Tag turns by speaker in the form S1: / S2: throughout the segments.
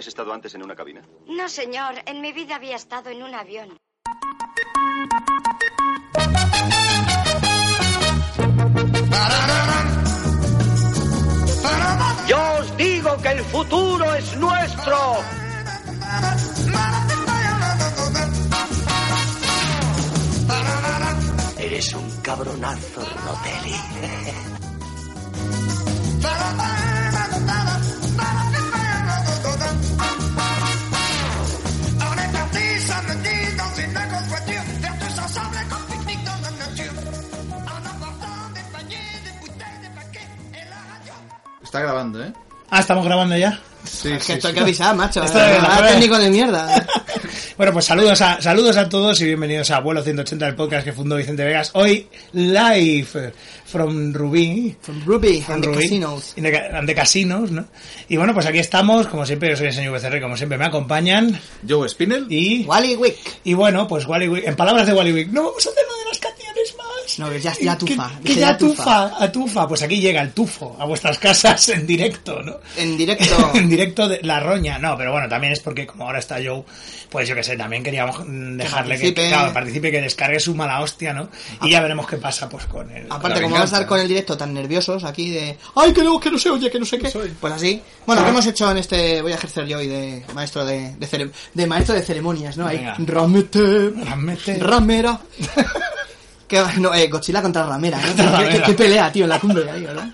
S1: ¿Has estado antes en una cabina?
S2: No, señor. En mi vida había estado en un avión.
S3: Yo os digo que el futuro es nuestro.
S4: Eres un cabronazo, Rotelli.
S5: Está grabando, ¿eh?
S6: Ah, estamos grabando ya.
S5: Sí,
S7: Es
S5: sí,
S7: que esto hay
S5: sí.
S7: que avisar, macho.
S6: Esto
S7: eh,
S6: hay que
S7: ah,
S6: avisar.
S7: técnico de mierda.
S6: Bueno, pues saludos a, saludos a todos y bienvenidos a Vuelo 180, el podcast que fundó Vicente Vegas. Hoy, live eh, from Rubí.
S7: From Ruby,
S6: From
S7: and the
S6: Rubí,
S7: Casinos.
S6: in the ca- and the casinos, ¿no? Y bueno, pues aquí estamos, como siempre, yo soy el señor Becerré, como siempre me acompañan.
S5: Joe Spinell.
S6: Y,
S7: Wally Wick.
S6: y bueno, pues Wally Wick- en palabras de Wally Wick, no vamos a hacer lo de las canciones más.
S7: No, que ya- ya
S6: Que-
S7: tufa,
S6: Que,
S7: que
S6: ya,
S7: ya tufa.
S6: tufa, atufa. Pues aquí llega el tufo, a vuestras casas en directo, ¿no?
S7: En directo.
S6: en directo de la roña, no, pero bueno, también es porque como ahora está Joe, pues yo que sé, también queríamos mm, dejarle que,
S7: participe.
S6: claro, participe, que descargue su mala hostia, ¿no? Y ya veremos qué pasa pues con el... con la
S7: Aparte, como
S6: venganza,
S7: vas a estar con el directo tan nerviosos aquí de... ¡Ay, que no, que no se oye, que no sé qué! Pues así. Bueno, ¿qué hemos hecho en este... Voy a ejercer yo hoy de maestro de, de, cere- de maestro de ceremonias, ¿no? Ahí,
S6: Venga.
S7: ramete,
S6: ¿no? Realmente-
S7: ramera. que, no, eh, Godzilla contra ramera, ¿no?
S6: Contra
S7: Qué- qué-
S6: ramera.
S7: qué pelea, tío, en la cumbre ahí, ¿verdad?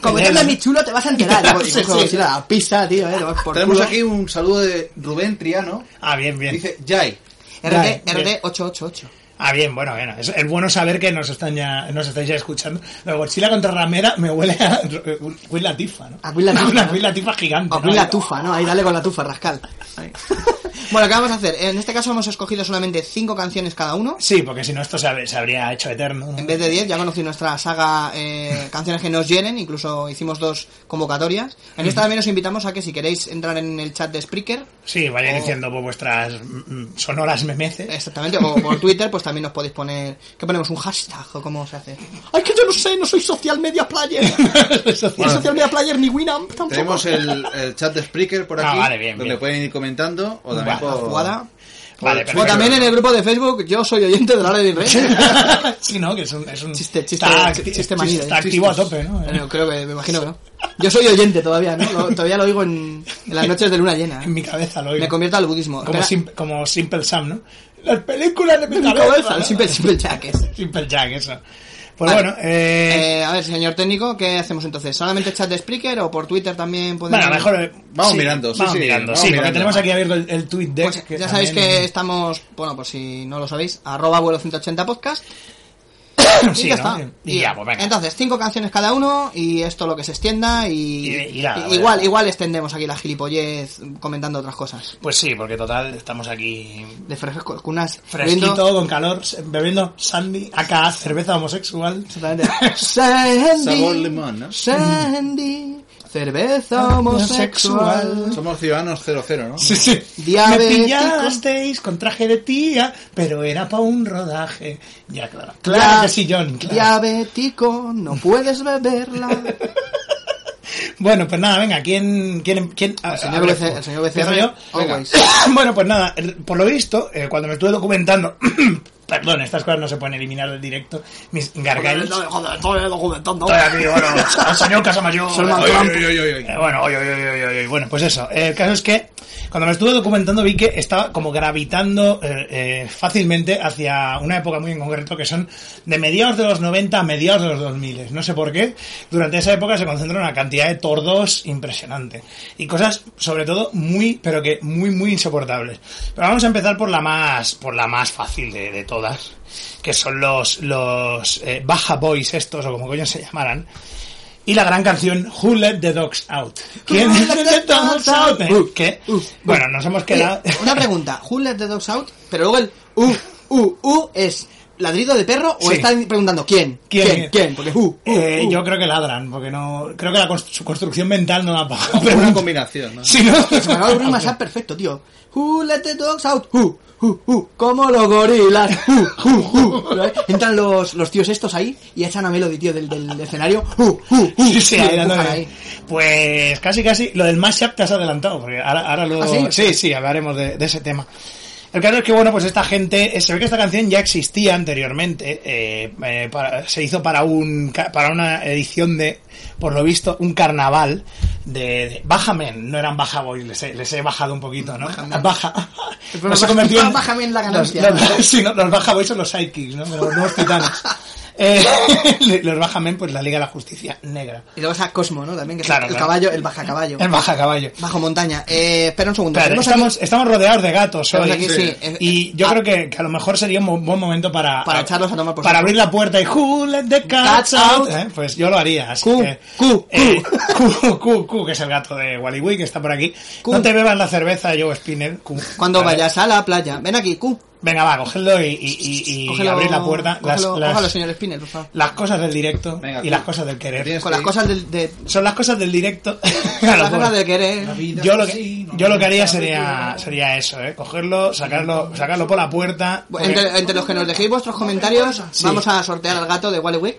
S7: Como te
S6: Pelea,
S7: hablas
S6: ¿no?
S7: mi chulo, te vas a enterar. Y
S5: Sí,
S7: cojo
S5: sí.
S7: Godzilla, la pista, tío, eh, lo vas por
S5: Tenemos
S7: culo.
S5: aquí un saludo de Rubén Triano.
S6: Ah, bien, bien.
S5: Dice, Jai.
S6: Dale,
S7: RD,
S6: bien.
S7: RD 888.
S6: Ah, bien, bueno, bueno. Es, es bueno saber que nos están ya, nos estáis ya escuchando. Lo de Godzilla contra Ramera me huele a eh, Will Latifa, ¿no?
S7: A Queen Latifah,
S6: Una
S7: ¿no?
S6: Queen Latifah gigante.
S7: O
S6: ¿no?
S7: con
S6: Ahí-
S7: Oh, la tufa, ¿no? Ahí dale con la tufa, rascal. Ahí. bueno, ¿qué vamos a hacer? En este caso hemos escogido solamente cinco canciones cada uno.
S6: Sí, porque si no esto se, hab- se habría hecho eterno. ¿no?
S7: En vez de 10, ya conocí nuestra saga eh, Canciones que nos hieren, incluso hicimos dos convocatorias. En esta también os invitamos a que si queréis entrar en el chat de Spreaker,
S6: Sí, vaya
S7: O-
S6: diciendo pues, vuestras mm, sonoras memeces.
S7: exactamente, o por Twitter, pues también nos podéis poner, que ponemos un hashtag o cómo se hace. ¡Ay, que yo no sé! ¡No soy social media player!
S6: Eso sí.
S7: Ni social media player ni Winamp tampoco.
S5: Tenemos el, el chat de Spreaker por
S6: Ah,
S5: aquí,
S6: vale, bien,
S5: donde
S6: bien.
S5: pueden ir comentando o también
S6: Vale,
S5: por...
S7: Jugada.
S6: Vale,
S7: O
S6: perfecto.
S7: también en el grupo de Facebook, yo soy oyente de la hora de Rey.
S6: sí, ¿no? Que es un, es un
S7: Chiste, chiste,
S6: está,
S7: chiste,
S6: acti-
S7: chiste manido,
S6: está
S7: ¿eh?
S6: activo
S7: Chistes.
S6: a tope, ¿no? Eh.
S7: No, creo que, me imagino que no. Yo soy oyente todavía, ¿no? Lo- todavía lo oigo en, en las noches de luna llena. ¿eh?
S6: En mi cabeza lo oigo.
S7: Me convierto al budismo.
S6: como,
S7: Espera,
S6: Sim- como Simple Sam, ¿no? Las películas de mi,
S7: en mi
S6: cabeza.
S7: cabeza,
S6: ¿no?
S7: simple, simple jackets.
S6: Simple Jack, eso. Pues
S7: Vale.
S6: bueno, eh,
S7: Eh, a ver, señor técnico, ¿qué hacemos entonces? ¿Solamente chat de Spreaker o por Twitter también podemos...?
S6: bueno, mejor... eh,
S5: Vamos mirando, sí,
S6: vamos
S5: sí,
S6: mirando.
S5: vamos
S6: sí, porque
S5: mirando.
S6: tenemos aquí abierto el, el tweet deck.
S7: Pues ya sabéis que estamos, bueno, por si no lo sabéis, arroba vuelo 180 podcast.
S6: que...
S7: Y
S6: sí,
S7: ya
S6: ¿no?
S7: está.
S6: Y ya, pues venga.
S7: Entonces, cinco canciones cada uno y esto lo que se extienda y,
S6: Y- y nada, pues
S7: y- igual,
S6: vale.
S7: igual extendemos aquí la gilipollez comentando otras cosas.
S6: Pues sí, porque total, estamos aquí
S7: De fresco, con unas
S6: fresquito,
S7: bebiendo-
S6: con calor, se- bebiendo Sandy, acá cerveza homosexual.
S7: Exactamente. Sandy,
S5: Sabor limón, ¿no?
S7: Sandy,
S6: Ah,
S7: cerveza homosexual.
S5: Somos ciudadanos 00, ¿no?
S6: Sí, sí. Me
S7: Diabéticos.
S6: pillasteis con traje de tía, pero era para un rodaje. Ya, claro. Claro
S7: Ya-
S6: que sí, John. claro.
S7: Diabético, no puedes beberla.
S6: Bueno, pues nada, venga, ¿quién... quién, quién a-
S7: El señor
S6: a ver,
S7: BC el señor
S6: ¿empiezo
S7: BCR,
S6: yo?
S7: always.
S6: Bueno, pues nada, el- por lo visto, eh, cuando me estuve documentando... Perdón, estas cosas no se pueden eliminar del directo. Mis gargaños... Estoy aquí, bueno, el señor Casamayor.
S7: Solman
S6: Oye,
S7: Trump.
S6: oye, oye, oye, oye. Eh, Bueno, oye, oye, oye, oye, oye. bueno, pues eso. Eh, El caso es que cuando me estuve documentando vi que estaba como gravitando eh, eh, fácilmente hacia una época muy en concreto que son de mediados de los 90 a mediados de los 2000. No sé por qué. Durante esa época se concentra una cantidad de tordos impresionante. Y cosas, sobre todo, muy, pero que muy, muy insoportables. Pero vamos a empezar por la más, por la más fácil de, de todas. Que son los, los eh, Baja Boys estos, o como coño se llamaran. Y la gran canción Who Let the Dogs Out. ¿Quién
S7: Who
S6: let
S7: let
S6: the dogs out? eh?
S7: Uh,
S6: ¿Qué?
S7: uh,
S6: bueno, nos hemos quedado.
S7: Eh, Una pregunta, Who let the dogs out? Pero luego el U, U, U es ladrido de perro o
S6: Sí.
S7: están preguntando quién?
S6: ¿Quién?
S7: ¿Quién? ¿Quién? Porque uh, uh,
S6: Eh,
S7: uh.
S6: Yo creo que ladran, porque no. Creo que la cons- su construcción mental no la paga.
S5: Fue una combinación, ¿no?
S6: Sí, ¿no?
S7: Se me acaba de ocurrir un WhatsApp perfecto, tío. Who let the dogs out? Who, who, who. Como los gorilas. Who, who, who. Entran los, los tíos estos ahí y echan a Melody, tío, del, del escenario. Who, who, who.
S6: Sí, sí,
S7: Y
S6: ahí
S7: empujan
S6: dándole.
S7: ahí.
S6: Pues casi, casi. Lo del mashup te has adelantado, porque ahora, ahora lo.
S7: ¿Ah, sí?
S6: sí, hablaremos de, de ese tema. El caso es que, bueno, pues esta gente. eh, Se ve que esta canción ya existía anteriormente. eh, eh, para- se hizo para, un, ca- para una edición de, por lo visto, un carnaval de. de Bajamen. No eran Baja Boys, les he, les he bajado un poquito, ¿no? Baja.
S7: El
S6: No
S7: problema-
S6: convirtió en-
S7: Bajamen la ganancia,
S6: Los, los-
S7: ¿no?
S6: sí, no, los Baja Boys son los sidekicks, ¿no? Como Los nuevos titanes. Eh, los Bajamen, pues la Liga de la Justicia Negra.
S7: Y luego está Cosmo, ¿no? También, que
S6: Claro,
S7: es el
S6: claro.
S7: caballo, el baja caballo.
S6: El baja caballo.
S7: Bajo montaña. Eh, espera un segundo.
S6: Claro,
S7: Tenemos aquí-
S6: estamos, estamos rodeados de gatos hoy.
S7: Estamos aquí, sí.
S6: Y yo
S7: Ah.
S6: creo que, que a lo mejor sería un mo- buen momento para...
S7: Para echarlos a tomar por
S6: Para
S7: saco.
S6: abrir la puerta y... "Who let the cats
S7: Cats
S6: out?"
S7: out".
S6: Eh, Pues yo lo haría. Así
S7: Cu,
S6: que,
S7: cu,
S6: eh, cu, cu, cu, que es el gato de Wally Wee, que está por aquí.
S7: Cu.
S6: No te bebas la cerveza, yo Spinner. cu.
S7: Cuando
S6: Vale.
S7: vayas a la playa, ven aquí, Q.
S6: Venga, va, cogedlo y, y, y- y
S7: Cógelo-
S6: abrir la puerta. Las-
S7: Cógelo,
S6: las,
S7: cógelo, señor Spinner, por favor.
S6: las cosas del directo
S5: Venga,
S6: y
S5: cu.
S6: las cosas del querer.
S5: Tienes-
S7: Con las
S5: Sí.
S7: cosas del, de,
S6: Son las cosas del directo.
S7: las cosas de querer.
S6: yo lo que, yo lo que haría sería sería eso, ¿eh? cogerlo, sacarlo, sacarlo por la puerta.
S7: Bueno, Pues Entre, entre los que nos dejéis vuestros comentarios, vamos a sortear al gato de Wally Wick.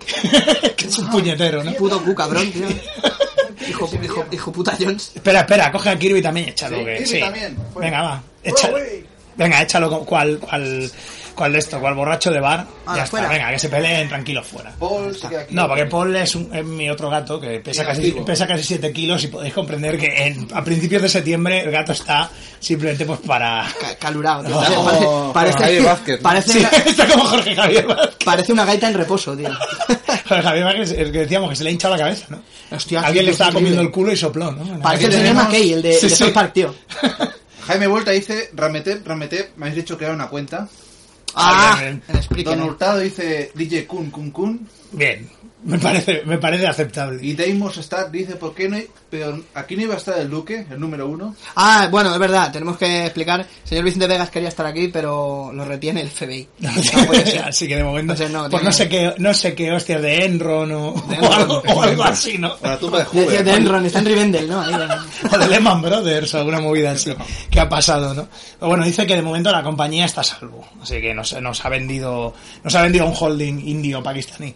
S6: porque- que es un puñetero, ¿no?
S7: Puto Q, cabrón, tío. Hijo, hijo, hijo puta Jones.
S6: Espera, espera, coge a Kirby también, échalo.
S5: Sí,
S6: que-
S5: Kirby
S6: sí.
S5: también, fuera.
S6: Venga, va. Échalo. Venga, échalo con- cual, cual, cual de esto, cual borracho de bar.
S7: Ahora,
S6: ya está,
S7: Ah, fuera.
S6: venga, que se peleen tranquilos fuera.
S5: Paul sigue aquí.
S6: No, porque Paul es, un- es mi otro gato que pesa
S5: Y
S6: casi,
S5: activo.
S6: pesa casi 7 kilos y podéis comprender que en- a principios de septiembre el gato está simplemente pues para...
S7: Ca- Calurado, tío.
S6: No,
S7: Parece-
S5: como Javier Vázquez, ¿no?
S7: parece,
S6: Sí,
S7: una,
S6: está como Jorge Javier Vázquez.
S7: parece una gaita en reposo, tío.
S6: Jorge Javier Vázquez, el que decíamos que se le ha hinchado la cabeza, ¿no?
S7: Hostia,
S6: Alguien
S7: sí,
S6: le
S7: es
S6: estaba
S7: increíble.
S6: comiendo el culo y sopló, ¿no? Bueno,
S7: Parece
S6: aquí
S7: el señor
S6: tenemos-
S7: McKay, el de,
S6: Sí,
S7: el de
S6: sí.
S7: South Park, tío.
S5: Jaime Vuelta dice, Rametep, Rametep, me habéis dicho que era una cuenta.
S7: Ah,
S6: bien,
S7: el Spreaker,
S5: Don
S7: ¿no?
S5: Hurtado dice DJ Kun Kun Kun.
S6: Bien, me parece, me parece aceptable.
S5: Y Deimos Star dice, ¿por qué no hay- pero aquí no iba a estar el Duque, el número uno?
S7: Ah, bueno, es verdad, tenemos que explicar. Señor Vicente Vegas quería estar aquí, pero lo retiene el FBI. No puede ser.
S6: así que de momento,
S7: Entonces, no,
S6: pues
S7: tiene-
S6: no sé qué, no sé qué hostias de Enron o, o algo, o algo así, ¿no?
S5: O la tumba de
S7: Le decía
S5: Hoover.
S7: de Enron, está en Rivendell, ¿no? Ahí, bueno.
S6: o de Lehman Brothers o alguna movida así que ha pasado, ¿no? Pero bueno, dice que de momento la compañía está a salvo, así que nos, nos ha vendido nos ha vendido un holding indio pakistaní.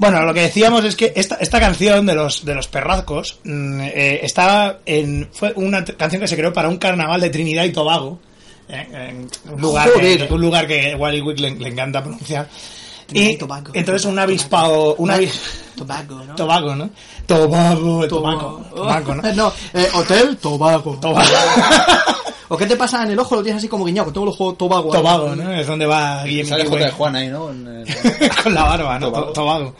S6: Bueno, lo que decíamos es que esta, esta canción de los de los perrazcos mm, eh, estaba en fue una t- canción que se creó para un carnaval de Trinidad y Tobago, eh, en un lugar que,
S7: Joder.
S6: un lugar que Wally Wick le, le encanta pronunciar.
S7: Trinidad
S6: Y
S7: y Tobago.
S6: entonces un avispado, un avis-
S7: Tobago, ¿no?
S6: Tobago, ¿no? Tobago, eh, Tobago, Tobago, ¿no?
S7: No, eh, Hotel Tobago.
S6: Tobago.
S7: ¿O qué te pasa en el ojo? Lo tienes así como guiñado, que tengo el ojo Tobago. ahí.
S6: Tobago, ¿no? Es donde va Guillermo
S5: Sale J
S6: Kiwi.
S5: de Juan ahí, ¿no? En el-
S6: Con la barba, ¿no?
S5: Tobago.
S6: Tobago.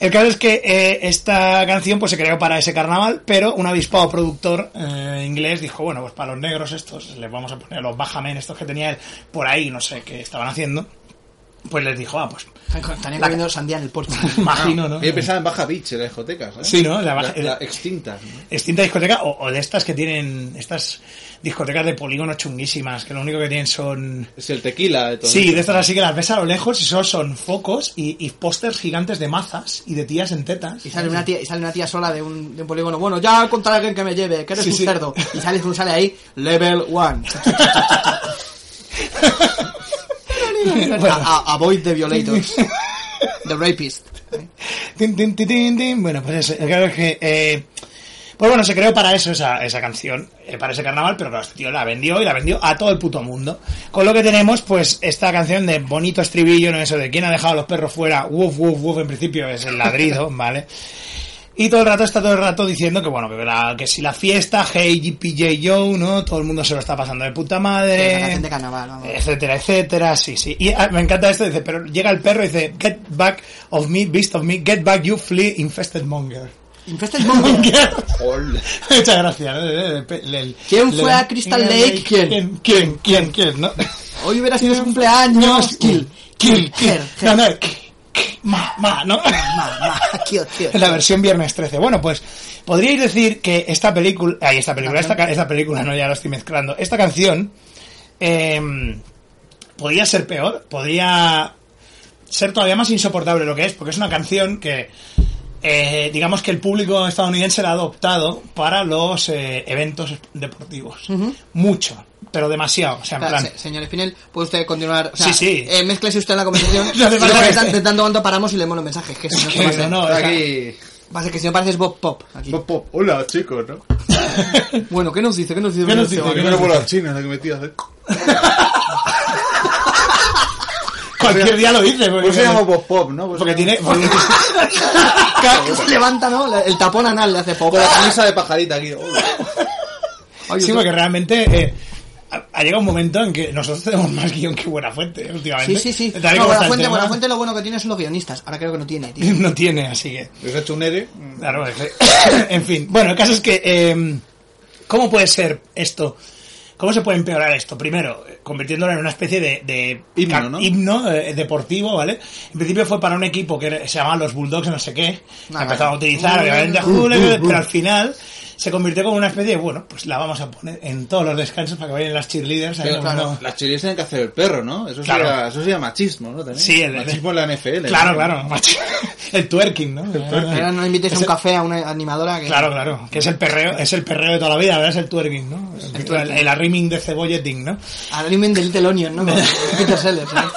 S6: El caso es que eh, esta canción pues se creó para ese carnaval, pero un avispado productor eh, inglés dijo, bueno, pues para los negros estos, les vamos a poner los bajamen estos que tenía él por ahí, no sé qué estaban haciendo, pues les dijo, ah, pues
S7: Están Estarían comiendo sandía en el porche.
S6: imagino, ¿no?
S5: Ah, Yo pensaba en Baja Beach, en las discotecas. ¿eh?
S6: Sí, ¿no? La Baja-
S5: La- la extinta. ¿no?
S6: Extinta discoteca o, o de estas que tienen, estas discotecas de polígonos chunguísimas, que lo único que tienen son...
S5: Es el tequila de todo.
S6: Sí,
S5: esto.
S6: de estas así que las ves a lo lejos y solo son focos y, y pósters gigantes de mazas y de tías en tetas.
S7: Y sale, una tía, y sale una tía sola de un, de un polígono. Bueno, ya contaré a alguien que me lleve, que eres
S6: Sí,
S7: un
S6: sí.
S7: cerdo. Y sale, sale ahí, level one.
S6: Bueno.
S7: A- a- avoid the violators. The rapist.
S6: Tin, tin, tin, tin, tin. Bueno, pues eso, el caso es que... eh, pues bueno, se creó para eso esa, esa canción, eh, para ese carnaval, pero claro, este tío la vendió y la vendió a todo el puto mundo. Con lo que tenemos, pues, esta canción de bonito estribillo, no eso de quién ha dejado a los perros fuera, woof, woof, woof, en principio es el ladrido, ¿vale? Y todo el rato está todo el rato diciendo que bueno, que, la- que si la fiesta, hey, GPJ Joe, ¿no? Todo el mundo se lo está pasando de puta
S7: Es
S6: madre.
S7: una canción de carnaval, vamos.
S6: etcétera, etcétera, sí, sí. Y ah, me encanta esto, dice, pero llega el perro y dice, get back of me, beast of me, get back you flea infested monger.
S7: Infested Monkey.
S5: Ol.
S6: Muchas gracias. ¿no? Le- le- le-
S7: ¿Quién
S6: le-
S7: fue a Crystal Lake?
S6: ¿Quién? ¿Quién? ¿Quién? ¿Quién? ¿No?
S7: Hoy hubiera sido su cumpleaños. Ah, Kill.
S6: Kill, kill.
S7: Her, her.
S6: No, no, k- k- ma, ma, ¿no?
S7: Ma, ma, kill, kill.
S6: En la versión Viernes 13. Bueno, pues podríais decir que esta película, ay, esta película, esta, ca- esta película, no, ya la estoy mezclando, esta em, canción eh, podía ser peor, podía ser todavía más insoportable lo que es, porque es una canción que, eh, digamos que el público estadounidense la ha adoptado para los eh, eventos deportivos. Mucho, pero demasiado. O sea, en
S7: Claro,
S6: plan...
S7: se- señor Espinel, puede usted continuar. O sea,
S6: Sí, sí.
S7: eh, mézclese usted en la conversación.
S6: No hace
S7: y luego
S6: falta que-
S7: de, tan- de tanto cuanto paramos y leemos los mensajes. Que si no, ¿qué va a
S6: que
S7: ser?
S6: no, o sea,
S5: Aquí.
S7: Va a ser que si no pareces Bob Pop. Aquí.
S5: Pop, pop. Hola, chicos, ¿no?
S7: Bueno, ¿qué nos dice? ¿Qué nos dice?
S6: ¿Qué nos
S7: este
S6: dice?
S7: hombre?
S5: Primero por las chinas, la que metías. ¿eh?
S6: Cualquier día lo dice. Porque,
S5: Por eso Pues se llama Pop Pop, ¿no? Por eso
S6: porque
S5: se
S6: tiene...
S5: llama-
S6: porque-
S7: Cada que se levanta, ¿no? La- El tapón anal le hace pop.
S5: Con la camisa de pajarita aquí. Hola.
S7: Ay,
S6: sí,
S7: otro-
S6: porque realmente... eh, ha- ha llegado un momento en que nosotros tenemos más guión que Buena Fuente últimamente.
S7: Sí, sí, sí.
S6: Tal y
S7: No,
S6: como está el
S7: Buenafuente,
S6: tema,
S7: Buenafuente lo bueno que tiene son los guionistas. Ahora creo que no tiene, tío.
S6: No tiene, así que...
S5: Les he hecho un ere.
S6: Claro, es que- en fin. Bueno, el caso es que, eh, ¿cómo puede ser esto? ¿Cómo se puede empeorar esto? Primero, eh, convirtiéndolo en una especie de, de
S5: Himno,
S6: ca-
S5: ¿no?
S6: himno, eh, deportivo, ¿vale? En principio fue para un equipo que era- se llamaba los Bulldogs, no sé qué. Se
S7: Ah,
S6: empezaron a
S7: vale.
S6: utilizar,
S7: Uh,
S6: obviamente, a
S7: uh,
S6: Hula,
S7: uh, uh.
S6: pero al final se convirtió como una especie de, bueno, pues la vamos a poner en todos los descansos para que vayan las cheerleaders. ahí
S5: Pero,
S6: como no-
S5: Las chilenas tienen que hacer el perro, ¿no? Eso,
S6: Claro.
S5: sería, eso sería machismo, ¿no? También.
S6: Sí, el-
S5: machismo en la NFL.
S6: Claro,
S5: ¿no?
S6: claro, macho. El twerking, ¿no?
S7: Ahora no invites a un café a una animadora que...
S6: Claro, claro, que es el perreo, es el perreo de toda la vida, ¿verdad? Es el twerking, ¿no? El, el, arriming de cebolleting, ¿no?
S7: Al anime del Little Onion, ¿no? Con Peter Sellers, ¿no?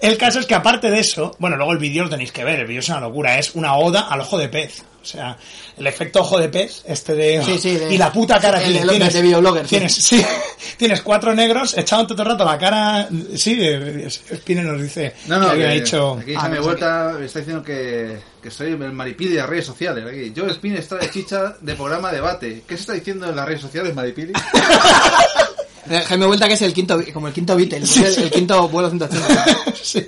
S6: El caso es que aparte de eso, bueno, luego el vídeo lo tenéis que ver, el vídeo es una locura, es una oda al ojo de pez. O sea, el efecto ojo de pez, este de...
S7: Sí, sí, de-
S6: y la puta cara
S7: el-
S6: que le
S7: el-
S6: tienes.
S7: de videoblogger, sí.
S6: Tienes, sí. tienes cuatro negros echándote todo el rato la cara... Sí, eh, Spinner nos dice
S5: No, no,
S6: que había
S5: que-
S6: dicho...
S5: Aquí
S7: Ah,
S5: Jaime
S7: no sé
S5: Vuelta me está diciendo que, que soy el maripili de las redes sociales. Aquí. Yo, Spin, está de chicha de programa debate. ¿Qué se está diciendo en las redes sociales, maripili?
S7: Eh, Jaime Vuelta que es el quinto, como el quinto Beatles, el, el quinto vuelo 180.
S6: sí,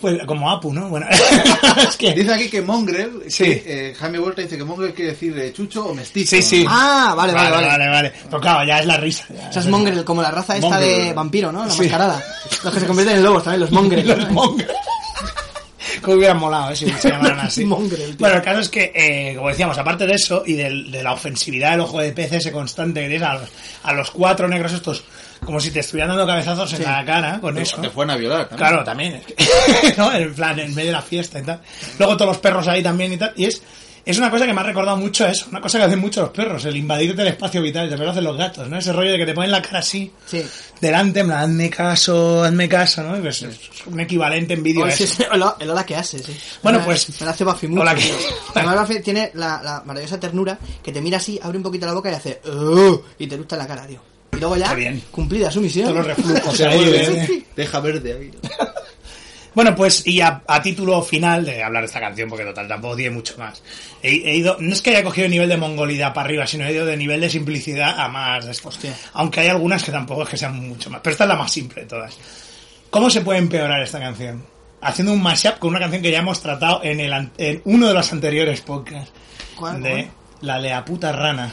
S6: pues como Apu, ¿no? Bueno, es que...
S5: Dice aquí que mongrel...
S6: Sí.
S5: que, eh, Jaime Vuelta dice que mongrel quiere decir eh, chucho o mestizo.
S6: Sí, sí.
S7: Ah, vale, vale,
S6: vale,
S7: vale.
S6: vale, vale. Pero claro, ya es la risa. ya.
S7: O sea, es mongrel, como la raza esta de
S6: Mongrel.
S7: vampiro, ¿no? La
S6: Sí.
S7: mascarada. Los que se convierten en lobos también, los mongrel. ¿no?
S6: Los mongrel. Que hubiera molado eh, si se llamaran así.
S7: Mongrel, tío.
S6: bueno, el caso es que, eh, como decíamos, aparte de eso y del- de la ofensividad del ojo de pez ese constante que tienes a los, a los cuatro negros estos, como si te estuvieran dando cabezazos en la cara con eso.
S5: Te fueron a violar. también.
S6: Claro, también. es que- ¿no? En plan, en medio de la fiesta y tal. Luego todos los perros ahí también y tal. Y es, es una cosa que me ha recordado mucho a eso. Una cosa que hacen mucho los perros, el invadirte el espacio vital. También lo hacen los gatos, ¿no? Ese rollo de que te ponen la cara así
S7: Sí.
S6: delante, en plan, hazme caso, hazme caso, ¿no? Y pues es un equivalente en vídeo.
S7: O
S6: a
S7: ese-
S6: eso.
S7: ese- el, hola- el hola que hace, sí.
S6: Bueno,
S7: Me la-
S6: pues-
S7: Me la hace Buffy mucho.
S6: Hola que-
S7: tío. Además, Buffy tiene la, la maravillosa ternura que te mira así, abre un poquito la boca y hace. "Oh", y te gusta en la cara, tío. Y luego ya,
S6: Qué bien.
S7: cumplida su misión.
S6: Todos los reflujos
S5: Se
S6: ahí,
S5: vuelve,
S6: ¿eh?
S5: ¿eh? Deja verde ahí.
S6: Bueno, pues y a, a título final de hablar de esta canción, porque total, tampoco tiene mucho más. He, he ido, no es que haya cogido nivel de mongolidad para arriba, sino he ido de nivel de simplicidad a más de estos.
S7: Hostia.
S6: Aunque hay algunas que tampoco es que sean mucho más. Pero esta es la más simple de todas. ¿Cómo se puede empeorar esta canción? Haciendo un mashup con una canción que ya hemos tratado en, el, an- en uno de los anteriores podcasts.
S7: ¿Cuál,
S6: de
S7: cuál?
S6: la de la puta rana.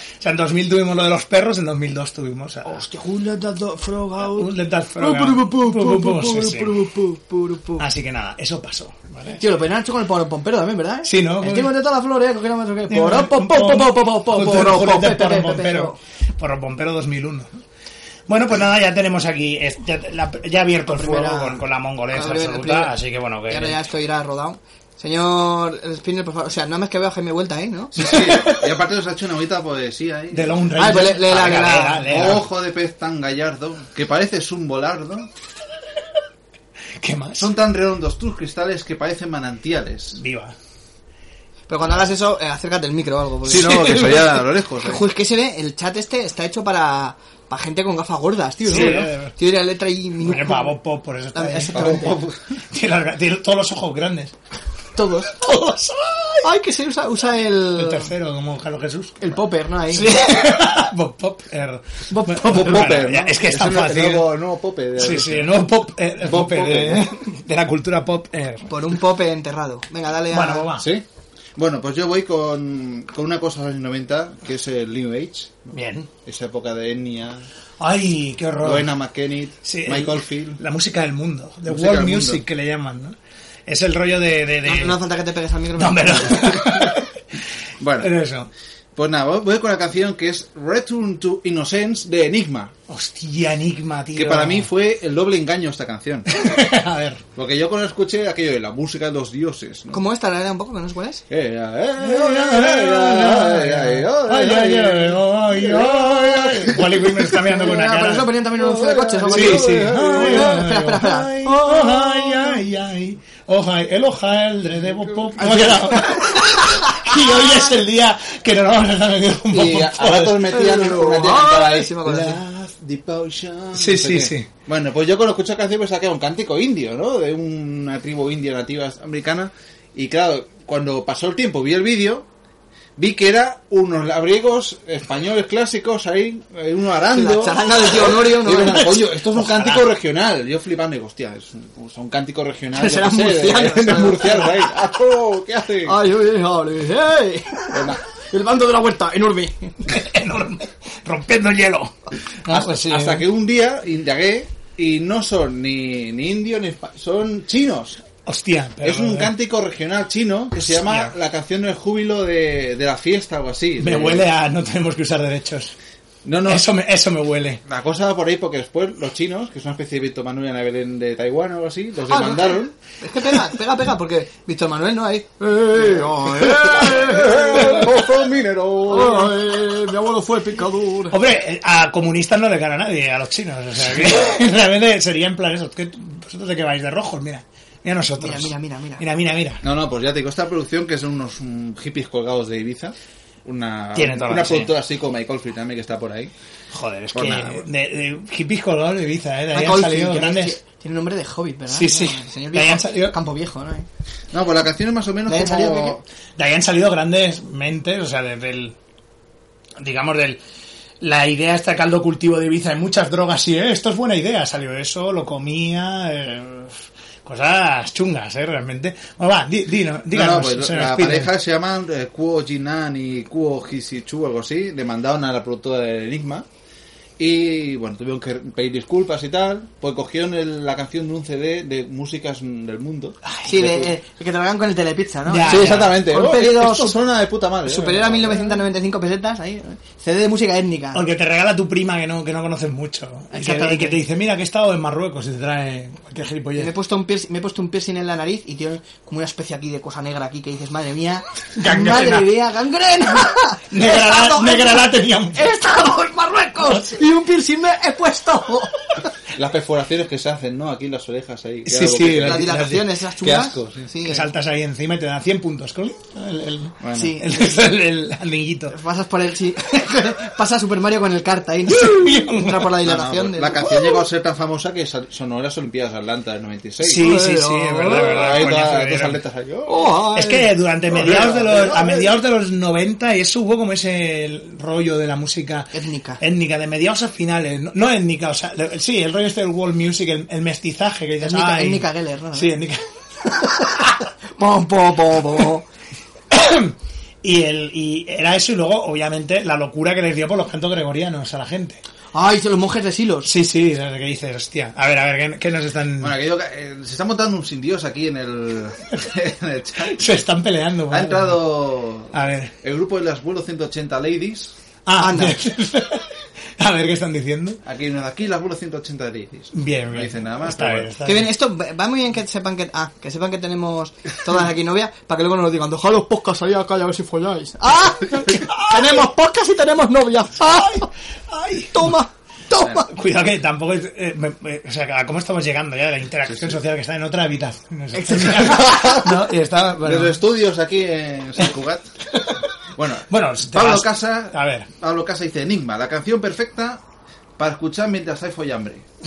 S6: sea, en 2000 tuvimos lo de los perros, en 2002 tuvimos... a-
S7: Hostia, who let the dog frog out?
S6: Who let that frog out?
S7: Puru, puru,
S6: Puru,
S7: puru,
S6: puru,
S7: puru,
S6: sí, sí.
S7: puru, puru, puru, puru.
S6: Así que nada, eso pasó, ¿vale?
S7: Tío, lo podrían haber hecho con el poro pompero también, ¿verdad?
S6: Sí, ¿no?
S7: El tengo de todas las flores, cogiendo más o qué.
S6: Sí,
S7: Poro, po, po, po, po, po, po,
S6: Justo-
S7: poro, po,
S6: justo
S7: pe, pe,
S6: por
S7: pe,
S6: el
S7: pe,
S6: bombero, por el bombero 2001. Bueno, pues nada, ya tenemos aquí, es- ya, la- ya ha abierto el
S7: Primera-
S6: fuego con, con la mongolesa
S7: Abre- abre-
S6: absoluta, así que bueno, que...
S7: Y ahora ya esto irá rodado. Señor Spinner, por favor. O sea, nada más que veo a Jaime Vuelta ahí, ¿no?
S5: Sí, sí. Y aparte nos ha hecho una bonita poesía ahí.
S6: De Lone
S7: Ah,
S6: Ranger.
S7: pues lé- léela,
S6: Ah, venga,
S7: léela.
S6: léela.
S5: Ojo de pez tan gallardo, que pareces un volardo.
S6: ¿Qué más?
S5: Son tan redondos tus cristales que parecen manantiales.
S6: Viva.
S7: Pero cuando hagas eso, eh, acércate el micro o algo. porque-
S5: Sí, no, que soy a lo lejos. ¿eh?
S7: Ojo, es que se ve, el chat este está hecho para, para gente con gafas gordas, tío. ¿no?
S6: Sí,
S7: ¿no?
S6: eh.
S7: Tío, y la letra ahí
S6: Hombre,
S7: minúscula.
S6: pavo pop, por eso está
S7: Ah,
S6: ahí.
S7: Exactamente.
S6: Pavo Pop. Tiene, las- tiene todos los ojos grandes.
S7: Todos.
S6: Todos.
S7: Ay, que se usa, usa el...
S6: El tercero, como Carlos Jesús.
S7: El popper, ¿no? Ahí.
S6: Sí. Bob Pop. er.
S7: Bob
S6: Bueno,
S7: Pop,
S6: bueno,
S5: Popper,
S6: ya,
S5: ¿no?
S6: Es que es tan
S5: el nuevo-
S6: fácil.
S5: El nuevo, el nuevo Pope. de-
S6: Sí, sí, el nuevo pop, er, el
S5: Bob
S6: popper de, de la cultura pop. er.
S7: Por un pope enterrado. Venga, dale a...
S6: Bueno, va.
S5: ¿Sí? Bueno, pues yo voy con, con una cosa de los 90, que es el New Age.
S6: Bien.
S5: Esa época de Enya,
S6: Ay, qué horror.
S5: Rowena McKennitt,
S6: Sí, el-
S5: Michael Field.
S6: La música del mundo. The
S5: Música
S6: world
S5: del
S6: music
S5: mundo.
S6: que le llaman, ¿no? Es el rollo de. de, de-
S7: No, no hace falta que te pegues al micro.
S6: No, hombre, no.
S5: Bueno.
S6: Pero eso.
S5: Pues nada, voy- voy con la canción que es Return to Innocence de Enigma.
S6: Hostia, Enigma, tío.
S5: Que para mí fue el doble engaño esta canción.
S6: A ver.
S5: Porque yo cuando escuché aquello de la música de los dioses. ¿no?
S7: ¿Cómo esta la era un poco? ¿Que no sé cuál es?
S5: Eh, ah, eh, oh, ah, eh, ah, eh, ah, eh, ah, eh,
S6: Wally Wimmer está mirando con una
S7: Ah, Pero eso
S6: cara.
S7: lo ponían también en un anuncio de coches. ¿no?
S6: Sí, sí.
S7: Espera, espera, espera.
S6: Ay, ay, ay. Ojai, el hojaldre de Bob Pop. ¿Cómo ha quedado? Y hoy es el día que nos vamos a estar metiendo con Bob
S4: Y a,
S6: Pop.
S4: a ratos metían una tía que cantaba
S7: Ay,
S4: ahí.
S7: sí me acuerdo, sí.
S4: Love, devotion.
S6: Sí,
S5: no sé
S6: sí,
S5: qué.
S6: sí.
S5: Bueno, pues yo cuando escucho la canción me saqué un cántico indio, ¿no? De una tribu india nativa americana. Y claro, cuando pasó el tiempo vi el vídeo, vi que era unos labriegos españoles clásicos ahí, eh, uno arando.
S7: La charanga del tío Honorio, ¿no?
S5: Y yo pensaba, coño, esto es un cántico regional. Yo flipando, digo, hostia, es un, es un cántico regional.
S7: Serán
S5: yo qué sé,
S7: murcianos,
S5: de- de
S7: claro.
S5: murcianos ahí. ¡Ajo! ¿Qué hace?
S7: Ay, ay, ay, ay. El bando de la vuelta, enorme.
S6: Enorme. Rompiendo el hielo. Ah, pues sí.
S5: Hasta que un día indagué y no son ni, ni indios ni espa- son chinos.
S6: Hostia. pero- eh.
S5: es un cántico regional chino que se llama
S6: Hostia.
S5: la canción del júbilo de, de la fiesta o así.
S6: Me
S5: De-
S6: huele a no tenemos que usar derechos.
S5: No, no.
S6: Eso me, eso me huele.
S5: La cosa va por ahí porque después los chinos, que es una especie de Víctor Manuel y Ana Belén de Taiwán o algo así, los
S7: Ah,
S5: demandaron.
S7: no, Es que pega, pega, pega, porque Víctor Manuel no hay. Eh, oh, eh,
S5: ¡Eh, mozo minero!
S7: oh, eh, mi abuelo fue picador.
S6: Hombre, eh, a comunistas no le gana nadie, a los chinos. O sea, que realmente sería en plan eso. ¿qué- ¿Vosotros de qué vais? De rojos, mira. Mira nosotros.
S7: Mira, mira, mira, mira.
S6: Mira, mira, mira.
S5: No, no, pues ya te digo, esta producción que son unos mm, hippies colgados de Ibiza. Una,
S6: Tiene toda la
S5: una
S6: razón.
S5: productora así como Michael Free también que está por ahí.
S6: Joder, es
S5: Por
S6: que
S5: nada, bueno.
S6: de, de hippies color de Ibiza, ¿eh? De ahí han
S7: Michael
S6: salido
S7: Field, que
S6: grandes...
S7: tiene- Tiene nombre de hobbit, ¿verdad?
S6: Sí, sí.
S7: El señor
S6: De ahí han salido-
S7: viejo, campo viejo, ¿no? eh?
S5: No, pues la canción es más o menos
S7: ¿Le han salido de
S5: como...
S7: qué?
S6: De ahí han salido grandes mentes, o sea, desde el... Digamos, del... La idea esta de caldo cultivo de Ibiza, hay muchas drogas y, eh, esto es buena idea, salió eso, lo comía... eh, cosas chungas, ¿eh? Realmente. Bueno, va, di, di, no, díganos,
S5: No, no, pues
S6: señor
S5: la
S6: Spielberg.
S5: pareja se llaman eh, Kuo Jinan y Kuo Hisichu, algo así. Demandaron a la productora del Enigma. Y bueno, tuvieron que pedir disculpas y tal. Pues cogieron el- la canción de un CD de músicas mm, del mundo.
S7: Sí, de, eh, que te lo hagan con el telepizza, ¿no?
S6: Ya.
S5: sí, exactamente.
S7: Con
S5: Oh,
S7: pedidos
S5: esto suena de puta madre.
S7: Superior
S5: eh.
S7: a 1995 pesetas, ahí. CD de música étnica.
S6: O que te regala tu prima que no, que no conoces mucho. Y que,
S7: Exactamente.
S6: y que te dice, mira, que he estado en Marruecos y te trae cualquier
S7: Me he,
S6: gilipollez.
S7: puesto un piercing, me he puesto un piercing en la nariz y tiene como una especie aquí de cosa negra aquí que dices, madre mía,
S6: Gangrena.
S7: madre mía, gangrena.
S6: Negra la-
S7: Estamos-
S6: negra la teníamos.
S7: Estamos en Marruecos y un piercing me he puesto.
S5: Las perforaciones que se hacen, ¿no? Aquí en las orejas ahí.
S6: Sí,
S5: Algo
S6: sí,
S5: que-
S7: Las
S6: la-
S7: dilataciones, esas
S5: Qué
S7: chungas.
S5: asco, sí.
S7: sí,
S6: Que saltas ahí encima y te dan 100 puntos, ¿coli? El, el,
S5: Bueno.
S7: sí.
S6: el, el- el anillito.
S7: Pasas por el... Sí. Pasa Super Mario con el carta ahí. Entra por la
S5: No, no,
S7: dilatación.
S5: la
S7: del-
S5: canción llegó a ser tan famosa que sal- sonó en las Olimpiadas de Atlanta del 96.
S6: Sí, sí, sí, es verdad, es verdad.
S5: Ahí
S6: coño,
S5: todas-
S6: se
S5: todas
S6: vieron.
S5: atletas ahí, oh.
S7: Oh,
S6: Es que durante mediados de los, a mediados de los 90 y eso hubo como ese el rollo de la música
S7: Étnica.
S6: étnica de mediados a finales, no, no étnica, o sea, le- sí, el rollo este del world music, el, el mestizaje que dices,
S7: Étnica-
S6: ay.
S7: étnica Geller, ¿no?
S6: Sí, étnica.
S7: Pom, pom, pom, pom.
S6: Y, el, y era eso y luego, obviamente, la locura que les dio por los cantos gregorianos a la gente.
S7: Ay, los monjes de Silos.
S6: Sí, sí, desde que dices, hostia. A ver, a ver, ¿qué, qué nos están...?
S5: Bueno, aquello que, eh, se está montando un sin dios aquí en el, en el chat.
S6: Se están peleando.
S5: Ha
S6: madre.
S5: entrado
S6: A ver.
S5: el grupo de las vuelo 180 ladies.
S6: Ah,
S7: Anda.
S6: a ver, ¿qué están diciendo?
S5: Aquí hay una de aquí, las vuelo 180 ladies.
S6: Bien, bien.
S5: No dicen nada más.
S6: Está
S5: pero
S6: bien,
S5: bueno.
S6: está
S7: Que
S6: bien.
S7: bien, esto va muy bien que sepan que ah, que sepan que tenemos todas aquí novias para que luego nos digan, dejad los podcasts ahí acá y a ver si folláis. ¡Ah! tenemos podcast y tenemos novias. ¡Ay! ¡Ay! ¡Toma! ¡Toma!
S6: Cuidado que tampoco... es- eh, me- me- o sea, ¿a ¿cómo estamos llegando ya de la interacción social que está en otra habitación? No, sé. No, y está... bueno.
S5: Los estudios aquí en San Cugat. bueno,
S6: Bueno, si te
S5: Pablo
S6: vas-
S5: Casa.
S6: a ver.
S5: Pablo Casa dice Enigma, la canción perfecta para escuchar mientras hay follambre.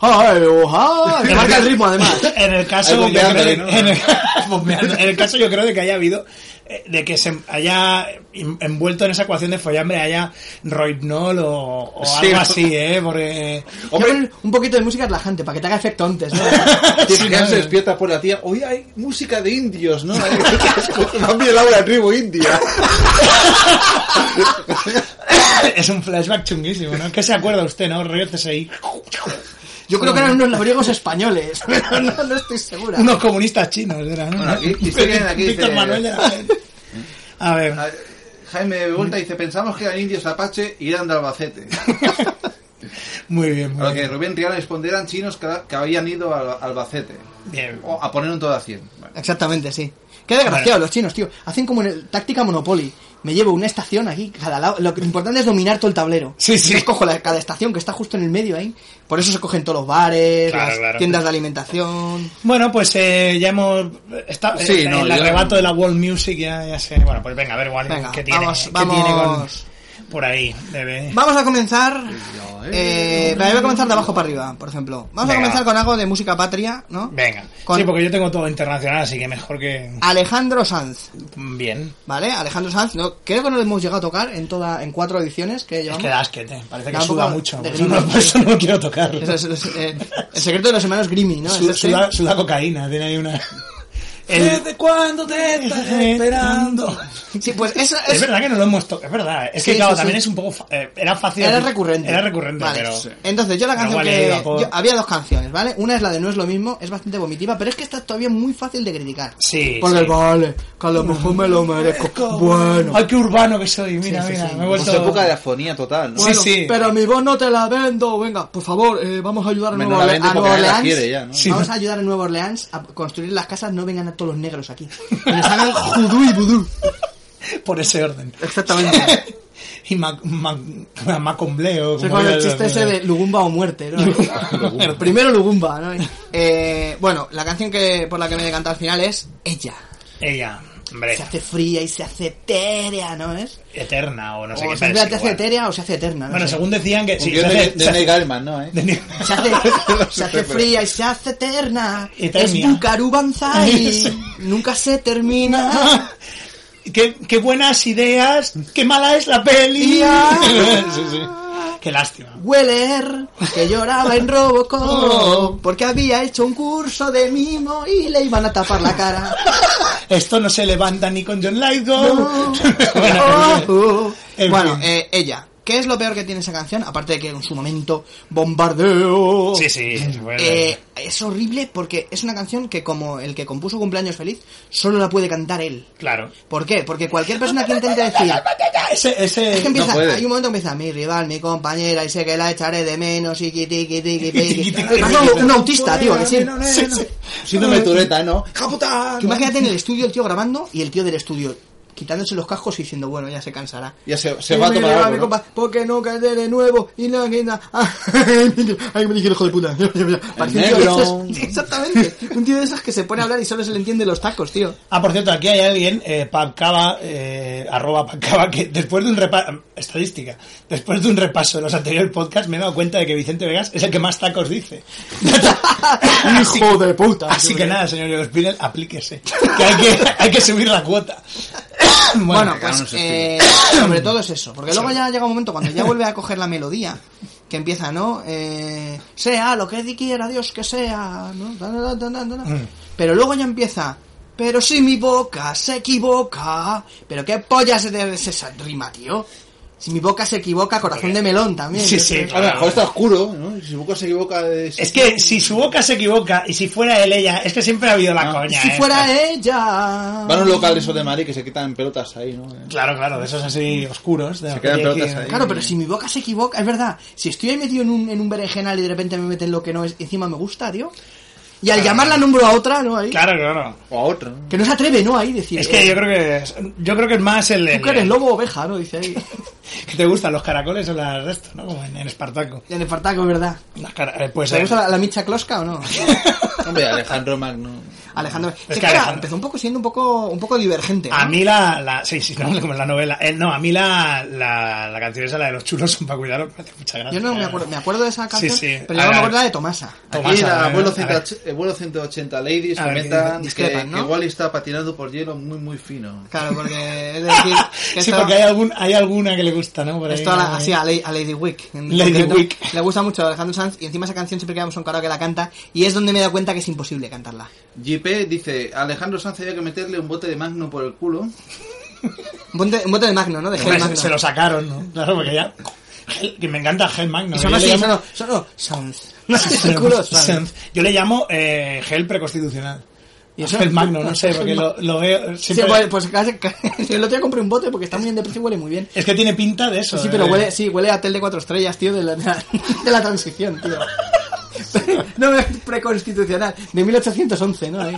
S7: ¡Ay, oja! Que marca el ritmo además.
S6: En el
S5: Ahí
S6: caso, yo creo,
S5: bombeándole, ¿no?
S6: en, el, bombeando. En el caso yo creo de que haya habido, eh, de que se haya en- envuelto en esa ecuación de follambre haya roibnol o, o
S5: Sí,
S6: algo
S5: ¿no?
S6: así, ¿eh? Porque...
S5: Hombre.
S7: Ya ponen un poquito de música relajante para que te haga efecto antes, ¿no?
S5: Tío,
S6: Sí,
S5: que
S6: no,
S5: se
S6: no.
S5: despierta por la tía. Hoy hay música de indios, ¿no? Más bien la la tribu india.
S6: es un flashback chunguísimo, ¿no? ¿Qué se acuerda usted, no? Ríete ahí.
S7: Yo creo que eran unos labriegos españoles, pero no, no estoy segura.
S6: Unos comunistas chinos eran. ¿no?
S5: Bueno, aquí- aquí siguen, aquí
S6: Víctor
S5: dice-
S6: Manuel de la Fuente. A ver.
S5: Ah, Jaime de Volta dice, pensamos que eran indios apache y eran de Albacete.
S6: Muy bien,
S5: A
S6: muy
S5: lo que
S6: bien.
S5: Rubén Rial responde, eran chinos que, que habían ido a Albacete.
S6: Bien.
S5: O a poner un todo a 100.
S6: Pues
S5: Bueno.
S7: Exactamente, sí. Qué desgraciado los chinos, tío. Hacen como en el táctica Monopoly. Me llevo una estación aquí, cada lado. Lo que- lo importante es dominar todo el tablero.
S6: Sí, sí.
S7: Yo cojo la- cada estación que está justo en el medio ahí. Por eso se cogen todos los bares,
S6: Claro,
S7: las
S6: claro.
S7: tiendas de alimentación.
S6: Bueno, pues eh, ya hemos. Está,
S5: Sí,
S6: eh,
S5: no,
S6: el
S5: ya-
S6: arrebato de la World Music ya, ya sé. Bueno, pues venga, a ver, Wally,
S7: Venga,
S6: ¿qué tiene?
S7: vamos,
S6: ¿Qué
S7: vamos.
S6: tiene con- por ahí, bebé.
S7: Vamos a comenzar. Eh, voy a comenzar de abajo para arriba, por ejemplo. Vamos
S6: Venga.
S7: a comenzar con algo de música patria, ¿no?
S6: Venga.
S7: Con- Ah.
S6: Sí, porque yo tengo todo internacional, así que mejor que.
S7: Alejandro Sanz,
S6: Bien.
S7: ¿vale? Alejandro Sanz, no, creo que no lo hemos llegado a tocar en toda, en cuatro ediciones que
S6: Es
S7: llevamos.
S6: que da asquete. Parece
S7: Da
S6: que
S7: un
S6: suda
S7: poco
S6: mucho.
S7: de
S6: Por eso, no,
S7: grima.
S6: por eso no quiero tocar.
S7: Eso es- es- eh, el secreto de los hermanos Grimmy, ¿no? Es
S6: Su-
S7: este.
S6: suda, suda cocaína, tiene ahí una. ¿Desde cuándo te estás esperando?
S7: Sí, pues eso
S6: Es
S7: es-
S6: verdad que no lo hemos tocado, es verdad. Es que
S7: Sí,
S6: claro,
S7: sí, sí.
S6: también es un poco... fa- eh, era fácil...
S7: era recurrente.
S6: Era recurrente,
S7: Vale,
S6: pero...
S7: Entonces, yo la
S6: pero igual
S7: canción que.
S6: le iba por-
S7: yo- había dos canciones, ¿vale? Una es la de No es lo mismo, es bastante vomitiva, pero es que esta todavía es muy fácil de criticar.
S6: Sí,
S7: Porque
S6: sí.
S7: vale, que a lo mejor me lo merezco. Bueno.
S6: Ay, qué urbano que soy. Mira,
S7: Sí, sí,
S6: mira,
S7: sí.
S6: me he vuelto...
S5: Pues época de afonía total, ¿no?
S6: Sí,
S7: Bueno,
S6: sí.
S7: Pero mi voz no te la vendo. Venga, por favor, eh, vamos a ayudar a
S5: Me
S7: Nueva
S5: no la
S7: Orle-
S5: vende
S7: a
S5: porque
S7: Nueva
S5: nadie la
S7: Orleans.
S5: quiere ya, ¿no?
S6: Sí.
S7: Vamos a ayudar a Nueva Orleans a construir las casas. No vengan a todos los negros aquí. Que nos hagan judú y vudú.
S6: Por ese orden.
S7: Exactamente.
S6: Y Mac... Mac... Macombleo.
S7: Se
S6: como
S7: con
S6: diga
S7: el
S6: eso,
S7: chiste ese
S6: mira.
S7: de Lugumba o muerte, ¿no? Pero primero Lugumba, ¿no? Eh, bueno, la canción que por la que me he decantado al final es Ella.
S6: Ella, hombre,
S7: Se hace fría y se hace etérea, ¿no es?
S6: eterna o no
S7: O
S6: sé qué.
S7: se
S6: pero es
S7: hace
S6: igual.
S7: etérea o se hace eterna. ¿no?
S6: Bueno,
S7: sé.
S6: según decían que...
S5: Un
S6: Sí,
S5: guión
S6: se
S5: de,
S6: hace-
S5: de
S6: se-
S5: Neil Gaiman, ¿no? ¿Eh?
S6: de-
S7: Se hace, se hace
S5: pero-
S7: fría y se hace eterna.
S6: Eternia.
S7: Es Bucaru Banzai.
S6: Sí.
S7: Nunca se termina.
S6: qué, qué buenas ideas, qué mala es la peli. Sí, sí. Qué lástima.
S7: Weller, que lloraba en
S6: Oh.
S7: Robocop porque había hecho un curso de mimo y le iban a tapar la cara.
S6: Esto no se levanta ni con John Lithgow.
S7: No.
S6: Bueno,
S7: Oh,
S6: bien.
S7: oh.
S6: En
S7: Bueno,
S6: fin.
S7: eh, ella. ¿Qué es lo peor que tiene esa canción? Aparte de que en su momento bombardeo.
S6: sí, sí. bueno.
S7: Eh, es horrible porque es una canción que como el que compuso Cumpleaños Feliz, solo la puede cantar él.
S6: claro.
S7: ¿Por qué? Porque cualquier persona que intente decir...
S6: Ese, ese...
S7: Es que empieza,
S5: No puede.
S7: hay un momento que empieza mi rival, mi compañera, y sé que la echaré de menos, y tiki, tiki, tiki,
S6: Tiki,
S7: tiki.
S6: tiki,
S7: Además,
S6: tiki,
S7: un, un autista, tío, que sí.
S6: Sí, sí.
S5: Síndrome tureta, ¿no? ¡Hija puta!
S7: Que imagínate en el estudio el tío grabando y el tío del estudio quitándose los cascos y diciendo, bueno, ya se cansará.
S5: Ya se, se va a
S7: Dime,
S5: tomar
S7: dime,
S5: algo,
S7: "Ah, compa,
S5: ¿no?
S7: ¿Por qué no caer de nuevo? Y la guinda. Ay, me dije el hijo de puta. Parece un tío de
S5: negro.
S7: esos- Exactamente. Un tío de esos que se pone a hablar y solo se le entiende los tacos, tío.
S6: Ah, por cierto, aquí hay alguien, eh, Pabcava, eh, arroba Pabcava, que después de un repaso, estadística, después de un repaso de los anteriores podcasts me he dado cuenta de que Vicente Vegas es el que más tacos dice.
S7: Hijo de puta.
S6: Así que nada, señor Diego Spinel, aplíquese. Que hay que, hay que subir la cuota.
S7: Bueno,
S5: claro,
S7: pues
S5: no se
S7: eh, sobre todo es eso. Porque luego ya llega un momento cuando ya vuelve a coger la melodía. Que empieza, ¿no? Eh, sea lo que quiera Dios que sea. ¿no? Da, da, da, da, da, da.
S6: Mm.
S7: Pero luego ya empieza. Pero si mi boca se equivoca. Pero qué pollas es esa rima, tío. Si mi boca se equivoca, corazón de melón también.
S6: Sí,
S7: Yo
S6: sí,
S7: creo.
S5: A lo mejor está oscuro, ¿no? Si Buco se equivoca de...
S6: Es que si su boca se equivoca y si fuera él ella, es que siempre ha habido la
S5: No.
S6: coña. ¿eh?
S7: Si
S6: esta.
S7: fuera ella.
S5: Van a un local de esos de Madrid que se quitan pelotas ahí, ¿no?
S6: Claro, claro, de esos así oscuros. De
S5: Se quedan
S6: aquella
S5: pelotas
S6: que-
S5: ahí.
S7: Claro, pero si mi boca se equivoca, es verdad. Si estoy ahí metido en un, en un berenjenal y de repente me meten lo que no es, y encima me gusta, tío. Y al llamarla nombro a otra, ¿no? Ahí.
S6: Claro, claro.
S5: O a otro. ¿no?
S7: Que no se atreve, ¿no? Ahí decir.
S6: Es que
S7: eh,
S6: yo eh". creo que es, yo creo que es más el,
S7: Tú que eres lobo o oveja, ¿no? Dice ahí.
S6: que te gustan los caracoles o las de esto, ¿no? Como en, en Espartaco.
S7: En el fartaco, es verdad.
S6: Las cara- eh, pues
S7: ¿Te
S6: eh,
S7: gusta la, la micha closca o no?
S5: Hombre, Alejandro Magno.
S7: Alejandro.
S6: que
S7: que, claro,
S6: Alejandro-
S7: empezó un poco siendo un poco, un poco divergente. ¿no?
S6: eh, a mí la, la sí, sí, no, como en la novela. Eh, no, a mí la, la, la canción esa la de los chulos son para cuidarlos, me hace mucha gracia.
S7: Yo no me acuerdo, me acuerdo de esa canción,
S6: Sí, sí.
S7: pero yo
S6: A
S7: no me
S6: ver.
S7: acuerdo de la de Tomasa.
S6: Tomasa,
S5: Aquí
S6: a
S5: la
S6: ver,
S5: vuelo,
S6: a ver.
S5: 180, eh, vuelo 180 Ladies
S6: A ver,
S5: comentan que,
S7: discrepan, ¿no?
S5: que Wally está patinando por hielo muy, muy fino.
S7: Claro, porque es decir, que
S6: Sí,
S7: esto-
S6: porque hay, algún, hay alguna que le gusta, ¿no? Por ahí,
S7: Esto a la-
S6: ¿no?
S7: así a, Lady- a Lady Wick. en
S6: Lady
S7: concreto.
S6: Wick.
S7: Le gusta mucho a Alejandro Sanz y encima esa canción siempre quedamos un caro que la canta y es donde me he dado cuenta que es imposible cantarla.
S5: JP dice, Alejandro Sanz había que meterle un bote de Magno por el culo.
S7: Un bote, un bote de Magno, ¿no? De gel
S6: Hombre, se,
S7: Magno.
S6: se lo sacaron, ¿no? Claro, porque ya Hell- que me encanta Hell Magno.
S7: Y son
S6: Yo
S7: así,
S6: le
S7: son,
S6: llamo-
S7: son- sounds. Culos, sounds.
S6: Sense. Yo le llamo eh, gel preconstitucional.
S7: ¿Y
S6: Y
S7: eso?
S6: gel magno, no sé, porque lo, lo veo
S7: Sí,
S6: siempre-
S7: huele- pues casi, el otro día compré un bote porque está muy bien de precio y huele muy bien.
S6: Es que tiene pinta de eso.
S7: Sí, pero
S6: eh.
S7: huele, sí, huele a hotel de cuatro estrellas, tío, de la, de la, de la transición, tío. No, es preconstitucional, de 1811, ¿no? Ahí.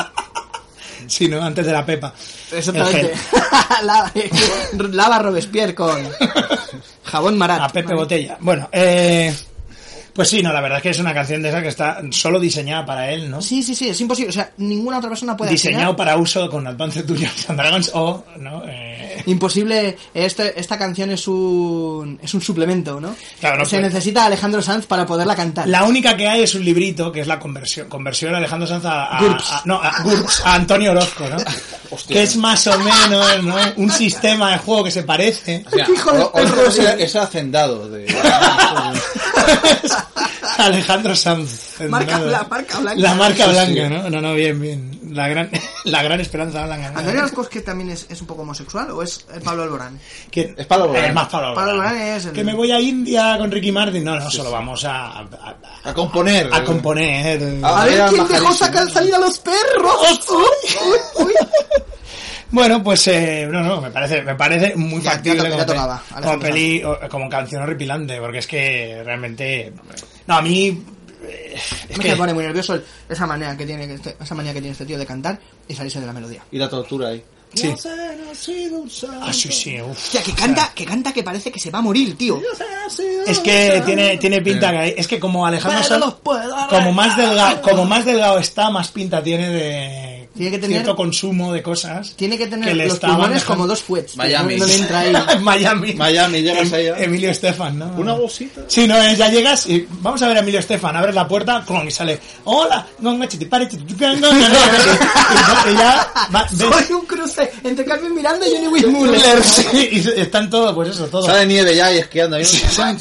S6: Sí, ¿no? Antes de la pepa.
S7: Exactamente.
S6: El gel.
S7: Lava, Lava Robespierre con jabón marat.
S6: A Pepe Botella. Bueno, eh, pues sí, no, la verdad es que es una canción de esa que está solo diseñada para él, ¿no?
S7: Sí, sí, sí, es imposible. O sea, ninguna otra persona puede
S6: Diseñado
S7: afinar.
S6: para uso con Advanced Dungeons and Dragons o, ¿no? Eh,
S7: Imposible. Este, esta canción es un, es un suplemento, ¿no?
S6: Claro, no
S7: Se
S6: puede.
S7: necesita a Alejandro Sanz para poderla cantar.
S6: La única que hay es un librito que es la conversión, conversión de Alejandro Sanz a, a-
S7: GURPS.
S6: a- no, a, GURPS, a Antonio Orozco, ¿no? que es más o menos, ¿no? Un sistema de juego que se parece.
S5: O sea,
S7: ¡Qué hijo de
S5: o- o-
S7: perro!
S5: es- es hacendado de...
S6: Alejandro Sanz. ¿no?
S7: Marca bla- marca blanca.
S6: La marca
S7: Sí,
S6: blanca, ¿no? No, no, bien, bien. La gran, la gran esperanza blanca. ¿no?
S7: ¿Antonio Orozco es que también es, es un poco homosexual o es eh, Pablo Alborán?
S6: ¿Quién?
S5: Es Pablo Alborán.
S6: Eh, más Pablo
S7: Pablo
S6: Alborán.
S7: Alborán es el-
S6: Que me voy a India con Ricky Martin. No, no, solo vamos a, a, a-
S5: A componer. eh,
S6: a componer. ¿eh?
S5: Ah,
S7: A ver
S5: era
S7: quién dejó
S5: majadísimo.
S7: sacar salir a los perros. Uy, uy, uy.
S6: Bueno, pues eh, no, no, me parece, me parece muy
S7: Ya- ya
S6: factible
S7: to- ya
S6: como, pe-
S7: tocaba,
S6: como
S7: Alejandro
S6: peli, o- como canción horripilante, porque es que realmente, no, a mí eh, es
S7: Me
S6: que
S7: pone muy nervioso el- esa manía que tiene que este, esa manía que tiene este tío de cantar y salirse de la melodía.
S5: Y la tortura ahí.
S6: sí, ah, sí, sí, uf.
S7: Hostia, que canta, que canta que parece que se va a morir, tío.
S6: es que tiene, tiene pinta que hay- es que como Alejandro
S7: Pero
S6: Sanz-
S7: los puedo arreglar.
S6: como más delgado, como más delgado está, más pinta tiene de
S7: Tiene que tener-
S6: cierto consumo de cosas,
S7: Tiene que tener
S6: que le
S7: los
S6: estaban
S7: pulmones
S6: dejando-
S7: como dos fuets. tío.
S5: Miami.
S7: No, no le entra ahí.
S6: Miami,
S5: Miami, llegas
S6: Em-
S5: allá.
S6: Emilio Estefan, ¿no?
S5: Una bolsita.
S6: Sí, no, es, ya llegas y vamos a ver a Emilio Estefan, abres la puerta, con y sale, hola, gonga, chiti, pare, chiti, tucan, gonga, gonga, gonga". y ya va- ves-
S7: Soy un cruce entre Carmen Miranda y Johnny Whitmüller.
S6: Müller, sí, y están todos, pues eso, todo.
S5: Sale nieve ya y esquiando ahí.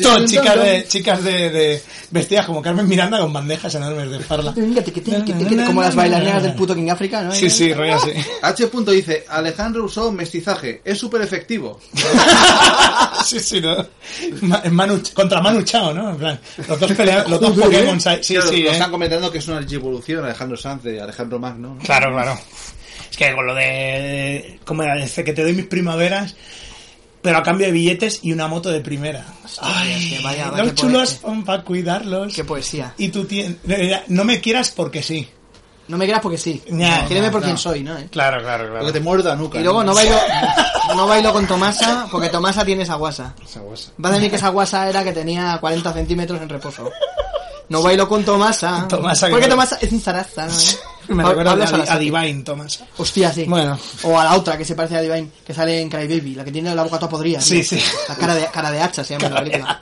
S6: Todo chicas de, chicas de, de- vestidas como Carmen Miranda con bandejas enormes de farla.
S7: Venga, tiqui, tiqui, tiqui, tiqui, Como las bailarinas del puto King África, ¿no?
S6: Sí, sí, rollo así.
S5: H. punto dice, Alejandro usó mestizaje, es súper efectivo.
S6: sí, sí, no. Ma- Manu- contra Manu Chao, ¿no? En plan, los dos pelean, los dos
S7: Joder,
S6: Pokémon. Sí, sí,
S5: ¿Eh? Claro, lo
S6: eh.
S5: están comentando que es una evolución Alejandro Sanz de Alejandro Magno. ¿no?
S6: Claro, claro. Es que con lo de. Como era, dice que te doy mis primaveras, pero a cambio de billetes y una moto de primera. Ay,
S7: es que vaya, vaya
S6: los chulos
S7: poeta.
S6: son para cuidarlos.
S7: Qué poesía.
S6: Y tú tienes. No me quieras porque sí.
S7: No me quieras porque sí.
S6: Ya,
S7: Quiereme
S6: no,
S7: por
S6: no.
S7: quien soy, ¿no? eh?
S6: Claro, claro,
S5: Lo que te muerda nuca.
S7: Y luego no bailo, no bailo con Tomasa porque Tomasa tiene esa guasa. Va a decir que esa guasa era que tenía 40 centímetros en reposo. No bailo con Tomasa.
S6: Tomasa que
S7: porque
S6: no-
S7: Tomasa es un zaraza, ¿no?
S6: Me
S7: Pa-
S6: recuerda
S7: Pablo
S6: a, Di- a
S7: Sarasate.
S6: Divine, Tomás.
S7: Hostia, sí.
S6: Bueno.
S7: O a la otra que se parece a Divine, que sale en Cry Baby, la que tiene la boca toda podrida.
S6: Sí, sí.
S7: tío. La cara de, cara de hacha se llama la película.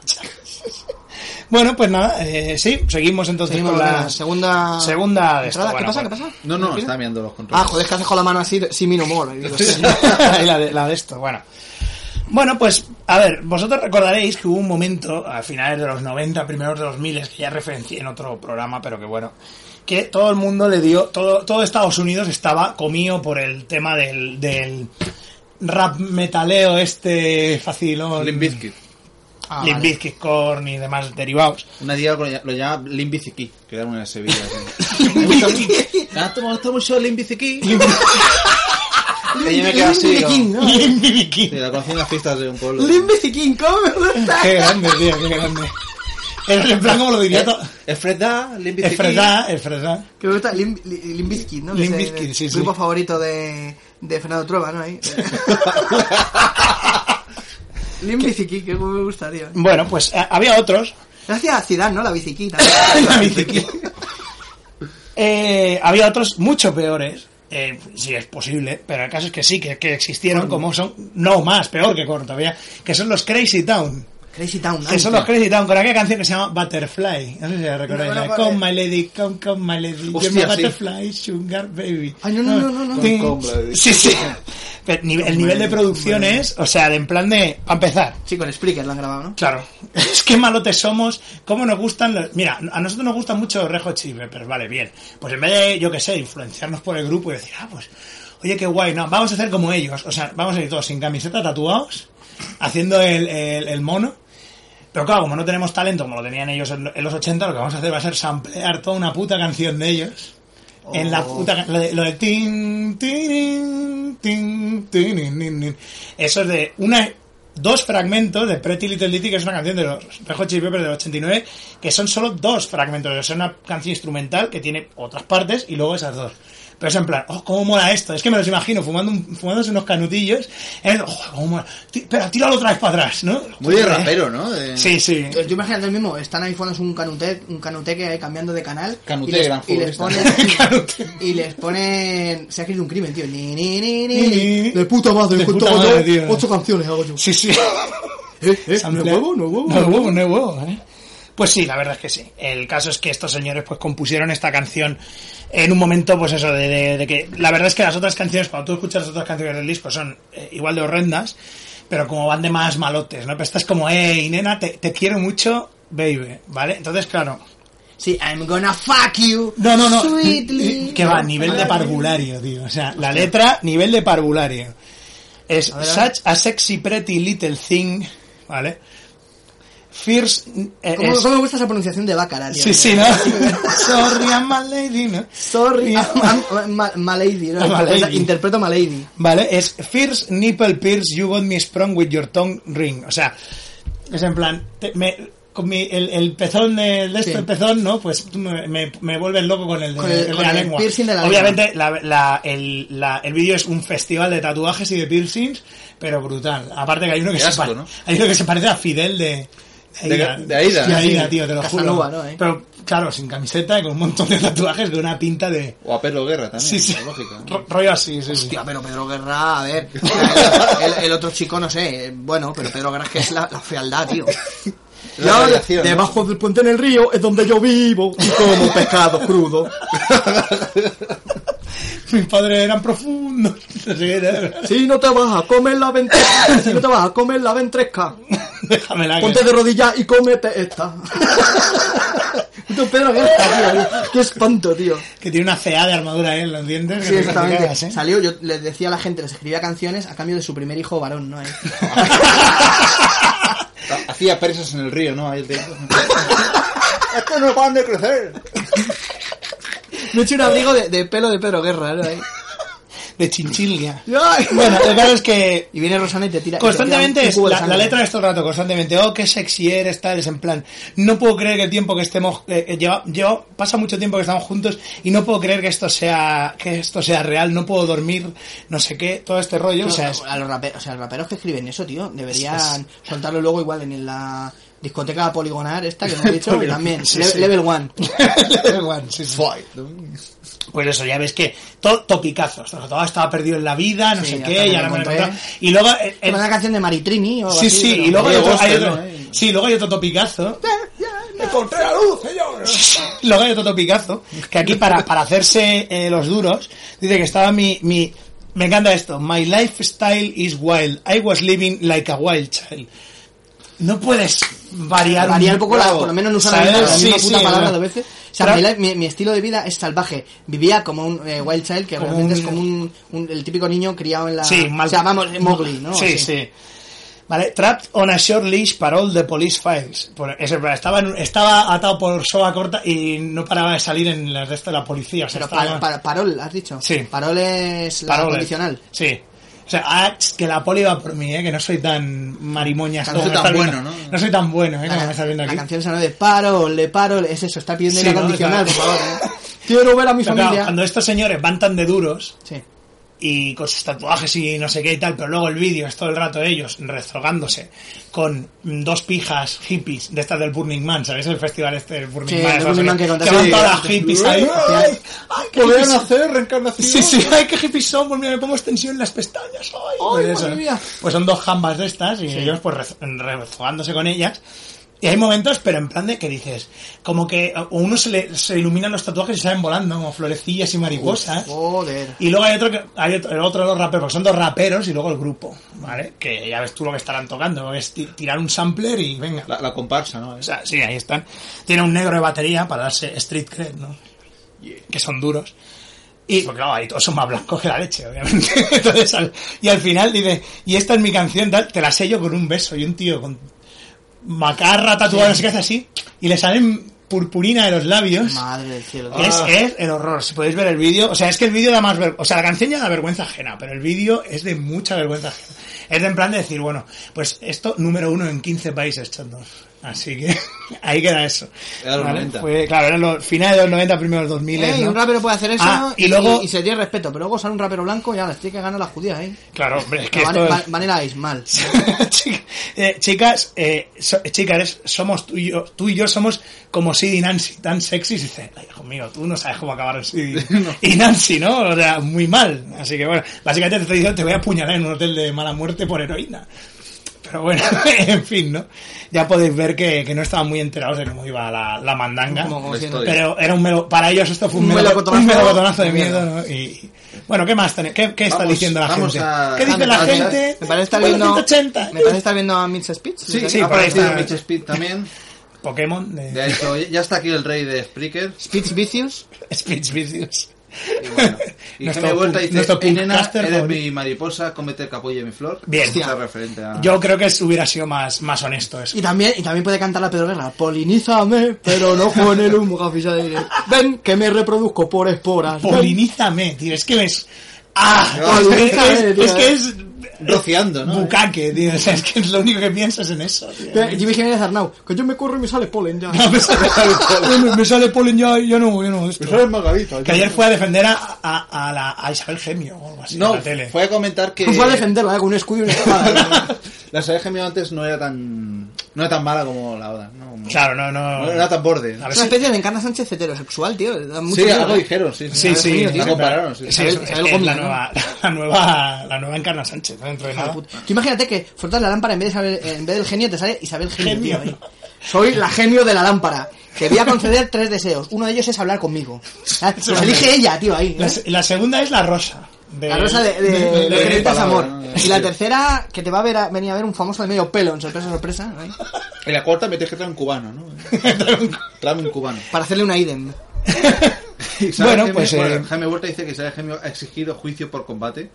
S6: Bueno, pues nada, eh, sí, seguimos entonces
S7: Seguimos
S6: con
S7: con
S6: la
S7: la segunda.
S6: segunda de esto.
S7: entrada. ¿Qué
S6: Bueno,
S7: pasa? ¿Qué
S6: pues-
S7: pasa?
S5: No, no, está mirando los
S7: Ah,
S5: controles.
S7: joder, es que haces con la mano así, sí, mi humor. y digo, sí.
S6: Y la, de, la de esto, bueno. Bueno, pues, a ver, vosotros recordaréis que hubo un momento, a finales de los 90, primeros de los 2000, que ya referencié en otro programa, pero que bueno, que todo el mundo le dio, todo, todo Estados Unidos estaba comido por el tema del, del rap metaleo este facilón.
S5: Limp Bizkit.
S7: Ah,
S6: Limp
S7: vale.
S6: Bizkit, Korn y demás derivados.
S5: Una tía lo ll- lo llama Limp Bizkit, que era una de Sevilla. así.
S6: Limp Bizkit.
S5: Ah, toma- toma un shot Limp Bizkit. Y yo me quedo así. digo,
S7: Limp Bizkit, ¿no? eh.
S6: Limp Bizkit.
S5: Sí, la conocí en las fiestas de un pueblo.
S7: Limp Bizkit, ¿cómo me gusta?
S6: Qué grande, tío, qué grande. En en plan, como lo diría
S5: Eh,
S6: todo.
S5: Es Fredda, Limp
S6: Es
S5: Bizkit.
S6: verdad, es verdad.
S7: Que me gusta Lim- Li- Limp Bizkit, ¿no? Que
S6: Limp
S7: es
S6: Bizkit,
S7: el
S6: sí, sí.
S7: grupo favorito de, de Fernando Trueba, ¿no? Ahí. Limp Bizkit, que como me gusta, tío.
S6: Bueno, pues eh, había otros.
S7: Gracias a Zidane, ¿no? La bicicleta.
S6: La bicicleta. Eh, había otros mucho peores, eh, si es posible, pero el caso es que sí, que, que existieron, como son, no más, peor que corto, todavía, que son los Crazy Town.
S7: Crazy Town.
S6: Que son los Crazy Town, con aquella canción que se llama Butterfly. No sé si la recordáis.
S7: No, no,
S6: la de,
S7: vale.
S6: come my lady, come, come my lady.
S5: Hostia,
S6: you're my
S5: sí.
S6: butterfly, sugar baby.
S7: Ay, no, no, no, no, no.
S6: Ting.
S5: Come, come, baby.
S6: Sí, sí. Pero ni- el nivel de producción es, o sea, de en plan de, para empezar,
S7: Sí, con Spreaker lo han grabado, ¿no?
S6: Claro. Es que malotes somos. ¿Cómo nos gustan los.? Mira, a nosotros nos gustan mucho los Rejo Chip Peppers, vale, bien. Pues en vez de, yo qué sé, influenciarnos por el grupo y decir, ah, pues, oye, qué guay, no, vamos a hacer como ellos. O sea, vamos a ir todos sin camiseta, tatuados, haciendo el, el- el mono. Pero claro, como no tenemos talento como lo tenían ellos en, en los 80, lo que vamos a hacer va a ser samplear toda una puta canción de ellos. En la puta ca- lo de, lo de tin tin tin tin nin, nin, nin. Eso es de una dos fragmentos de Pretty Little Lady que es una canción de los Red Hot Chili Peppers del 89 que son solo dos fragmentos, es una canción instrumental que tiene otras partes y luego esas dos. Pero es en plan, oh, cómo mola esto. Es que me los imagino fumando un- fumándose unos canutillos. eh, oh, cómo mola. Ti- Pero tíralo otra vez para atrás, ¿no?
S5: Muy de rapero, ¿no? De-
S6: Sí, sí.
S7: Yo imagínate el mismo, están ahí fueron un canute, un canuteque ahí cambiando de canal.
S5: Canute,
S7: y les,
S5: gran
S7: y les ponen,
S5: futbolista.
S7: y les ponen. Se ha escrito un crimen, tío. Ni, ni, ni, ni, ni. De puta madre,
S6: De
S7: con
S6: puta
S7: todo
S6: madre,
S7: yo,
S6: tío.
S7: ocho canciones hago yo.
S6: Sí, sí.
S7: Eh, eh, ¿No
S6: Sample-
S7: es huevo? ¿No es huevo?
S6: No es huevo, no es huevo, ¿eh? Pues sí, la verdad es que sí. El caso es que estos señores pues compusieron esta canción en un momento, pues eso, de, de- de que... La verdad es que las otras canciones, cuando tú escuchas las otras canciones del disco, son eh, igual de horrendas, pero como van de más malotes, ¿no? Pero esta es como, hey, nena, te, te quiero mucho, baby, ¿vale? Entonces, claro...
S7: Sí, I'm gonna fuck you.
S6: No, no, no.
S7: Sweetly.
S6: Que va, nivel de parvulario, tío. O sea, la letra, nivel de parvulario. Es
S7: ver, a ver.
S6: such a sexy pretty little thing, ¿vale? Fierce... eh,
S7: ¿Cómo,
S6: es-
S7: cómo me gusta esa pronunciación de Bacala, tío?
S6: Sí, sí, ¿no? Sorry, I'm a lady, ¿no?
S7: Sorry, I'm- I'm- ma- Malady, ¿no?
S6: Malady.
S7: Interpreta- Interpreto Malady.
S6: Vale, es Fierce Nipple Pierce, You Got Me Sprung with Your Tongue Ring. O sea, es en plan, te- me- con mi, el, el pezón de, de este
S7: Sí.
S6: pezón, ¿no? Pues tú me, me, me vuelves loco con el de,
S7: Con el-
S6: el de
S7: con
S6: la
S7: el
S6: lengua.
S7: piercing de la
S6: Obviamente, la- la- el, la- el vídeo es un festival de tatuajes y de piercings, pero brutal. Aparte que hay uno que,
S5: Qué
S6: se,
S5: asco,
S6: pa-
S5: ¿no?
S6: hay uno que se parece a Fidel de...
S5: De- de Aida.
S6: De Aida,
S7: Sí.
S6: tío, te lo
S7: Casanova,
S6: juro.
S7: ¿no, eh?
S6: Pero claro, sin camiseta y con un montón de tatuajes, con una pinta de...
S5: O a Pedro Guerra también.
S6: Sí, sí.
S5: por lógica.
S6: Ro- Rollo así, sí, sí.
S7: Hostia, pero Pedro Guerra, a ver. El, el otro chico, no sé. Bueno, pero Pedro Guerra es que es la, la fealdad, tío.
S5: La radiación, ¿no?
S7: del puente en el río es donde yo vivo y como pescado crudo.
S6: Mis padres eran profundos. No sé qué era.
S7: Si no te vas a comer la ventresca, si no te vas a comer la ventresca,
S6: Déjame la
S7: ponte de rodillas y cómete esta. Puto Pedro Guerra, tío. Qué espanto, tío.
S6: Que tiene una CA de armadura ahí en los dientes. que
S7: Sí,
S6: te- te
S7: exactamente.
S6: cagas, ¿eh?
S7: Salió, yo les decía a la gente, les escribía canciones a cambio de su primer hijo varón, ¿no? Eh?
S5: Hacía presas en el río, ¿no? Ahí el tiempo. Estos no van de crecer.
S7: Me he hecho un abrigo de, de pelo de Pedro Guerra, ¿no? Eh?
S6: De chinchilla.
S7: Ay.
S6: Bueno, el caso es que
S7: Y viene Rosana y te tira.
S6: constantemente
S7: y te
S6: es
S7: tira un cubo de
S6: la, la
S7: sangre.
S6: letra es todo el rato, constantemente. Oh, qué sexy eres, tal. Es en plan, no puedo creer que el tiempo que estemos. eh, eh, lleva, lleva- pasa mucho tiempo que estamos juntos y no puedo creer que esto sea que esto sea real. No puedo dormir, no sé qué, todo este rollo. O sea, es-
S7: a los raperos, o sea, los raperos que escriben eso, tío, deberían soltarlo luego igual en la discoteca poligonal esta que hemos dicho, que también,
S6: Sí,
S7: le-
S6: sí.
S7: level one.
S6: Level one, sí, sí. Pues eso, ya ves que todo topicazos. Todo todo estaba perdido en la vida, no
S7: Sí,
S6: sé
S7: ya
S6: qué,
S7: está,
S6: y
S7: me
S6: ahora me lo
S7: encontré.
S6: he encontrado. Y luego. eh, eh,
S7: Era Una canción de Maritrini o algo
S6: Sí,
S7: así,
S6: sí,
S7: pero-
S6: y luego hay
S5: Diego
S6: otro, hay
S5: Gospel,
S6: otro-
S5: ¿no? Eh.
S6: sí, luego hay otro topicazo.
S5: ¡Encontré la luz, señor!
S6: Luego hay otro topicazo. Que aquí para, para hacerse eh, los duros, dice que estaba mi, mi... Me encanta esto. My lifestyle is wild. I was living like a wild child. No puedes variar,
S7: Variar un poco, la,
S6: huevo,
S7: por lo menos no usar la
S6: ¿sabes?
S7: misma, la
S6: Sí,
S7: misma
S6: sí,
S7: puta palabra
S6: ¿verdad?
S7: dos veces. O sea,
S6: Tra-
S7: mi, la- mi- mi estilo de vida es salvaje. Vivía como un eh, wild child, que
S6: Como
S7: realmente
S6: un-
S7: es como un, un- el típico niño criado en la...
S6: Sí, mal-
S7: O sea, vamos, eh, Mowgli, ¿no?
S6: Sí,
S7: Así.
S6: sí. Vale, trapped on a short leash para all the police files. Por- ese- estaba, en un- estaba atado por soga corta y no paraba de salir en el resto de la policía. o sea,
S7: Pero
S6: estaba-
S7: pa- pa- parol, has dicho.
S6: Sí.
S7: Parol es la
S6: Paroles.
S7: condicional.
S6: Sí. O sea, ah, tss, que la poli va por mí, ¿eh? que no soy tan marimoñas
S7: No
S6: como
S7: soy
S6: me
S5: tan
S6: estás viendo.
S5: bueno, ¿no?
S6: No soy tan bueno, ¿eh?
S7: La,
S6: como me estás viendo
S7: la
S6: aquí.
S7: canción se llama de parole, parole, es eso, está pidiendo
S6: Sí,
S7: la
S6: ¿no?
S7: condicional, por
S6: Está-
S7: favor. ¿eh? Quiero ver a mi
S6: Pero claro,
S7: familia.
S6: cuando estos señores van tan de duros
S7: Sí.
S6: y con sus tatuajes y no sé qué y tal, pero luego el vídeo es todo el rato ellos rezogándose con mm, dos pijas hippies de estas del Burning Man, ¿sabéis? El festival este del Burning
S7: Sí,
S6: Man.
S7: el
S6: esas
S7: Burning Man
S6: que,
S7: que contaste.
S6: van
S7: Sí,
S6: todas las
S7: antes.
S6: hippies ahí.
S5: Ay,
S6: ¡Ay, qué
S5: Podrían
S6: hippies!
S5: hacer reencarnación.
S6: Sí, sí, ay, qué hippies son, pues mira, me pongo extensión en las pestañas, ay, pues,
S7: madre
S6: ¿no?
S7: mía.
S6: Pues son dos jambas de estas y ellos pues rez- rezogándose con ellas. Y hay momentos, pero en plan de que dices, como que a uno se le se iluminan los tatuajes y salen volando, como florecillas y mariposas.
S7: Joder.
S6: Y luego hay otro, que- hay otro, el otro de los raperos, porque son dos raperos y luego el grupo, ¿vale? Que ya ves tú lo que estarán tocando, es ti- tirar un sampler y venga.
S5: La, la comparsa, ¿no?
S6: O sea, sí, ahí están. Tiene un negro de batería para darse street cred, ¿no? Que son duros. Y, pues claro, ahí todos son más blancos que la leche, obviamente. Entonces, al- y al final dice, y esta es mi canción, tal, te la sello con un beso. Y un tío con macarra tatuada, no sé qué hace así, y le salen purpurina de los labios.
S7: Madre del cielo.
S6: Es,
S5: Ah.
S6: es el horror. Si podéis ver el vídeo, o sea, es que el vídeo da más ver- O sea, la canción ya da vergüenza ajena, pero el vídeo es de mucha vergüenza ajena. Es de en plan de decir, bueno, pues esto número uno en 15 países, chatos. Así que ahí queda eso.
S5: Era los 90.
S6: Fue- claro, eran los finales de los 90, primeros 2000.
S7: Eh, y
S6: ¿no?
S7: un rapero puede hacer eso
S6: Ah, y
S7: y,
S6: luego-
S7: y se tiene respeto, pero luego sale un rapero blanco y ya les tiene que ganar las judías, ¿eh?
S6: Claro, hombre, es que
S7: No,
S6: esto
S7: Van-
S6: es-
S7: Van- Vanilla Ice, mal.
S6: Chica- eh, chicas, eh, so- chicas, somos tú y yo, tú y yo somos como Sid y Nancy, tan sexys. Y dices, "Ay, hijo mío, tú no sabes cómo acabaron Sid y, y Nancy, ¿no? O sea, muy mal. Así que bueno, básicamente te estoy diciendo, te voy a apuñalar en un hotel de mala muerte por heroína. Pero bueno, en fin, ¿no? Ya podéis ver que, que no estaban muy enterados de cómo iba la, la mandanga.
S7: Como- como
S5: Lo
S7: siendo-
S5: estoy.
S6: Pero era un melo, para ellos esto fue un,
S7: Un
S6: melo-
S7: melocotonazo
S6: un melocotonazo de
S7: de
S6: miedo,
S7: miedo.
S6: ¿no? Y, bueno, ¿qué más? tenemos? ¿Qué, qué está
S5: Vamos-
S6: diciendo la
S5: vamos
S6: gente?
S5: a-
S6: ¿Qué
S5: Ah,
S6: dice
S5: me
S6: la
S5: parece-
S6: gente?
S7: Me parece estar
S6: Bueno,
S7: viendo.
S6: 180.
S7: Me parece estar viendo a Mitch Speech.
S5: Sí,
S6: sí,
S5: ha
S6: por ahí
S5: aparecido
S6: está.
S5: Mitch Speed también.
S6: Pokémon de,
S5: De hecho, ya está aquí el rey de Spreaker.
S7: Speech Vicious.
S6: Speech Vicious.
S5: Y bueno. Y
S6: Nuestro
S5: Jaime Huerta
S6: punk-
S5: dice,
S6: nuestro
S5: "Ey, nena,
S6: punkcaster
S5: eres
S6: favorito".
S5: mi mariposa, cómete el capullo de mi flor.
S6: Bien.
S5: Está
S6: Hostia.
S5: referente a...
S6: Yo creo que es- hubiera sido más, más honesto eso.
S7: Y también, y también puede cantar la Pedro Guerra. Polinízame, pero no con el humo, gafisa de aire. Ven, que me reproduzco por esporas. Ven.
S6: Polinízame, tío. Es que es... ¡Ah!
S7: No,
S6: es, que es,
S7: polinízame, tío.
S6: es que es...
S5: Rociando, ¿no?
S6: Bucaque, tío. O sea, es que es lo único que piensas en eso, tío.
S7: Ve, Jimmy Jiménez Arnau. Que yo me corro y me sale polen ya.
S6: No, me sale, me- me sale polen ya, yo no, yo no. esto. Que ayer fue a defender a, a, a la, a Isabel Gemio o algo así en
S5: No,
S6: la tele.
S5: fue a comentar que...
S7: Fue a defenderla, ¿eh? Con un escudo y una espada.
S5: La Saber Gemio antes no era tan... No era tan mala como la ahora. No, no,
S6: Claro, no, no.
S5: no era tan borde.
S6: A ver
S7: Es una
S6: si-
S7: especie de Encarna Sánchez heterosexual, tío. Da mucho
S5: Sí,
S7: miedo,
S5: algo
S7: ¿eh?
S5: dijeron, sí.
S6: Sí, sí,
S5: La
S6: sí,
S5: compararon, sí.
S6: Sí, es-
S7: Isabel-
S6: es-
S7: Isabel
S6: es
S7: Gómez,
S6: la,
S7: ¿no?
S6: nueva, la nueva la nueva Encarna Sánchez ¿no? dentro de
S7: Hija de
S6: nada.
S7: puta. Tú imagínate que frotas la lámpara en vez de Isabel- en vez del genio te sale Isabel Genio,
S6: Genio,
S7: tío, ¿eh?
S6: no.
S7: Soy la genio de la lámpara. Te voy a conceder tres deseos. Uno de ellos es hablar conmigo. ¿Sabes? Los elige ella, tío, ahí. ¿eh?
S6: La, se- la segunda es la rosa. de-
S7: La rosa de, de,
S6: de-
S7: de
S6: de-
S7: Queridas
S5: palabra,
S7: Amor.
S5: ¿no?
S7: Y la tercera, que te va a ver a- venir a ver un famoso de medio pelo, en sorpresa, sorpresa, ¿eh?
S5: En la cuarta me tienes que traer un cubano, ¿no? Tráeme un cubano.
S7: para hacerle una idem.
S5: Y Saber
S6: Bueno,
S5: Gemio-
S6: pues, eh,
S5: Jaime Huerta dice que Saber Gemio ha exigido juicio por combate.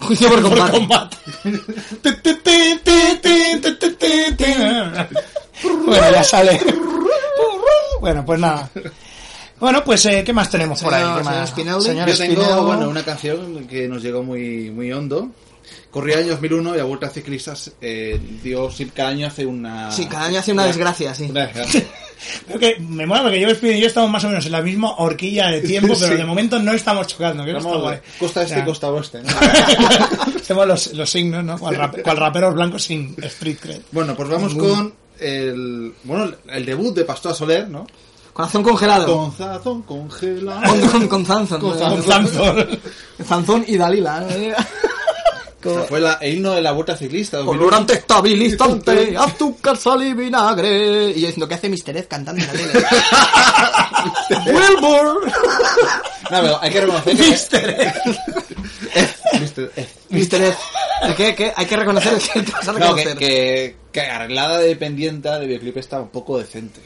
S7: Juicio por
S6: por
S7: combate.
S6: combate. Te, te, te, te, te, te, te, te, te. bueno, ya sale. bueno, pues nada. Bueno, pues, eh, ¿qué más tenemos por ahí?
S7: Señor-
S6: ¿Qué más?
S7: señor Spinelli.
S6: Señor
S5: Yo tengo,
S6: Spinelli.
S5: bueno, una canción que nos llegó muy, muy hondo. Corría el año 2001 y la Vuelta Ciclista eh, dio, sí, cada año hace una...
S7: Sí, cada año hace una desgracia, sí.
S5: Una desgracia.
S6: Creo que me mola porque yo, Spinelli y yo estamos más o menos en la misma horquilla de tiempo, pero
S5: Sí.
S6: de momento no estamos chocando. que eso
S5: Vamos,
S6: está guay.
S5: costa este,
S6: Ya.
S5: costa oeste. ¿no?
S6: Hacemos los, los signos, ¿no? Cual, rap- cual raperos blancos sin street cred.
S5: bueno, pues vamos con el, bueno, el debut de Pastor Soler, ¿no?
S7: Corazón congelado.
S5: Con Zazón congelado.
S7: Con, con, con Zanzón.
S5: Con
S7: ¿no?
S5: Zanzón.
S6: Un Zanzor.
S7: Zanzón y Dalila. ¿no?
S5: O sea, fue la, el himno de la Vuelta Ciclista. 2001.
S7: Colorante estabilizante, azúcar, sal y vinagre. Y yo diciendo, ¿qué hace Mr. Ed cantando en la tele? ¡Wilbur!
S5: No, pero hay que reconocer que... Mister F.
S7: Mr. Ed. ¿Qué, qué? Hay que reconocer el que te vas a
S5: No, que,
S7: reconocer.
S5: que, que arreglada de dependienta de videoclip está un poco decente.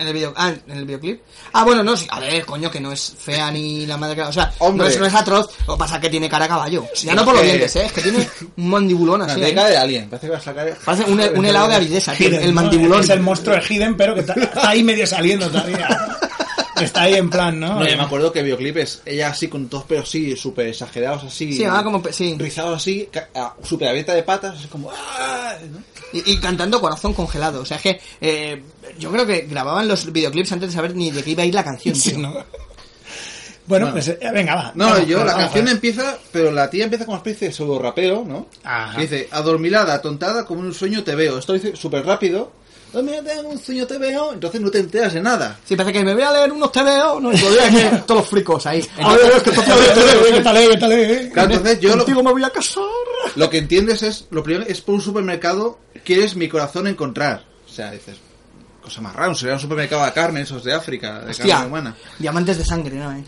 S7: En el video, ah, en el videoclip. Ah, bueno, no, sí, a ver, coño, que no es fea ni la madre que... O sea,
S5: Hombre.
S7: no es, no es atroz. Lo que pasa es que tiene cara a caballo. Ya no por los
S5: que-
S7: dientes, ¿eh? Es que tiene un mandibulón así,
S5: la
S7: ¿eh?
S5: década de alguien, parece que va a sacar...
S7: Parece un, un helado de avidesa, tío,
S6: Hidden,
S7: el
S6: ¿no?
S7: mandibulón.
S6: Es el monstruo de Hidden, pero que ta- está ahí medio saliendo todavía. Está ahí en plan, ¿no?
S5: No, yo me acuerdo que videoclip es ella así con todos pero sí, súper exagerados así.
S7: Sí, va como pe- sí.
S5: Rizados así, ca- ah, súper abierta de patas, así como... ¡ah! ¿no?
S7: Y, y cantando corazón congelado. O sea, es que eh, yo creo que grababan los videoclips antes de saber ni de qué iba a ir la canción.
S6: Sí,
S7: tío.
S6: ¿no? Bueno, pues eh, venga, va.
S5: No,
S6: Vamos,
S5: yo,
S6: vamos,
S5: la
S6: vamos,
S5: canción
S6: vamos.
S5: empieza, pero la tía empieza como una especie de pseudo rapeo, ¿no?
S6: Ajá.
S5: Que Dice, adormilada, atontada, como en un sueño te veo. Esto lo dice súper rápido. Adormilada, en un sueño te veo, entonces no te enteras de nada.
S7: Sí, parece que me voy a leer unos TVO, no, y todavía que todos los fricos ahí. A ver, es que esto-
S6: ¿Qué tal, eh? ¿Qué tal, eh?
S5: Claro, entonces yo lo,
S7: Contigo me voy a casar.
S5: lo que entiendes es, lo primero es por un supermercado, quieres mi corazón encontrar. O sea, dices, cosa más rara, sería un supermercado de carne, esos de África, de
S7: Hostia,
S5: carne humana.
S7: diamantes de sangre, ¿no? eh?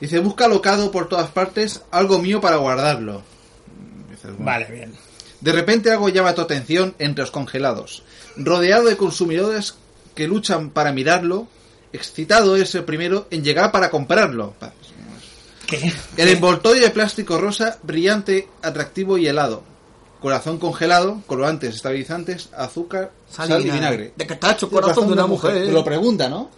S5: Dice, busca locado por todas partes, algo mío para guardarlo. Dices, bueno.
S6: Vale, bien.
S5: De repente algo llama tu atención entre los congelados. Rodeado de consumidores que luchan para mirarlo, excitado es el primero en llegar para comprarlo.
S6: ¿Qué?
S5: El envoltorio de plástico rosa, brillante, atractivo y helado. corazón congelado, colorantes estabilizantes, azúcar, sal, y vinagre.
S7: De castacho, corazón de una mujer.
S5: Te lo pregunta, ¿no?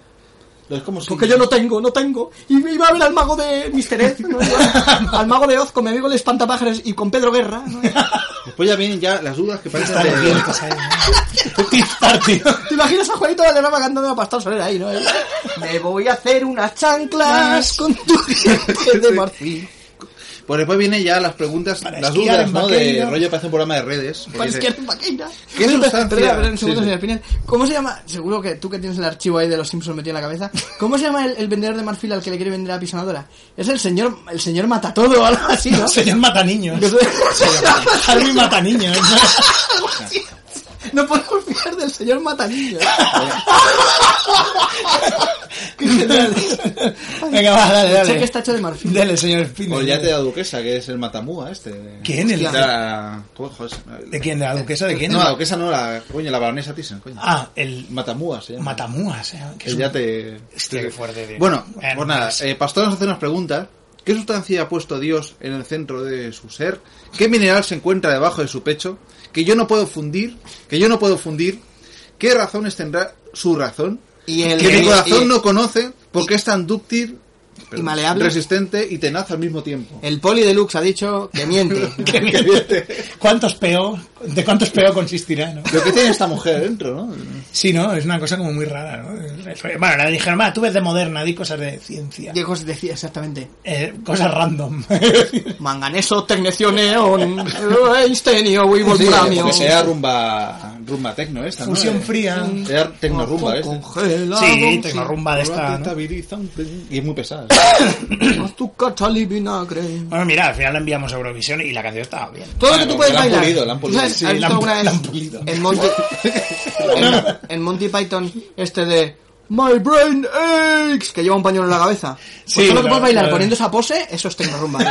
S5: Lo es como si-
S7: Porque yo no tengo, no tengo. Y me iba a ver al mago de Mr. Ed, ¿no? al mago de Oz con mi amigo el espantapájaros y con Pedro Guerra. ¿no?
S5: Después ya vienen ya las dudas que parecen
S6: Está
S5: de-
S6: bien, estás ahí, ¿no? Tizar, tío.
S7: ¿Te imaginas a Juanito Valderrama cantando la pastora solera ahí, no? Me voy a hacer unas chanclas con tu gente de marfil.
S5: Pues después vienen ya las preguntas,
S6: Para
S5: las
S6: esquiar
S5: dudas,
S6: en
S5: ¿no? De
S6: vaquero.
S5: rollo parece un programa de redes. porque
S7: Para
S5: dice,
S7: izquierda, para izquierda.
S5: ¿Qué sustancia?
S7: Espera, espera, un
S5: Sí,
S7: segundo,
S5: sí.
S7: señor Pinel. ¿Cómo se llama? Seguro que tú que tienes el archivo ahí de los Simpsons metido en la cabeza. ¿Cómo se llama el, el vendedor de marfil al que le quiere vender la pisonadora? Es el señor, el señor Matatodo o algo así, ¿no?
S6: Señor mata niños.
S7: Yo soy-
S6: Harvey mata niños.
S7: No podemos fiar del señor ¿eh? Matanillo.
S6: Venga, va, dale,
S7: Sé que
S6: dale.
S7: está hecho de marfil.
S6: Dele, señor Spinner.
S5: O "Pues ya te da duquesa, que es el matamúa este.
S6: ¿Quién? El-
S5: De la... ¿Cómo, joder,
S6: ¿De quién? ¿De la duquesa? ¿De quién?
S5: No, la duquesa no, la, coño, la baronesa Thyssen, coño.
S6: Ah, el
S5: Matamúa se llama.
S6: Matamúas. eh, que
S5: Que
S6: es
S5: Pues ya
S6: un-
S5: te...
S6: Hostia, qué fuerte, tío.
S5: Bueno,
S6: Bueno,
S5: pues nada,
S6: pues-
S5: eh, Pastor nos hace unas preguntas. ¿Qué sustancia ha puesto Dios en el centro de su ser? ¿Qué mineral se encuentra debajo de su pecho? Que yo no puedo fundir, que yo no puedo fundir. ¿Qué razones tendrá su razón?
S7: Y el-
S5: que
S7: y-
S5: mi corazón
S7: y-
S5: no conoce porque es tan dúctil, perdón,
S7: maleable.
S5: resistente y tenaz al mismo tiempo.
S7: El poli deluxe ha dicho que miente.
S6: Qué bien. ¿Cuántos peo? ¿De cuántos peo consistirá, no?
S5: Lo que tiene esta mujer dentro, ¿no?
S6: Sí, ¿no? Es una cosa como muy rara, ¿no? Bueno, le dijeron, "Va, tú ves de moderna, di cosas de ciencia.
S7: Diego se decía exactamente.
S6: Eh, cosas random.
S7: Manganeso, tecnecio, neón, Einstein y
S5: Sí,
S7: Wolframio.
S5: porque sea rumba, rumba tecno esta, ¿no?
S6: Fusión
S5: Eh,
S6: fría.
S5: Sea tecnorumba esta.
S7: Congelado.
S6: Sí, tecnorumba de esta, ¿no?
S5: Y es muy pesada.
S7: Azúcar, sal y vinagre.
S6: Bueno, mira, al final la enviamos a Eurovisión y la canción estaba bien.
S7: Todo lo que tú puedes
S5: la han
S7: bailar.
S5: pulido, la han
S7: ¿Tú sabes,
S5: pulido.
S7: ¿Has
S6: Sí,
S7: visto
S6: la han-
S7: alguna vez
S6: la han pulido.
S7: En Monty, en, en Monty Python este de My brain aches que lleva un pañuelo en la cabeza. Pues
S6: Sí,
S7: todo lo que
S6: la-
S7: puedes bailar
S6: la-
S7: poniendo esa pose, eso es tecnorumba. tío.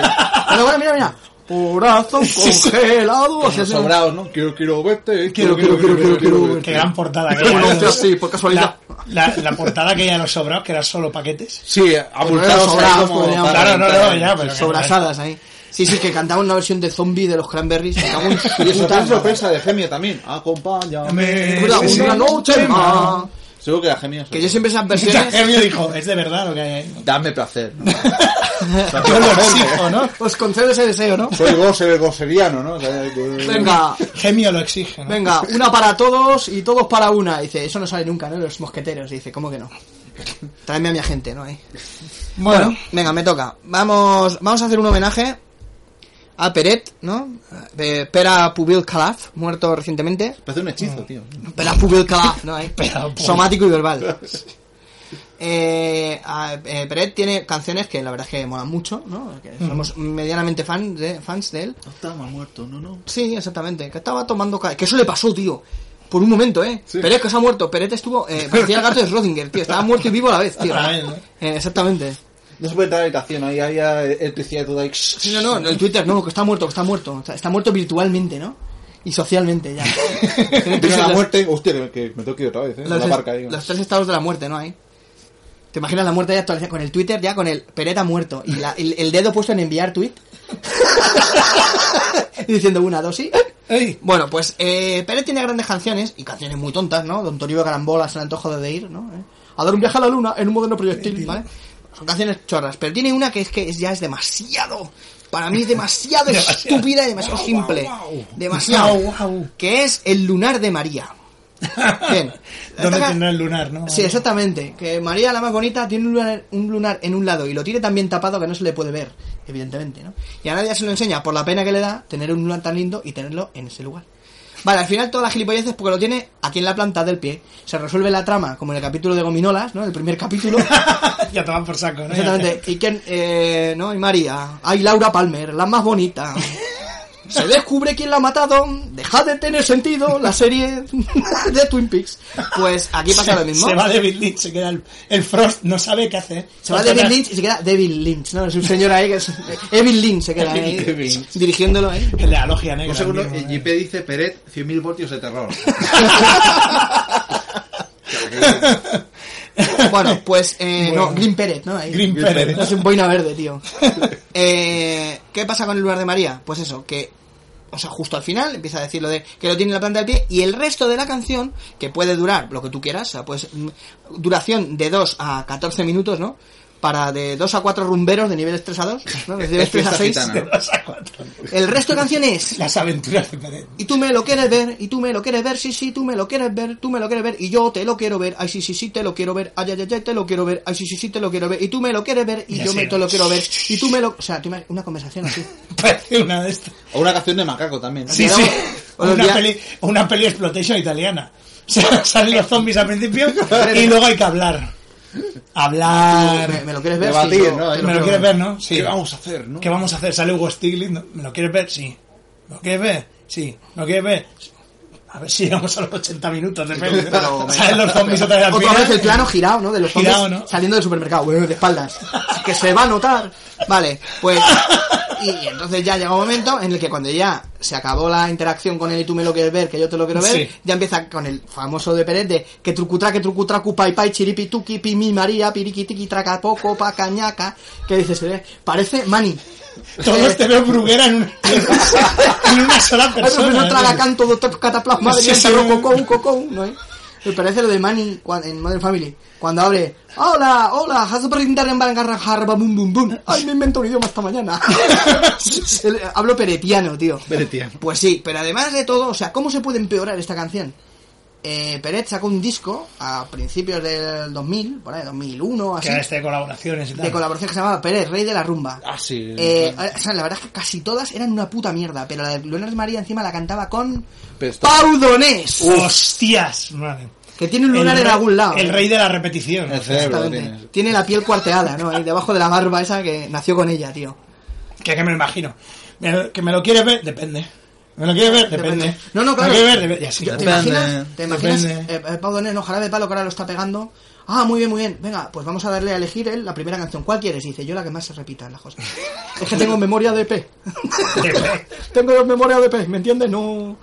S7: Pero bueno, mira, mira. Corazón
S6: Sí, sí.
S7: congelado. así
S5: Los
S7: hace-
S5: sobrados, ¿no? Quiero, quiero verte.
S7: Quiero, quiero, quiero, quiero, quiero verte.
S6: Qué gran portada que
S7: No, hostia, sí, por casualidad.
S6: La, la, la portada que ya nos sobraba, que era solo paquetes.
S5: Sí,
S7: Pero no
S5: abultados ahí
S7: sobrados,
S5: como
S7: podríamos-
S5: para
S6: Claro, no, no,
S5: rentar.
S6: ya, pero.
S7: Sobrasadas ahí. Sí, sí, que cantaba una versión de zombie de los cranberries. Me cago en su
S5: Y
S7: puta
S5: sorpresa,
S7: madre.
S5: sorpresa de Gemia también. Acompáñame.
S6: Me-
S7: Recuerda,
S6: sí, sí.
S7: Una noche más.
S5: Seguro que la Gemia es-
S7: Que yo siempre esas
S6: Ya,
S7: versiones
S6: Hermio dijo, es de verdad lo que hay ahí.
S5: Dame placer. ¿no?
S6: Yo lo exijo, ¿no?
S7: os concedo ese deseo, ¿no?
S5: Soy goce, goseriano, ¿no? O sea, que-
S7: Venga,
S6: Gemio lo exige, ¿no?
S7: Venga, una para todos y todos para una. Dice, eso no sale nunca, ¿no? Los mosqueteros. Dice, ¿cómo que no? Tráeme a mi agente, ¿no? Ahí.
S6: Bueno,
S7: Venga, me toca. Vamos, vamos a hacer un homenaje a Peret, ¿no? De Pera Pubil Calaf, muerto recientemente.
S5: Parece un hechizo, tío.
S7: Pera Pubil Calaf, ¿no? Ahí.
S6: Pera Pubil.
S7: Somático y verbal. Eh, a- eh, Peret tiene canciones que la verdad es que molan mucho, ¿no? Que somos medianamente fan de, fans de él.
S5: No estaba muerto, no, no.
S7: Sí, exactamente. Que estaba tomando... ca- Que eso le pasó, tío. Por un momento, ¿eh?
S5: Sí.
S7: Pérez que se ha muerto. Pérez estuvo... Eh, parecía el gato de Schrödinger, tío. Estaba muerto y vivo a la vez, tío.
S6: Otra vez, ¿no?
S7: Eh, exactamente.
S5: No se puede entrar a la habitación, ahí había electricidad y todo ahí.
S7: Sí, no, no. El Twitter, no. Que está muerto, que está muerto. O sea, está muerto virtualmente, ¿no? Y socialmente, ya.
S5: Viene la
S7: las-
S5: muerte. Hostia, que- que me tengo que ir otra vez, ¿eh? A
S7: los,
S5: La barca, digo.
S7: los tres estados de la muerte, ¿no? Ahí. ¿Te imaginas la muerte ya actualizada? Con el Twitter ya, con el Peret ha muerto. Y la- el, el dedo puesto en enviar tweet. Y Diciendo una, dos y...
S6: ey,
S7: Bueno, pues eh, Pérez tiene grandes canciones y canciones muy tontas, ¿no? Don Toribio Carambola se le antoja de ir, ¿no? ¿Eh? A dar un viaje a la luna en un moderno proyectil, ¿vale? Son canciones chorras, pero tiene una que es que es- ya es demasiado. Para mí es demasiado,
S6: Demasiado.
S7: estúpida y demasiado simple.
S6: guau, guau.
S7: Demasiado.
S6: Guau, guau.
S7: Que es El lunar de María. Bien.
S6: ¿dónde
S7: Esta-
S6: tendrá el lunar, no?
S7: Sí, exactamente. Que María, la más bonita, tiene un lunar, un lunar en un lado y lo tiene tan bien tapado que no se le puede ver, evidentemente, ¿no? Y a nadie se lo enseña por la pena que le da tener un lunar tan lindo y tenerlo en ese lugar. Vale, al final todas las gilipolleces porque lo tiene aquí en la planta del pie. Se resuelve la trama, como en el capítulo de Gominolas, ¿no? El primer capítulo.
S6: ya te van por saco, ¿no?
S7: Exactamente. ¿Y quién? Eh, no, y María. Ay, Laura Palmer, la más bonita. Se descubre quién la ha matado. Deja de tener sentido la serie de Twin Peaks. Pues aquí pasa lo mismo.
S6: Se va David Lynch, se queda el, el Frost, no sabe qué hacer.
S7: Se va David Lynch y se queda David Lynch, ¿no? Es un señor ahí que es... eh, Evil Lynch se queda ahí,
S5: Evil Lynch.
S7: dirigiéndolo ahí.
S6: El de la logia negra.
S5: Un segundo,
S6: el
S5: el
S6: mismo,
S5: JP
S6: ¿eh?
S5: dice Peret, 100.000 voltios de terror.
S7: Bueno, pues... Eh,
S6: Bueno.
S7: No, Green Pérez, ¿no? Ahí.
S6: Green Pérez.
S7: No, Es un boina verde, tío. Eh, ¿Qué pasa con el lugar de María? Pues eso, que o sea, justo al final empieza a decir lo de que lo tiene en la planta del pie y el resto de la canción, que puede durar lo que tú quieras, o sea, pues mm, duración de 2 a 14 minutos, ¿no? Para de 2 a 4 rumberos de niveles 3 a 2, ¿no? De niveles
S5: Es
S7: 3 a
S5: fiesta
S7: 6.
S5: gitana.
S6: Dos a cuatro.
S7: El resto de canciones
S6: Las aventuras de Pérez.
S7: y tú me lo quieres ver, y tú me lo quieres ver, sí, sí, tú me lo quieres ver, tú me lo quieres ver, y yo te lo quiero ver, ay, sí, sí, sí, te lo quiero ver, ay, ay, ay, ay, te lo quiero ver, ay, sí, sí, sí, te lo quiero ver, y tú me lo quieres ver, y
S6: Y
S7: yo
S6: así
S7: me
S6: va.
S7: te lo quiero ver, y tú me lo... O sea, tú ima- una conversación así.
S6: Parece una de estas.
S5: O una canción de macaco también.
S6: Sí,
S7: Digamos,
S6: sí.
S7: o los
S6: Una
S7: dia-
S6: peli, una peli exploitation italiana. O sea, salen los zombies al principio y luego hay que hablar. Hablar.
S7: Me, me lo quieres ver, sí,
S5: Debatir,
S7: yo
S5: ¿no?
S7: te
S6: Me lo
S7: quiero
S6: quieres ver, Ah, ¿no? Sí.
S5: eh. ¿Qué vamos a hacer, no?
S6: ¿Qué vamos a hacer? ¿Sale Hugo Stiglitz? ¿No? ¿Me lo quieres ver? Sí. ¿Me lo quieres ver? Sí. ¿Me lo quieres ver? A ver si llegamos a los 80 minutos de peli.
S7: Pero me-
S6: Salen los zombies otra vez al
S7: Otra
S6: final.
S7: vez el plano girado, ¿no? De los zombies
S6: Girado, ¿no?
S7: saliendo del supermercado, bueno, de espaldas. Que se va a notar. Vale, pues. Y entonces ya llega un momento en el que cuando ya se acabó la interacción con él y tú me lo quieres ver, que yo te lo quiero ver,
S6: Sí.
S7: ya empieza con el famoso de Pérez de que trucutra, que trucutra, cupai, pai, chiripi, tuki, pimi, maría, piriqui, tiki, traca, poco, pa, cañaca. Que dices, eh, parece Manny.
S6: Todos te veo bruguera en, un- en una sola
S7: Ay, profesor traga
S6: persona.
S7: canto, doctor cataplasma,
S6: ¿eh? Sí,
S7: de
S6: sí.
S7: rococón, cocón, ¿no? eh? Me parece lo de Manny cua- en Modern Family. Cuando abre, hola, hola, has brindar en bangarra, jarba, bum, bum, bum. Ay, me invento un idioma esta mañana. El- Hablo peretiano, tío.
S5: Peretiano.
S7: Pues sí, pero además de todo, o sea, ¿cómo se puede empeorar esta canción? Eh, Peret sacó un disco a principios del 2000, por ahí, 2001, así,
S6: Que era este de colaboraciones y tal.
S7: de colaboración que se llamaba Pérez, Rey de la Rumba.
S5: Ah, sí.
S7: Eh, o sea, la verdad es que casi todas eran una puta mierda, pero la de Leonard María encima la cantaba con
S5: Pesto.
S7: Pau Donés,
S6: ¡Hostias! Madre.
S7: que tiene un lunar
S6: El
S7: en
S6: rey-
S7: algún lado. eh.
S6: El rey de la repetición.
S5: El cerebro lo
S7: Exactamente.
S5: tienes.
S7: Tiene la piel cuarteada, ¿no? Ahí debajo de la barba esa que nació con ella, tío.
S6: Que, que me lo imagino. Me lo- Que me lo quieres ver, depende. Me lo quieres ver, depende.
S7: Depende. No, no, claro.
S6: Me lo quieres ver, depende. Y así.
S7: Yo- ¿Te
S5: Depende,
S7: imaginas? ¿Te imaginas?
S6: depende.
S7: eh, eh, Pau Donés, no, jarabe de palo que ahora lo está pegando. Ah, muy bien, muy bien. Venga, pues vamos a darle a elegir él la primera canción. ¿Cuál quieres? Dice, yo la que más se repita en la cosa. es que tengo memoria de P. tengo memoria de pez, ¿me entiendes? No,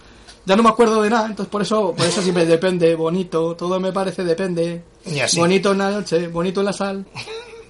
S7: ya no me acuerdo de nada, entonces por eso, por eso siempre depende, bonito, todo me parece depende.
S6: Y así.
S7: Bonito en la noche, bonito en la sal,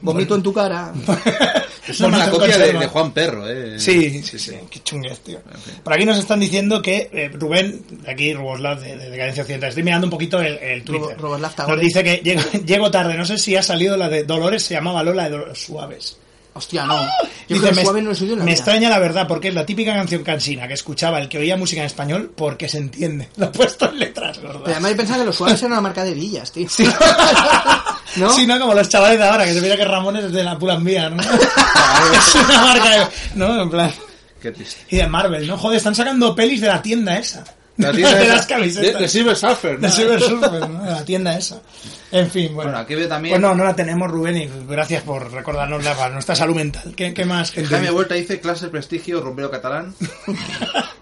S7: vomito en tu cara.
S5: Es una mala
S6: Bonito
S5: copia de,
S6: conserva.
S5: de Juan Perro, eh.
S6: Sí, sí, sí. Qué chungues, tío. Por aquí nos están diciendo que eh, Rubén, de aquí, Ruboslav, de, de Decadencia Occidental, estoy mirando un poquito el, el Twitter.
S7: Ruboslav
S6: nos
S7: Tagore.
S6: dice que llego, llego tarde. No sé si ha salido la de Dolores, se llamaba Lola de Dolores Suaves.
S7: Hostia, no. Yo
S6: Dice,
S7: creo que
S6: me,
S7: suave no es suyo en la
S6: me
S7: vida.
S6: extraña la verdad, porque es la típica canción cansina que escuchaba el que oía música en español porque se entiende. Lo he puesto en letras, gordas.
S7: Pero además yo pensaba que los suaves eran una marca de villas, tío.
S6: Sí.
S7: ¿No?
S6: Sí, no, como los chavales de ahora, que se mira que Ramones es de la pura vía, ¿no? es una marca de... ¿No? En plan...
S5: Qué triste.
S6: Y de Marvel, ¿no? Joder, están sacando pelis de la tienda esa.
S5: La tienda
S6: de
S5: esa-
S6: las camisetas.
S5: De, de Silver Surfer,
S6: De
S5: ¿no?
S6: Silver Surfer, ¿no? De la tienda esa. En fin, bueno.
S5: Bueno, aquí veo también-
S6: Pues no, no la tenemos, Rubén, y gracias por recordarnos la, para nuestra salud mental. ¿Qué, qué más, gente?
S5: Jaime Vuelta dice clase prestigio rompero catalán.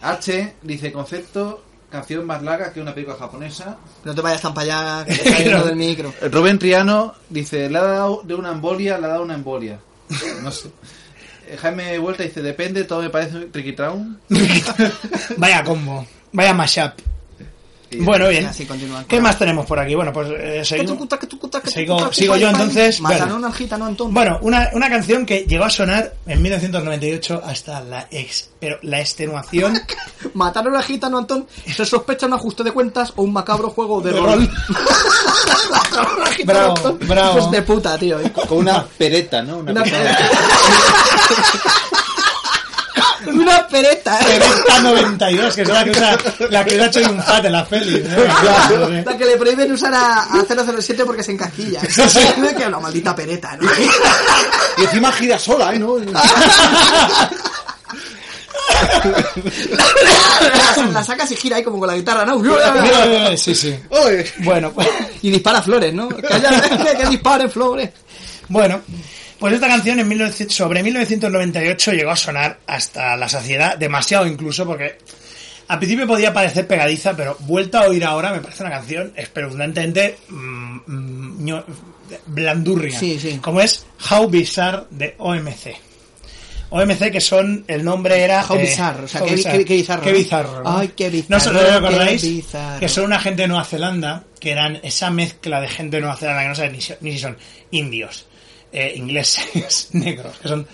S5: H dice concepto canción más larga que una película japonesa.
S7: No te vayas tan para allá, que te caes dentro del micro.
S5: Eh, Rubén Triano dice le ha dado de una embolia, le ha dado una embolia. No sé. Eh, Jaime Vuelta dice depende, todo me parece un triquitraun.
S6: Vaya combo. Vaya mashup.
S5: Y-
S6: Bueno, bien.
S7: Así continúan.
S6: ¿Qué más tenemos por aquí? Bueno, pues eh,
S7: Que
S6: seguimos.
S7: tu cuta, que tu cuta, que tu
S6: Sigo-
S7: cuta, que
S6: sigo
S7: tu
S6: yo,
S7: cuta,
S6: entonces,
S7: Mataron
S6: bueno.
S7: al gitano Antón.
S6: Bueno, una, una canción que llegó a sonar en 1998 hasta la ex, pero la extenuación
S7: Mataron al gitano Antón. Se sospecha un ajuste de cuentas o un macabro juego de,
S6: De
S7: rol.
S6: rol.
S7: Mataron al gitano
S6: Bravo,
S7: Antón.
S6: bravo.
S7: Hijos de puta, tío. eh.
S5: Con una pereta, ¿no? Una,
S7: Una
S5: pereta.
S7: Una pereta, eh.
S6: Pereta 92, que es la que usa, la que usa Triunfat en ¿eh? la peli. ¿no?
S7: La que le prohíben usar a, a 007 porque se encasquilla. que la maldita pereta, ¿no?
S5: Y encima gira sola, ¿eh? ¿No?
S7: la, la sacas y gira ahí como con la guitarra, ¿no?
S6: Sí, sí.
S5: Oye.
S6: Bueno, pues-
S7: Y dispara flores, ¿no? Cállate, que disparen flores.
S6: bueno, pues esta canción en 1900 sobre 1998 llegó a sonar hasta la saciedad, demasiado incluso, porque al principio podía parecer pegadiza, pero vuelta a oír ahora me parece una canción espeluznantemente mm, mm, ño- blandurria.
S7: Sí, sí.
S6: Como es How Bizarre de OMC. OMC, que son, el nombre era... eh,
S7: How bizarro, o sea,
S6: How
S7: qué-
S6: bizarro.
S7: qué- qué bizarro,
S6: Qué
S7: ¿no?
S6: bizarro. ¿no?
S7: Ay, qué bizarro,
S6: No sé si os
S7: qué
S6: acordáis
S7: bizarro.
S6: que son una gente de Nueva Zelanda, que eran esa mezcla de gente de Nueva Zelanda que no sabes ni, si- ni si son indios, eh, ingleses, negros, que son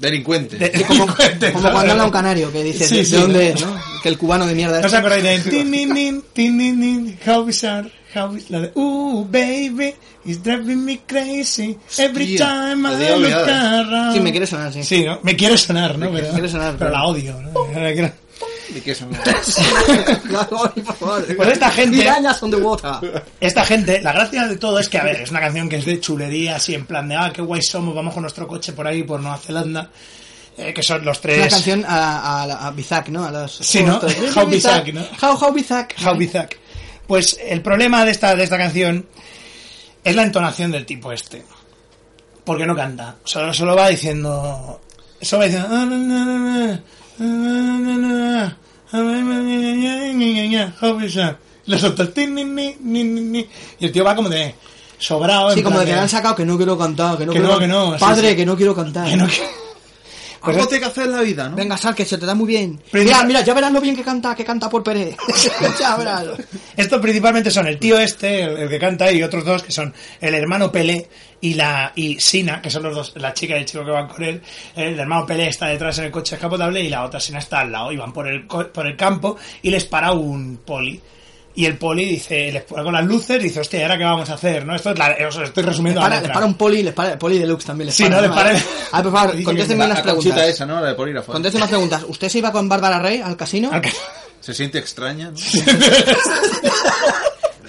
S5: Delincuente.
S6: De-
S7: Como,
S6: delincuentes,
S7: como
S6: ¿no?
S7: cuando habla un canario que dice
S6: Sí,
S7: de,
S6: sí.
S7: de dónde es, ¿no? Que el cubano de mierda
S6: ¿No
S7: es.
S6: os acordáis de tin, nin, nin, tin, nin, nin, how bizarre, how biz- la de Ooh, baby, it's driving me crazy every
S5: Hostia,
S6: time
S5: la
S6: I
S5: de
S6: look
S5: oleadas.
S6: around.
S7: Sí, me quiere sonar, sí.
S6: Sí, ¿no? Me quiere sonar, ¿no?
S7: Me
S6: Pero,
S7: quiere sonar,
S6: pero
S7: pero-
S6: la odio, ¿no? La quiero-
S5: ¿De qué son?
S7: No, no, por favor.
S6: Pues esta gente-
S7: Pirañas on the water.
S6: Esta gente, la gracia de todo es que, a ver, es una canción que es de chulería, así en plan de, ah, qué guay somos, vamos con nuestro coche por ahí, por Nueva Zelanda, eh, que son los tres...
S7: Una canción a, a, a Bizak, ¿no? A los.
S6: Sí, ¿no?
S7: Justos.
S6: How Bizak, ¿no?
S7: How, how Bizak.
S6: How Bizak. Pues el problema de esta, de esta canción es la entonación del tipo este. Porque no canta. Solo, solo va diciendo. Solo va diciendo. "Ah, na, na, na, na, na, na, na, How Bizak. Lo soltó, tin, nin, nin, nin, nin, nin. Y el tío va como de. Sobrado. en
S7: Sí, como
S6: plan
S7: de que le han sacado que no quiero cantar, que no
S6: Que
S7: quiero.
S6: no, que no, sí,
S7: Padre,
S6: sí.
S7: que no quiero cantar.
S6: que no que- Pues
S5: Algo tiene que hacer en la vida, ¿no?
S7: Venga, Sal, que se te da muy bien.
S6: Pero
S7: mira,
S6: no-
S7: mira, ya verás lo bien que canta, que canta por Pérez. ya verás.
S6: Estos principalmente son el tío este, el, el que canta, y otros dos que son el hermano Pelé y la y Sina, que son los dos, la chica y el chico que van con él. El hermano Pelé está detrás en el coche escapotable y la otra Sina está al lado. Y van por el, co- por el campo y les para un poli. Y el poli dice, les pone con las luces, dice, hostia, ¿y ahora qué vamos a hacer? ¿no? Esto es la- os lo estoy
S7: Les
S6: resumiendo la
S7: para, les
S6: letra.
S7: para un poli, les para, poli deluxe también. Les
S6: Sí,
S7: para,
S6: no, les para-
S7: A ver, por favor,
S6: Dicen
S5: La,
S7: contéstenme unas
S5: la conchita
S7: preguntas.
S5: esa, ¿no? La de por ir afuera.
S7: Contéstenme unas preguntas. ¿Usted se iba con Bárbara Rey al casino?
S6: Al ca-
S5: Se siente extraña, ¿no?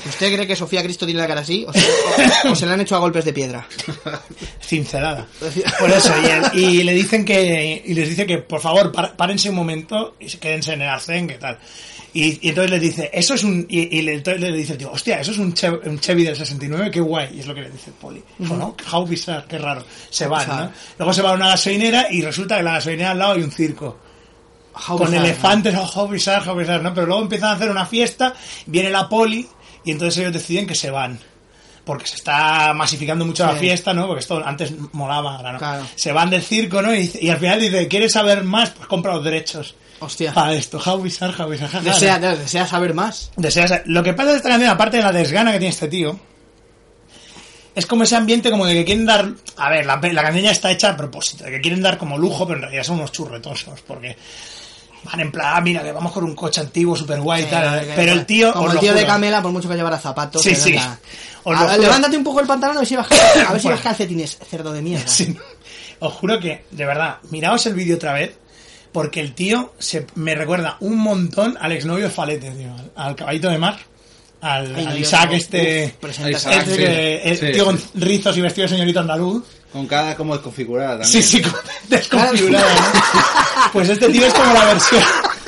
S7: ¿Usted cree que Sofía Cristo tiene la cara así? ¿O se, o- o se la han hecho a golpes de piedra?
S6: Cincelada. Por eso, y, el- y le dicen que, y les dice que por favor par- párense un momento y se- quédense en el arcén, que tal. Y, y entonces les dice, eso es un, y, y le, entonces le dice el tío, hostia, eso es un, Che- un Chevy del 69, qué guay, y es lo que le dice el poli. Dijo, no, how bizarre, qué raro. Se van,
S7: bizarre.
S6: ¿no? Luego se va a una gasolinera y resulta que en la gasolinera al lado hay un circo
S7: How
S6: con
S7: bizarre, ¿no?
S6: elefantes, oh, how bizarre, how bizarre, ¿no? Pero luego empiezan a hacer una fiesta, viene la poli y entonces ellos deciden que se van. Porque se está masificando mucho la
S7: Sí.
S6: fiesta, ¿no? Porque esto antes molaba, ahora no.
S7: Claro.
S6: Se van del circo, ¿no? Y, dice- y al final dice, ¿quieres saber más? Pues compra los derechos.
S7: Hostia.
S6: Para esto, how bizarre, how bizarre. ja, ja,
S7: Desea,
S6: Ah, ¿no?
S7: desea saber más.
S6: Deseas- Lo que pasa de esta canción, aparte de la desgana que tiene este tío, es como ese ambiente como de que quieren dar. A ver, la, pe- la canción ya está hecha a propósito, de que quieren dar como lujo, pero en realidad son unos churretosos, porque van en plan, ah, mira, que vamos con un coche antiguo, super guay y tal.
S7: Eh,
S6: pero el tío.
S7: Como
S6: os
S7: el
S6: lo
S7: tío de
S6: juro,
S7: Camela, por mucho que llevara zapatos.
S6: Sí,
S7: que
S6: sí.
S7: venga. Ah,
S6: Os lo
S7: A-
S6: juro.
S7: levántate un poco el pantalón a ver si vas, a ver si vas calcetines, cerdo de mierda.
S6: sí, os juro que, de verdad, miraos el vídeo otra vez. Porque el tío se, me recuerda un montón al exnovio Falete, tío, al, al caballito de mar, al,
S7: Ay,
S6: al
S7: Dios,
S6: Isaac
S7: no.
S6: este.
S7: Uf, presenta-
S5: Isaac.
S6: Ese
S5: Ah, sí,
S6: que es eh,
S5: sí,
S6: tío
S5: sí.
S6: con rizos y vestido de señorito andaluz.
S5: Con cada como desconfigurada también.
S6: Sí, sí, con- desconfigurado. ¿no? Pues este tío es como la versión.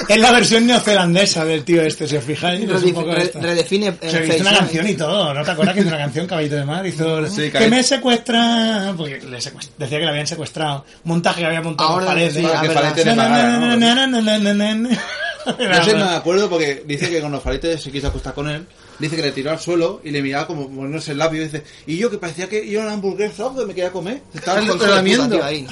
S6: Es la versión neozelandesa del tío este, si os fijáis. es un
S7: Redifi-
S6: poco
S7: re-
S6: esta.
S7: redefine el
S6: O sea, hizo
S7: face,
S6: una
S7: ¿no?
S6: canción y todo. ¿No te acuerdas que hizo una canción, Caballito de Mar? Hizo.
S5: Sí,
S6: que
S5: Caballito-
S6: me secuestra. Porque le secuest- decía que le habían secuestrado. Montaje que había montado
S7: Ahora
S6: Falete.
S7: sí,
S5: Para
S7: Ah,
S5: que
S7: verdad.
S5: Falete le
S6: Na, na,
S5: pagara,
S6: na,
S5: ¿no?
S6: na, na, na, na, na, na, na.
S5: Yo sé, me acuerdo porque dice que con los paletes se quiso acostar con él. Dice que le tiró al suelo y le miraba como poniéndose el labio. Y dice, y yo que parecía que yo era una hamburguesa o que me quería comer. Estaba
S7: Hijo de puta,
S5: lamiendo.
S7: tío, ahí.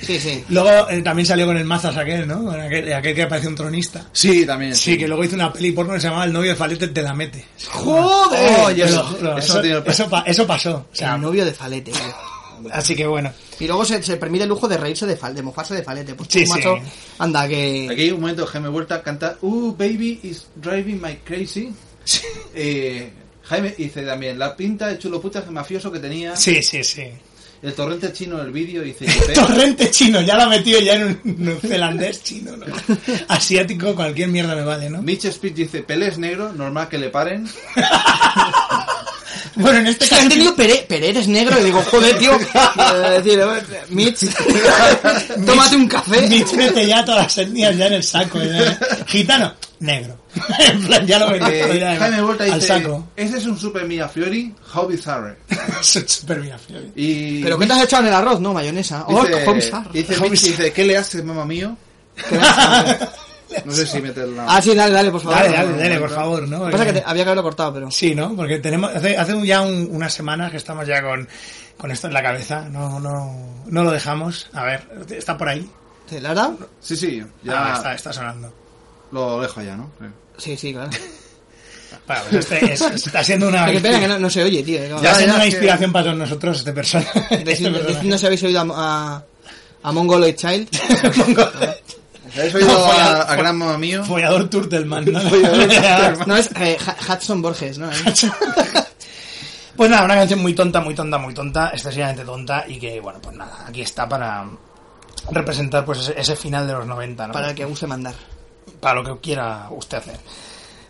S7: Sí, sí.
S6: Luego eh, también salió con el mazas aquel, ¿no? Con Aquel, aquel que parecía un tronista.
S5: Sí, también.
S6: Sí, que luego hizo una peli porno que se llamaba El novio de Falete te la mete.
S7: ¡Joder!
S5: Oye,
S6: Te
S5: eso-
S6: lo
S5: eso
S6: juro, eso,
S5: tiene el-
S6: eso pa- eso pasó. Eh, O sea,
S7: El novio de Falete, tío.
S6: así que bueno.
S7: Y luego se, se permite el lujo de reírse de fal, de mofarse de Falete. Pues
S6: Sí,
S7: tú,
S6: sí.
S7: macho, anda, que...
S5: Aquí hay un momento, Jaime Huerta canta, Uh, baby is driving my crazy. Eh, Jaime dice también, la pinta de chulo puta mafioso que tenía.
S6: Sí, sí, sí.
S5: El torrente chino del vídeo dice, "Yo pe-".
S6: Torrente chino, ya lo ha metido ya en un neozelandés chino, ¿no? Asiático, cualquier mierda me vale, ¿no?
S5: Mitch Speed dice, Pelé es negro, normal que le paren.
S6: Bueno, en este
S7: Es que han
S6: caso.
S7: tenido Pere, Pere eres negro y digo, joder, tío. Eh, decir, eh, Mitch, tómate un café.
S6: Mitch mete ya todas las etnias ya en el saco. ya. ¿eh? Gitano, negro. en plan, ya lo
S5: Eh,
S6: metido ya
S5: Jaime Huerta
S6: al
S5: dice,
S6: saco.
S5: ese es un super mia fiori, how bizarre.
S6: Eso es súper bien, fíjate.
S5: Y
S7: ¿Pero qué te has echado en el arroz? No, mayonesa. Oh, qué
S5: dice,
S7: bizarro.
S5: dice, Mitch,
S6: How bizarre.
S5: dice, ¿qué le haces, mamá mío?
S7: ¿eh?
S5: No sé si meterla.
S7: Ah, sí, dale, dale, por favor.
S6: Dale, dale, dale, por favor, ¿no?
S7: Pasa que te- había que haberlo cortado, pero...
S6: Sí, ¿no? Porque tenemos hace, hace un- ya un- unas semanas que estamos ya con, con esto en la cabeza. No, no, no lo dejamos. A ver, está por ahí.
S7: ¿Te la has dado?
S5: Sí, sí,
S6: Ah,
S5: ya
S6: está, está sonando.
S5: lo dejo ya, ¿no? Creo.
S7: Sí, sí, claro.
S6: Bueno, pues este es- está siendo una,
S7: Pero Qué pena que
S6: está
S7: no, no se oye, tío.
S6: siendo
S5: ya,
S6: una
S5: es que-
S6: inspiración para todos nosotros este persona.
S7: Decid-
S6: este
S7: decid-
S6: personaje.
S7: no se habéis oído a, a- a Mongoloid Child.
S5: ¿Habéis oído
S6: No, fue
S5: a,
S6: a-
S5: a gran mamá mío?
S6: Follador Turtelman, ¿no?
S7: No, es eh, Ha- Hudson Borges, ¿no?
S6: Pues nada, una canción muy tonta, muy tonta, muy tonta, excesivamente tonta y que, bueno, pues nada, aquí está para representar pues ese, ese final de los 90, ¿no?
S7: Para el que guste mandar.
S6: Para lo que quiera usted hacer.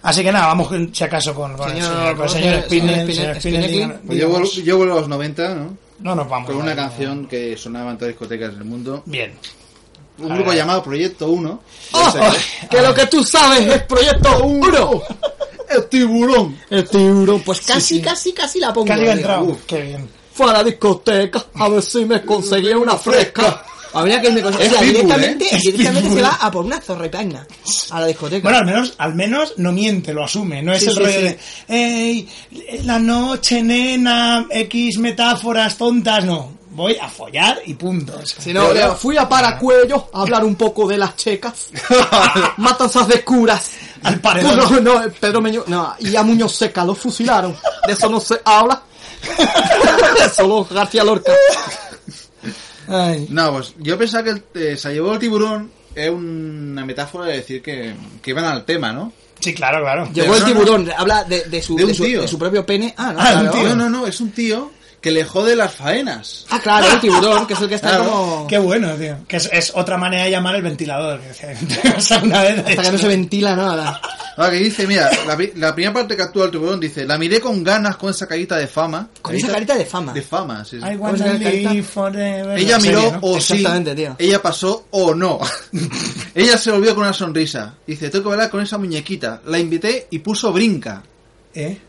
S6: Así que nada, vamos con- si acaso con, con
S7: Señor-
S6: el señor, con el
S7: señor
S6: señor Spinell,
S7: Spinell,
S6: señor Spinell,
S7: Spinelli.
S6: digan-
S5: Pues yo, vuelvo,
S6: digamos-
S5: yo vuelvo a los 90, ¿no?
S6: no nos vamos.
S5: Con una
S6: no, no.
S5: canción que sonaba en todas las discotecas del mundo.
S6: Bien.
S5: Un
S6: A
S5: grupo
S6: ver.
S5: llamado Proyecto 1. oh.
S7: que lo que tú sabes es Proyecto 1.
S5: ¡El tiburón!
S7: El tiburón, pues casi, casi, casi la pongo.
S6: Casi
S7: tío.
S6: ha entrado.
S5: uf.
S6: Qué bien.
S7: Fue a la discoteca a ver si me conseguía una fresca. Habría que irme con... O
S5: Es
S7: sea,
S5: Pitbull,
S7: directamente,
S5: ¿eh? Es
S7: directamente se
S6: Pitbull.
S7: va a por una zorrepaña a la discoteca.
S6: Bueno, al menos, al menos no miente, lo asume. No es
S7: Sí,
S6: el
S7: sí,
S6: rollo
S7: sí.
S6: de, "Ey, la noche, nena, X metáforas tontas. No, voy a follar y punto.
S7: Si no, Leo, fui a Paracuello a hablar un poco de las checas, matanzas de curas,
S6: Al paredón.
S7: No, no, eh, Pedro Meño, no, y a Muñoz Seca los fusilaron, de eso no se habla, solo García Lorca.
S6: Ay.
S5: No, pues yo pensaba que el- eh, se llevó el tiburón es una metáfora de decir que, que iban al tema, ¿no?
S6: Sí, claro, claro.
S7: Llegó el
S5: no, no.
S7: tiburón, habla de, de su,
S5: De un
S7: su,
S5: tío.
S7: su propio pene, ah, no,
S6: Ah, de un
S7: claro.
S6: tío.
S5: No, no, no, es un tío que le jode las faenas.
S7: Ah, claro, el tiburón, que es el que está
S5: Claro.
S7: como...
S6: Qué bueno, tío. Que es, es otra manera de llamar el ventilador. que decía, o sea, una vez
S7: Hasta que no se ventila nada.
S5: Ah, que dice, mira, la, pri- la primera parte que actúa el tiburón dice, la miré con ganas con esa carita de fama.
S7: Con esa carita de fama.
S5: De fama, sí, sí.
S6: I
S7: ¿Cómo
S6: wanna
S7: se llama la
S6: live
S7: carita?
S6: Pues forever.
S5: Ella
S6: La serie,
S5: miró
S6: ¿no?
S5: o sí.
S7: Exactamente, tío.
S5: Ella pasó o no. ella se volvió con una sonrisa. Dice, tengo que bailar con esa muñequita. La invité y puso brinca.
S6: ¿Eh?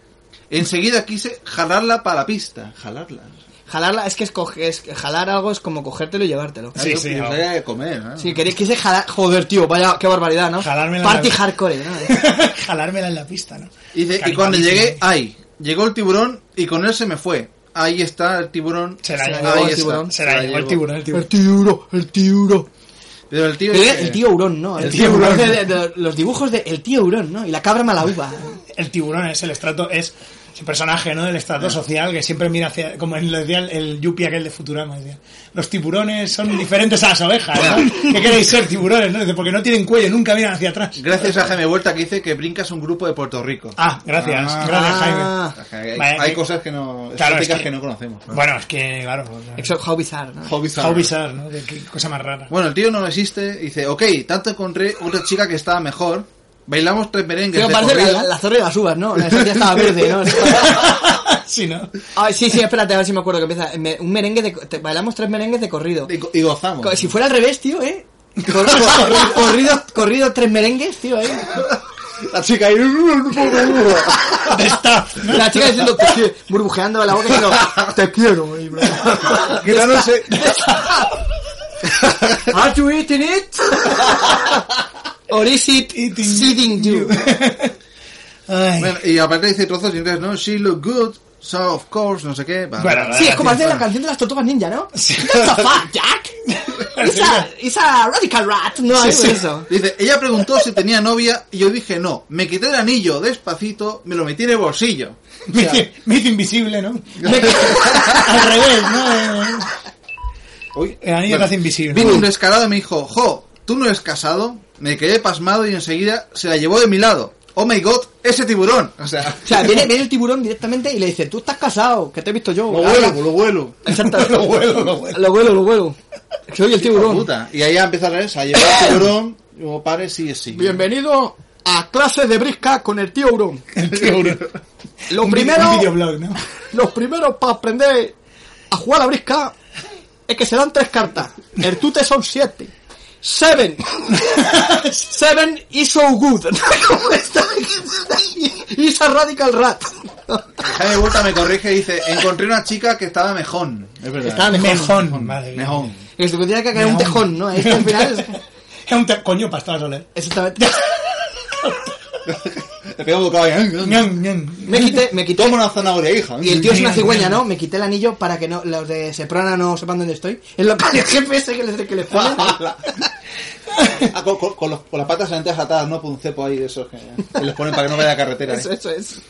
S5: Enseguida quise jalarla para la pista. Jalarla.
S7: Jalarla, es que es, coge- es- jalar algo es como cogértelo y llevártelo.
S6: Sí,
S5: Yo-
S6: sí,
S5: yo
S6: no.
S5: sabía de comer. ¿eh?
S7: Si queréis que se jalar... Joder, tío, vaya, qué barbaridad, ¿no?
S6: Jalármela
S7: Party
S6: la-
S7: hardcore, ¿no?
S6: Jalármela en la pista, ¿no?
S5: Y dice, y cuando llegué, ay, llegó el tiburón y con él se me fue. Ahí está el tiburón.
S6: Se la
S7: Se la
S6: llevó
S5: Ahí
S7: el
S5: está,
S7: tiburón.
S6: Se la llevó el tiburón, el tiburón.
S7: El tiburón, el tiburón.
S5: Pero el tío... dice-
S7: El tío Hurón, ¿no?
S6: El tío Hurón.
S7: De, de- de- los dibujos de El tío Hurón, ¿no? Y la cabra mala uva.
S6: el tiburón es el estrato, es el personaje, ¿no? Del estrato
S5: Ah.
S6: social que siempre mira hacia, como en- lo decía el, el Yuppie aquel de Futurama, decía, los tiburones son diferentes a las ovejas, ¿no? ¿Qué queréis ser tiburones, no? Dice, porque no tienen cuello, nunca miran hacia atrás.
S5: Gracias a Jaime Vuelta que dice que brincas un grupo de Puerto Rico.
S6: Ah, gracias,
S5: Ah.
S6: gracias Jaime.
S7: Ah.
S5: Hay,
S6: Vaya,
S5: hay
S6: que-
S5: cosas que no...
S6: Claro,
S5: estéticas que...
S6: es que-
S5: no conocemos. ¿no?
S6: Bueno, es que, claro,
S7: Except How Bizarre, ¿no?
S5: How bizarre.
S6: how bizarre, ¿no? Qué, qué cosa más rara.
S5: Bueno, el tío no existe. Dice, ok, tanto encontré otra chica que estaba mejor. Bailamos tres merengues
S7: Tío,
S5: de
S7: parece la,
S5: corrido.
S7: la, la zorra de las uvas, ¿no? Esa tía estaba verde, ¿no?
S6: sí, ¿no?
S7: Ay, sí, sí, espérate, a ver si me acuerdo que empieza. Me- un merengue de... co- te- bailamos tres merengues de corrido.
S5: y, go- y gozamos.
S7: Co- Si fuera al revés, tío, ¿eh? Cor- cor- corrido, corrido tres merengues, tío, ¿eh?
S5: La chica ahí...
S6: De staff, ¿no?
S7: La chica diciendo, te quiero, burbujeando la boca diciendo, te quiero, eh, bro.
S5: Quitándose...
S7: Are you eating it? Or is it
S6: Eating
S7: seeding you?
S6: Ay.
S5: Bueno, y aparte dice trozos en inglés, ¿no? She look good, so of course, no sé qué. Vale.
S6: Bueno,
S7: Sí, es como hacer la
S6: bueno.
S7: canción de las tortugas ninja, ¿no?
S6: Sí.
S7: What the fuck, Jack? It's a, it's a radical rat, ¿no?
S6: Sí,
S7: Algo
S6: sí.
S7: de eso.
S5: Dice, ella preguntó si tenía novia y yo dije no. Me quité el anillo despacito, me lo metí en el bolsillo.
S6: Me hice, me hice invisible, ¿no? Al revés, ¿no? Eh,
S5: Uy,
S6: El anillo te eh, hace invisible.
S5: Vino un descarado y me dijo, jo, ¿tú no eres casado? Me quedé pasmado y enseguida se la llevó de mi lado. Oh my god, ese tiburón. O sea,
S7: O sea, viene, viene el tiburón directamente y le dice, tú estás casado, que te he visto yo.
S5: lo vuelo, lo vuelo.
S7: Exactamente.
S6: Lo vuelo, lo vuelo.
S7: Lo vuelo, lo vuelo. Soy el
S5: Hijo
S7: tiburón.
S5: puta. Y ahí empieza a leer, se la llevó el tiburón. Como pare, sí, sí.
S7: Bienvenido a clases de brisca con el tío Urón.
S6: El tiburón.
S7: Lo
S6: Un vi-
S7: primero-
S6: Un videoblog, ¿no?
S7: Los primeros para aprender a jugar a la brisca es que se dan tres cartas. El tute son siete. Seven. Seven is so good. ¿Cómo está? Is a radical rat.
S5: Jaime Vuelta me corrige y dice, encontré una chica que estaba mejón. Es verdad.
S7: Estaba mejor.
S6: Mejón, vale. bien.
S5: Mejón.
S7: Que se tendría que caer un
S6: Mejor.
S7: tejón, ¿no? Este al final es...
S6: Es un te- coño pastor soler.
S7: Exactamente.
S5: Le pega un bocado ahí.
S6: Ñon, ñon.
S7: Me quité, me quité.
S5: Toma una zanahoria, hija.
S7: Y el tío es una cigüeña, ¿no? Me quité el anillo para que no, los de Seprona no sepan dónde estoy. Es lo que el GPS que les, que les ponen.
S5: Ah, con, con- con los- con las patas delanteras atadas, ¿no? Por un cepo ahí de esos que, que los ponen para que no vaya a carretera. ¿eh?
S7: Eso, eso es.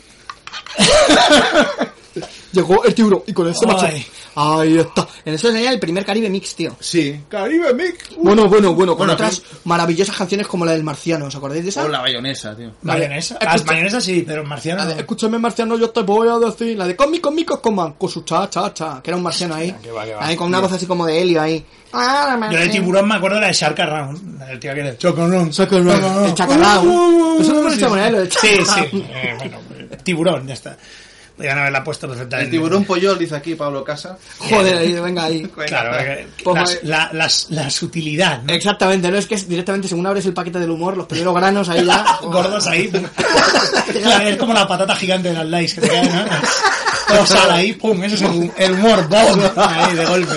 S7: Llegó el tiburón y con este macho.
S6: Ay.
S7: Ahí está. En eso sería el primer Caribe Mix, tío.
S5: Sí. Caribe Mick. Uh.
S7: Bueno, bueno, bueno, con
S5: Bueno,
S7: otras maravillosas canciones como la del Marciano, ¿os acordáis de esa?
S5: O la bayonesa, tío.
S6: Mayonesa.
S7: Escucha. Ah, eh,
S6: Las mayonesas sí, pero marciano.
S7: La de,
S6: no.
S7: escúchame, marciano, yo te voy a decir. La de comi, comicos, coman, con su cha, cha, cha. Que era un marciano ahí.
S6: que va, que va.
S7: Ahí con una voz así como de helio ahí. Ah,
S6: Yo de tiburón me acuerdo la de Shark Around. La del tío que era Chocorrón. Ah.
S7: El chacarrao. Eso no lo echamos en él, el
S6: Sí,
S7: chacarrao.
S6: sí. Eh, bueno, tiburón, ya está. Podrían haberla puesto pues, perfectamente.
S5: El tiburón pollol, dice aquí Pablo Casa.
S7: Joder, ahí, venga ahí.
S6: Claro, eh,
S7: Pues,
S6: las-
S7: eh,
S6: la, las- la sutilidad, ¿no?
S7: Exactamente, no es que es directamente según abres el paquete del humor, los primeros granos ahí ya.
S6: Gordos ahí. claro, es como la patata gigante de las likes que te caen, ¿no? Todo sale ahí, pum, ese es el, el humor bomb, ahí de golpe.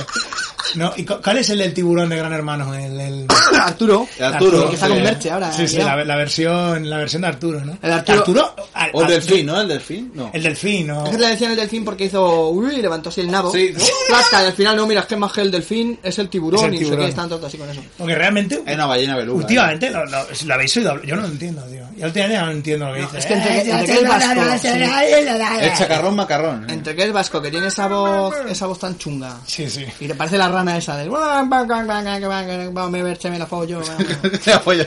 S6: No, ¿y cu- cuál es el del tiburón de Gran Hermano? El, el...
S7: Arturo.
S5: El Arturo,
S7: que está con
S5: sí.
S7: Merche ahora.
S6: Sí, sí,
S7: ya.
S6: la, la versión, la versión de Arturo, ¿no?
S7: El Arturo-
S6: al-
S5: O el
S6: al-
S5: delfín, ¿no? El delfín. No.
S6: El delfín, ¿no?
S7: Es que le decían el delfín porque hizo. Uy, levantó así el nabo.
S5: Sí.
S7: Plata, y al final no, mira, es que más que el delfín es el tiburón
S6: Es el
S7: y no sé qué,
S6: tiburón.
S7: están todos así con
S5: Eh,
S7: eso.
S6: Porque realmente,
S5: Es una ballena beluga. ¿eh?
S6: últimamente, lo, lo- si lo habéis oído, hablar- yo no lo entiendo, tío. Yo últimamente no entiendo lo que dice. ¿eh?
S7: Es que entre, entre que es vasco. sí.
S5: ¿eh? El chacarrón macarrón. ¿eh?
S7: Entre que es vasco, que tiene esa voz, esa voz tan chunga.
S6: Sí, sí.
S7: Y te parece la rana esa del. Me verche, me la follo.
S5: Te apoyo.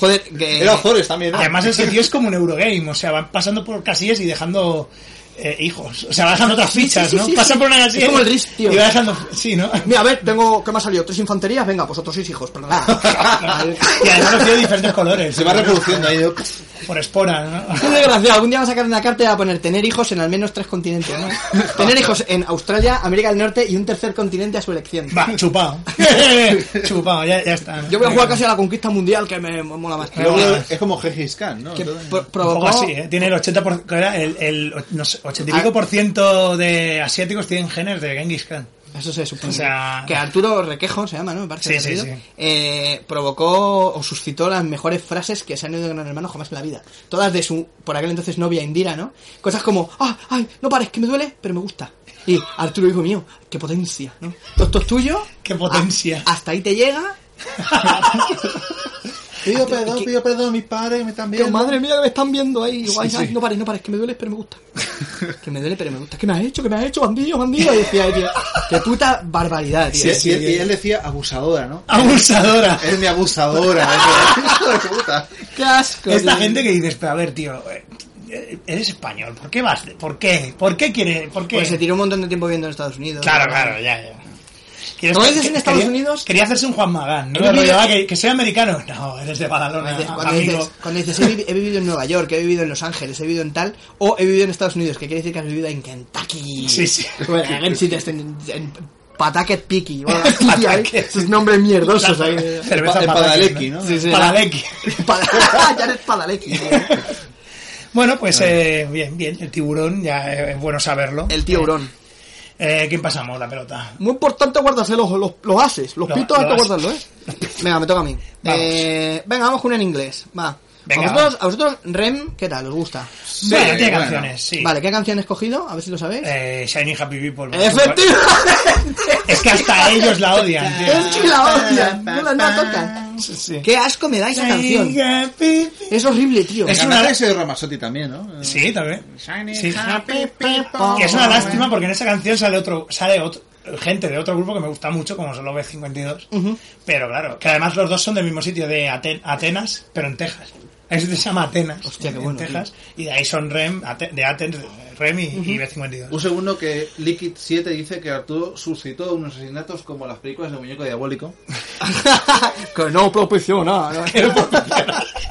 S7: Joder, que.
S5: Era Ozores también, ¿no?
S6: Además, ese tío es como un Eurogame, o sea, van pasando por casillas y dejando eh, hijos. O sea, va dejando otras fichas,
S7: sí,
S6: ¿no?
S7: sí,
S6: Pasan
S7: sí.
S6: por una casilla
S7: Es como el
S6: y-
S7: Risk, tío.
S6: y va dejando. Sí, ¿no?
S7: Mira, a ver, tengo. ¿Qué me ha salido? ¿Tres infanterías? Venga, pues otros seis hijos, perdón.
S6: Y además los tiene de diferentes colores.
S5: Se va reproduciendo ahí. ¿no?
S6: Por espora, ¿no?
S7: Es desgraciado, algún día va a sacar una carta y va a poner tener hijos en al menos tres continentes, ¿no? tener hijos en Australia, América del Norte y un tercer continente a su elección.
S6: Va, chupado. chupado, ya, ya está. ¿no?
S7: Yo voy a jugar casi a la conquista mundial, que me mola más.
S6: Pero
S5: Luego
S6: bueno.
S5: es como Gengis Khan, ¿no?
S7: Que
S5: Entonces-
S7: pro-
S6: Un
S7: provocó...
S6: poco así, ¿eh? Tiene el 80%, por- ¿qué era? el, el och- no sé, 80 y pico por ciento de asiáticos tienen genes de Genghis Khan.
S7: Eso se
S6: O
S7: supone.
S6: sea-
S7: Que Arturo Requejo se llama, ¿no? Me parece
S6: Sí,
S7: el
S6: sí,
S7: apellido.
S6: sí.
S7: Eh, provocó o suscitó las mejores frases que se han oído de Gran Hermano jamás en la vida. Todas de su, por aquel entonces, novia Indira, ¿no? Cosas como, ah, ay, no pares, que me duele, pero me gusta. Y Arturo, hijo mío, qué potencia, ¿no? Todo esto es tuyo.
S6: Qué potencia.
S7: a- hasta ahí te llega.
S5: Pido perdón, pido perdón, mis padres me están
S7: Que,
S5: viendo.
S7: madre mía, que me están viendo ahí. Digo, ay,
S5: sí.
S7: ay, no pares, no pares, que me duele, pero me gusta. que me duele, pero me gusta. ¿Qué me has hecho? ¿Qué me has hecho? Bandido, bandido. Y decía, ay, tío, qué puta barbaridad, tío.
S5: Sí, sí, y él decía abusadora, ¿no?
S6: Abusadora.
S5: Es mi abusadora. es mi- hijo de puta.
S7: Qué asco.
S6: Esta
S7: tío.
S6: gente que dices, pero a ver, tío, eh, eres español, ¿por qué vas? de- ¿Por qué? ¿Por qué quieres? ¿Por qué?
S7: Pues se tiró un montón de tiempo viviendo en Estados Unidos.
S6: Claro, claro, ya, ya. ¿Quieres-
S7: ¿Cómo dices en
S6: que-
S7: Estados
S6: quería-
S7: Unidos?
S6: Quería hacerse un Juan Magán, ¿no?
S7: He vivido-
S6: Rollo, ah, que, que soy americano. No, eres de Badalona,
S7: Cuando dices, cuando dices-
S6: Ah, amigo.
S7: cuando dices, he, vivi- he vivido en Nueva York, he vivido en Los Ángeles, he vivido en tal, o he vivido en Estados Unidos, que quiere decir que has vivido en Kentucky.
S6: Sí, sí.
S7: Bueno, en sitios en, en Pataket Piki. bueno,
S6: Pataket.
S7: ahí, Esos nombres mierdosos. ahí.
S6: Cerveza
S5: En
S6: patata,
S5: Padalecki, ¿no?
S7: Sí, sí.
S6: Padalecki.
S7: Pada- ya eres ¿eh? Padalecki. tío.
S6: Bueno, pues eh, bien, bien. El tiburón, ya eh, es bueno saberlo.
S7: El tío Hurón.
S6: Eh, ¿Quién pasamos la pelota?
S7: Muy importante guardarse los, los, los ases. Los
S6: Lo-
S7: pitos hay
S6: lo
S7: que
S6: as.
S7: guardarlos, ¿eh? Venga, me toca a mí.
S6: Vamos.
S7: Eh, venga, vamos con una en inglés. Va.
S6: Venga,
S7: a, vosotros, a vosotros, Rem, ¿qué tal? ¿Os gusta?
S6: bueno, tiene
S5: bueno.
S6: canciones, sí.
S7: Vale, ¿qué canción he escogido? A ver si lo sabéis.
S6: Eh, Shiny Happy People.
S7: ¡Efectivamente!
S6: Es que hasta ellos la odian, tío.
S7: ¡Es que la odian! ¡No la no la tocan!
S6: Sí, sí.
S7: ¡Qué asco me da esa canción!
S6: Shiny Happy People.
S7: Es horrible, tío.
S5: Es
S6: Es
S5: una
S6: una-
S5: de ese Ramazotti también, ¿no?
S6: Sí, también. Sí.
S5: people.
S6: Y es una lástima porque en esa canción sale otro, sale otro gente de otro grupo que me gusta mucho, como son los B52. Pero claro, que además los dos son del mismo sitio, de Aten- Atenas, pero en Texas. Ahí se llama Atenas,
S7: Hostia, qué
S6: en
S7: bueno,
S6: Texas, y de ahí son Rem, Ate- de Atenas, Rem y, y B52.
S5: Un segundo que Liquid 7 dice que Arturo suscitó unos asesinatos como las películas de Muñeco Diabólico.
S7: que no proporciona.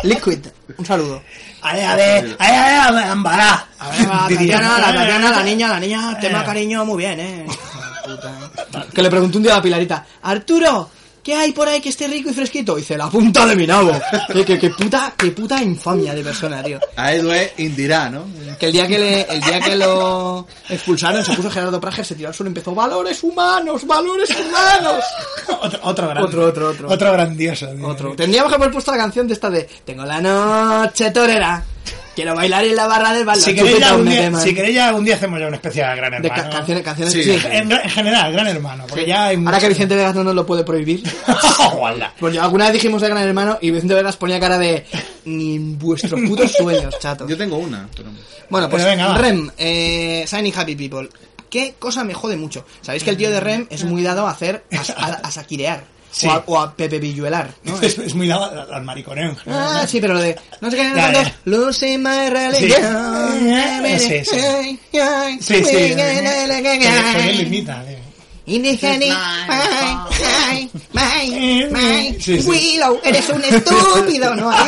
S7: Liquid, un saludo.
S6: Ale, ale, ale, ale, ambará.
S7: A ver, la Tatiana, la Tatiana, Eh. la niña, la niña, tema cariño muy bien, eh. Puta, eh. Que le pregunté un día a la Pilarita, Arturo, ¿qué hay por ahí que esté rico y fresquito? Y dice, la punta de mi nabo. Que, que, que puta, que puta infamia de persona, tío.
S5: A Edward Indirá, ¿no?
S7: Que el día que, le, el día que lo expulsaron se puso Gerardo Prager, se tiró al suelo y empezó, valores humanos, valores humanos.
S6: Otro, otro, grande.
S7: Otro, otro, otro.
S6: Otro grandioso. tío.
S7: Otro. Tendríamos que haber puesto la canción de esta de, tengo la noche torera. Quiero bailar en la barra del bar.
S6: Si
S7: Los
S6: queréis, ya
S7: chupitos
S6: algún
S7: me
S6: día,
S7: queman.
S6: si queréis ya algún día hacemos ya una especial Gran
S7: De
S6: Hermano.
S7: ca- canciones, canciones.
S5: Sí.
S7: sí.
S6: En, en general, Gran Hermano, porque ya hay
S7: Ahora
S6: mucho-
S7: que Vicente Vegas no nos lo puede prohibir.
S6: Ojalá.
S7: Pues yo alguna vez dijimos de Gran Hermano y Vicente Vegas ponía cara de. Ni en vuestros putos sueños, chato.
S5: Yo tengo una, pero...
S7: Bueno, pues
S6: Pero venga, va.
S7: Rem, eh, Shiny Happy People. ¿Qué cosa me jode mucho? Sabéis que el tío de Rem es muy dado a hacer, a, a, a saquirear.
S6: Sí.
S7: O, a, o a pepe villuelar, ¿no?
S6: Es, es muy dado al, al mariconeo. en general.
S7: Ah, sí, pero lo de... No sé qué, no sé
S6: Ya,
S7: cuántos,
S6: ya.
S7: Losing my religion.
S6: Sí. Sí, sí. Sí, sí. Pero él imita. eh.
S7: In the honey,
S6: Pues,
S7: my, my, my, my,
S6: Sí, sí.
S7: Willow, eres un estúpido, ¿no?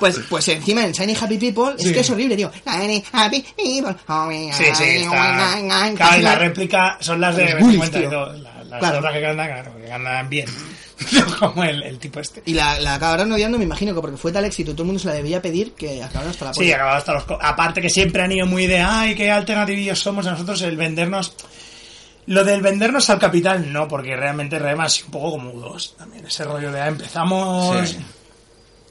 S7: Pues, pues encima en Shiny Happy People es
S6: Sí.
S7: que es horrible, tío. Shiny Happy People. oh,
S6: Sí, sí,
S7: ay,
S6: está.
S7: ay,
S6: Claro, y la
S7: ay,
S6: réplica son las de
S7: Los bullies,
S6: 52, la- Las
S7: Claro.
S6: otras que ganan, claro, que ganan bien. Como el, el tipo este.
S7: Y la, la acabaron odiando, me imagino, que porque fue tal éxito, todo el mundo se la debía pedir que acabaron hasta la
S6: Sí,
S7: polla.
S6: acabado hasta los. co- Aparte que siempre han ido muy de, ay, qué alternativillos somos a nosotros el vendernos. Lo del vendernos al capital, no, porque realmente Rema es un poco como U2 también. Ese rollo de, ah, empezamos.
S5: Sí.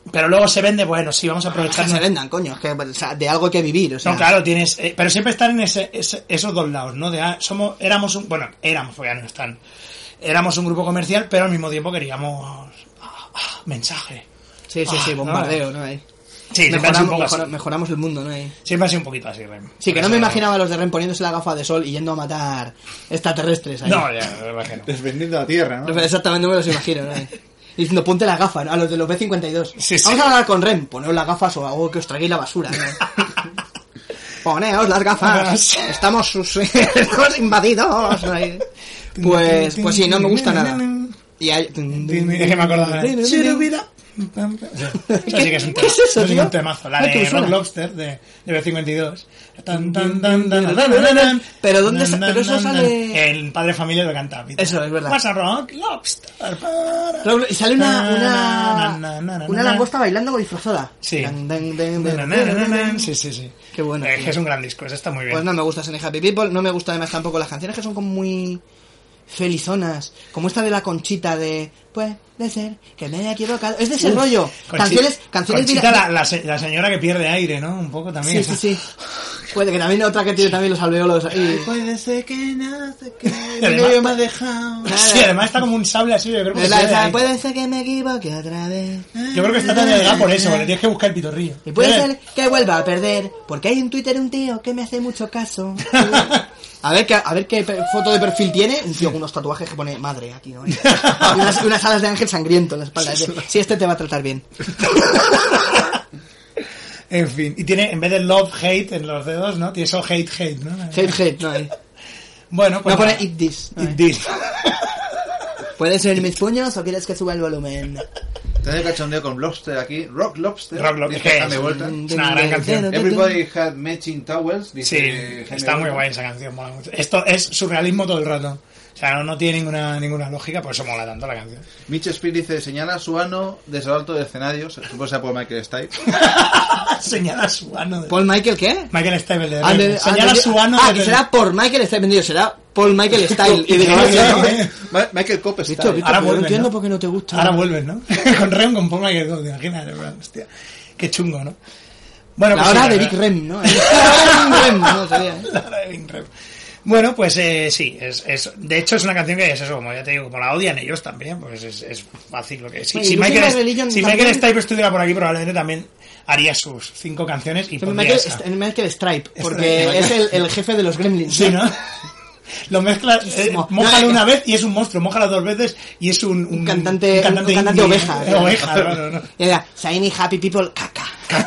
S6: Pero luego se vende, bueno, sí, vamos a
S7: Es que
S6: aprovechar.
S7: Ah, se vendan, coño, es que o sea, de algo que vivir, o sea.
S6: No, claro, tienes. eh, pero siempre están en ese, ese- esos dos lados, ¿no? De, ah, somos, éramos un. Bueno, éramos, porque ya no están. Éramos un grupo comercial, pero al mismo tiempo queríamos. ah, ah, mensaje.
S7: Sí, sí, sí,
S6: Ah,
S7: bombardeo, ¿no? Ahí.
S6: Sí, siempre han sido un
S7: mejoramos,
S6: poco
S7: mejora-
S6: así.
S7: mejoramos el mundo, ¿no? Ahí.
S6: Siempre ha sido un poquito así, Rem.
S7: Sí, que
S6: Por
S7: no me
S6: eso-
S7: imaginaba a los de Ren poniéndose la gafa de sol y yendo a matar extraterrestres ahí.
S6: No, ya, la verdad que no.
S5: Defendiendo la tierra, ¿no?
S7: Exactamente me los imagino, ¿no? Y Diciendo, ponte la gafa, ¿no? A los de los B-52.
S6: Sí, sí.
S7: Vamos a hablar con Ren, poneos las gafas o hago que os traguéis la basura, ¿no? Poneos las gafas, estamos sus los invadidos. ¿no? Y- Pues, pues sí, no me gusta nada. Y hay-
S6: Es que me acordaba. de- Eso sí que es un
S7: ¿Qué
S6: tema.
S7: es eso,
S6: es
S7: tío?
S6: un temazo. La
S7: Ay, que
S6: de
S7: me suena.
S6: Rock Lobster de, de B52. Tan, tan, tan, tan, tan,
S7: Pero ¿dónde
S6: tan,
S7: sa-
S6: tan,
S7: pero eso
S6: tan, tan.
S7: sale-
S6: El padre familia lo canta. ¿viste?
S7: Eso, es verdad.
S6: Vas a Rock Lobster. para-
S7: Y sale una,
S6: Na, na, na,
S7: una,
S6: na,
S7: una
S6: na.
S7: langosta bailando disfrazada.
S6: Sí.
S7: Dan, dan, dan,
S6: Na, na,
S7: dan,
S6: na, na,
S7: dan,
S6: na.
S7: dan.
S6: Sí, sí, sí.
S7: Qué bueno,
S6: Eh,
S7: tío.
S6: que es un gran disco. Eso está muy bien.
S7: Pues no me gusta Sunny Happy People, no me gusta además tampoco las canciones que son como muy felizonas, como esta de la conchita de puede ser que me haya equivocado, es de ese rollo,
S6: Conchi-
S7: canciones, canciones
S6: Conchita,
S7: vida-
S6: la, la, se- la señora que pierde aire, ¿no? Un poco también.
S7: sí, sí, sí, puede que también otra que tiene también los alveolos ahí.
S5: Puede ser que no sé qué,
S6: Además-
S5: no me ha dejado.
S6: Sí, además está como un sable así. Yo creo que,
S7: Es Pues la-
S6: sí,
S7: esa,
S6: ahí.
S7: puede ser que me equivoque otra vez.
S6: Yo creo que está tan delgada por eso, porque tienes que buscar el pitorrillo.
S7: Y puede
S6: Eh,
S7: ser que vuelva a perder, porque hay en Twitter un tío que me hace mucho caso. A ver, qué, a ver qué pe- foto de perfil tiene. Un tío con unos tatuajes que pone madre aquí, ¿no? Y unas, y unas alas de ángel sangriento en la espalda. Si este te va a tratar bien.
S6: En fin, y tiene, en vez de love, hate en los dedos, ¿no? Tiene eso hate, hate, ¿no?
S7: Hate, hate, no hay.
S6: Bueno, pues...
S7: No pone
S6: nada.
S7: it this. no hay.
S6: It did.
S7: ¿Pueden ser mis puños o quieres que suba el volumen?
S5: Tengo cachondeo con Lobster aquí. Rock Lobster.
S6: Rock Lobster,
S5: Dice,
S6: que
S5: dame
S6: es
S5: Este vuelta.
S6: un- Es una gran canción.
S5: Everybody had matching towels. Dice,
S6: Sí,
S5: Jaime
S6: está muy
S5: Blanco.
S6: guay esa canción, mola mucho. Esto es surrealismo todo el rato. O sea, no, no tiene ninguna, ninguna lógica, por eso mola tanto la canción.
S5: Mitch Spear dice, señala su ano desde el alto del escenario. Supongo que sea por Michael Stipe.
S7: Ah,
S6: Señala su ano. de-
S7: ¿Paul Michael qué?
S6: Michael Stipe, el de...
S7: Ah, de-
S6: Señala
S7: ah, de-
S6: su ano.
S7: Ah,
S6: de-
S7: que será por Michael Style vendido, será Paul Michael Style. Y digo,
S6: Ah,
S7: "Hostia,
S6: sí,
S7: ¿no?
S6: ¿eh?
S5: Ma- Michael Cope Stipe.
S7: Bicho, bicho,
S6: Ahora
S7: pero no
S6: vuelven,
S7: entiendo
S6: ¿no?
S7: por qué no te gusta.
S6: Ahora vuelves, ¿no? con Rem, con Paul Michael, Gold, imagínate, bro, hostia. Qué chungo, ¿no? Bueno,
S7: La
S6: pues sí,
S7: hora de
S6: verdad.
S7: Big Rem, ¿no? La hora de Big Rem, ¿no? Sería. ¿eh?
S6: La hora de Bing Rep. Bueno, pues eh, sí, es, es- de hecho es una canción que es eso, como ya te digo, como la odian ellos también, pues es, es fácil lo que es. Si,
S7: Oye,
S6: si
S7: Lucy
S6: Michael,
S7: My Religion
S6: si
S7: también-
S6: Michael Stipe estuviera por aquí, probablemente también haría sus cinco canciones y
S7: Se me
S6: pondría
S7: Michael,
S6: esa.
S7: St- Michael Stripe,
S6: Stripe.
S7: porque es el, el jefe de los gremlins. ¿eh?
S6: Sí, ¿no? Lo mezclas, eh,
S7: No,
S6: mójalo
S7: eh,
S6: una vez y es un monstruo, mójalo dos veces y es un, un-
S7: cantante- un cantante
S6: indie.
S7: oveja,
S6: Eh,
S7: ¿no?
S6: Oveja, no, no, no.
S7: Y era, Shiny Happy People, caca.
S5: Ah,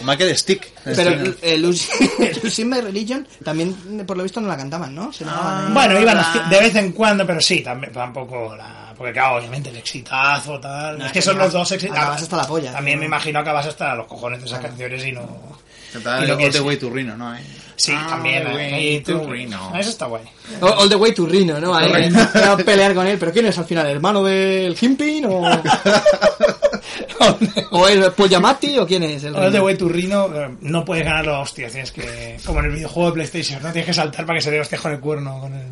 S5: O Michael Stick.
S7: Pero
S5: Sí.
S7: eh, Lucy, Lucy My Religion también, por lo visto, no la cantaban, ¿no? Se la daban ahí.
S6: Bueno, iban haci- de vez en cuando, pero sí, también, tampoco la... Porque claro, obviamente el exitazo, tal...
S7: No,
S6: es que son
S7: acabas-
S6: los dos exitazos.
S7: acabas hasta la polla.
S6: También me imagino que acabas hasta los cojones de esas canciones y no...
S5: Cantar
S6: y lo
S5: el
S6: que
S5: All the
S6: es-
S5: Way to Reno, ¿no? Eh?
S6: Sí,
S5: Ah,
S6: también.
S5: All the
S6: eh,
S5: Way
S6: y
S5: to
S6: tú-
S5: Reno.
S6: Eso está guay.
S7: All, all the way to Rino, ¿no? Ahí, eh, a pelear con él. ¿Pero quién es al final? ¿El hermano del Himpin o, o el Poyamati o quién es? El
S6: Ahora de
S7: Rino?
S6: Way to Reno eh, no puedes ganar los hostias, tienes que... Como en el videojuego de PlayStation, no tienes que saltar para que se dé hostias con el cuerno. Con el...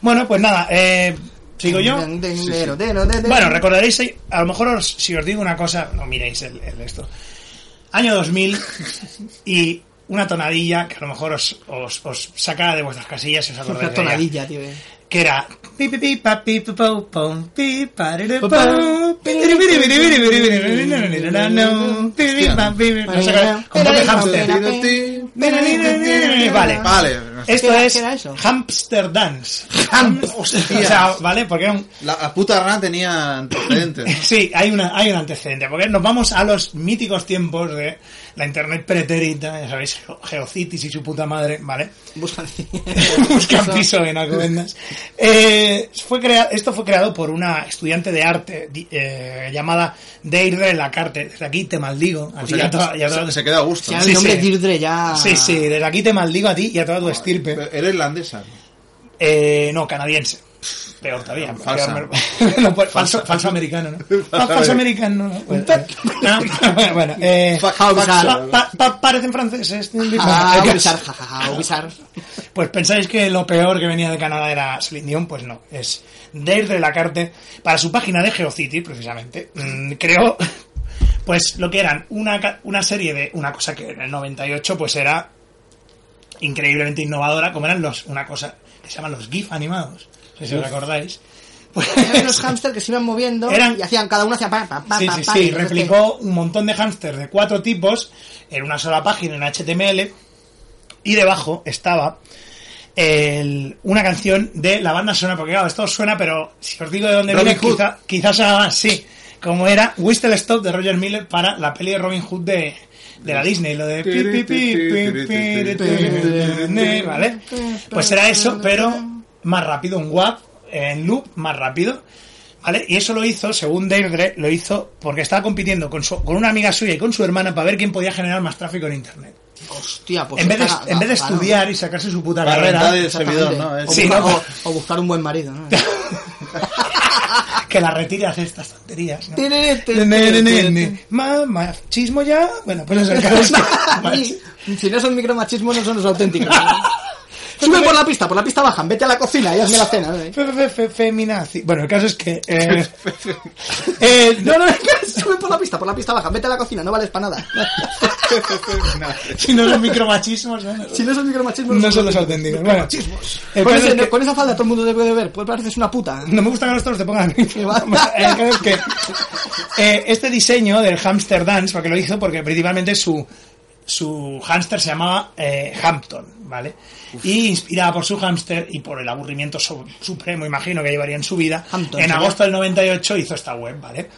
S6: Bueno, pues nada, eh, sigo yo.
S7: Den, den, dero, dero, dero, dero.
S6: Bueno, recordaréis, eh, a lo mejor os- si os digo una cosa, no miréis el, el esto. año 2000, y una tonadilla que a lo mejor os, os, os saca de vuestras casillas y os acordáis
S7: Una
S6: de ella,
S7: tonadilla, tío. eh.
S6: que era... pi, pi, pi, pa, pi, pu, pau, pum, pi, parere, pau, pi, ri, ri, ri, ri, ri, ri, ri, ri, ri, ri, ri, ri, no, pi, pi, pa, pi, pi, no sé qué, Con toque hámster. Vale.
S5: Vale.
S6: Esto
S7: ¿Qué era-
S6: es
S7: qué era eso?
S6: Hamster Dance. Hostia. O sea, ¿vale? Porque era un-
S5: La, la puta rana tenía antecedentes. ¿no?
S6: Sí, hay, una, hay un antecedente, porque nos vamos a los míticos tiempos de la internet pretérita, ya sabéis, Geo- Geocities y su puta madre, ¿vale?
S7: Buscan
S6: Buscan piso en Alcobendas. Eh, fue crea- esto fue creado por una estudiante de arte di- eh, llamada Deirdre Lacarte. Desde aquí te maldigo. A
S5: O
S6: ti y
S5: sea,
S6: a toda- y a
S5: Pues se-
S6: toda-
S5: se queda a gusto.
S7: Ya
S5: ¿no?
S6: Sí,
S7: el nombre
S6: sí.
S7: Dirdre ya.
S6: Sí, sí, desde aquí te maldigo a ti y a toda tu estirpe.
S5: Pero Era irlandesa.
S6: Eh, no, canadiense. Peor todavía.
S5: Falsa.
S6: peor me- No, pues, falso, falso americano, ¿no? Ah, falso americano, ¿no? Bueno, no, bueno, bueno, eh,
S5: Fuck,
S7: How
S5: fuck,
S7: bizarre.
S5: fuck.
S6: pa- pa- parecen franceses.
S7: Ah,
S6: Bueno, el
S7: Wizard,
S6: caso.
S7: jajaja, Wizard.
S6: Pues pensáis que lo peor que venía de Canadá era Celine Dion, pues no. Es Deirdre Lacarte, para su página de GeoCity, precisamente, mm, creó pues lo que eran una, ca- una serie de una cosa que en el 98 pues era increíblemente innovadora, como eran los una cosa que se llaman los GIF animados, no sé si os recordáis. Pues,
S7: Eran los hámster que se iban moviendo
S6: Eran-
S7: y hacían, cada uno hacía pa, pa, pa,
S6: sí,
S7: pa,
S6: sí,
S7: pa,
S6: sí,
S7: y entonces
S6: replicó un montón de hámsters de cuatro tipos en una sola página en HTML y debajo estaba el- una canción de la banda sonora, porque claro, esto os suena, pero si os digo de dónde
S5: Robin
S6: viene,
S5: Hood.
S6: quizá- quizás así, como era Whistle Stop de Roger Miller para la peli de Robin Hood de, de la Disney, lo de... pi, pi, pi, pi, pi, pi, pi, ¿Vale? Pues era eso, pero más rápido, un WAP en loop más rápido. ¿Vale? Y eso lo hizo, según Deirdre, lo hizo porque estaba compitiendo con, su- con una amiga suya y con su hermana para ver quién podía generar más tráfico en Internet.
S7: Hostia, pues
S6: en vez de,
S7: esta-
S6: en vez de
S7: ganó.
S6: estudiar y sacarse su puta
S5: Para
S6: carrera,
S5: rentar el
S7: Exactamente.
S5: servidor, ¿no? Es-
S7: O,
S6: Sí,
S7: buscar,
S6: ¿no?
S7: o- o buscar un buen marido, ¿no?
S6: que la retiras de estas tonterías. ¿no?
S7: Tene, tene, tene, tene.
S6: Mamá, chismo ya. Bueno, pues es el caso. Vale.
S7: si no son micromachismos, no son los auténticos. ¿no? Sube por la pista, por la pista bajan, vete a la cocina y hazme la cena. ¿eh?
S6: Fe- fe- fe- Feminazi. Bueno, el caso es que. eh, eh, no, no,
S7: Sube por la pista, por la pista bajan, vete a la cocina, no vales para nada.
S6: si no los micromachismos. No,
S7: Si no son micromachismos,
S6: no son los auténticos. Bueno, el
S7: Con,
S6: caso
S7: ese-
S6: es que-
S7: con esa falda todo el mundo te puede ver, pues pareces una puta.
S6: No me gusta que los toros te pongan.
S7: va.
S6: El caso es que, eh, este diseño del hamster dance, porque lo hizo porque principalmente su su hámster se llamaba eh, Hampton, ¿vale? Y inspirada por su hámster y por el aburrimiento so- supremo, imagino, que llevaría en su vida,
S7: Hampton,
S6: en
S7: ¿no?
S6: agosto del 98 hizo esta web, ¿vale?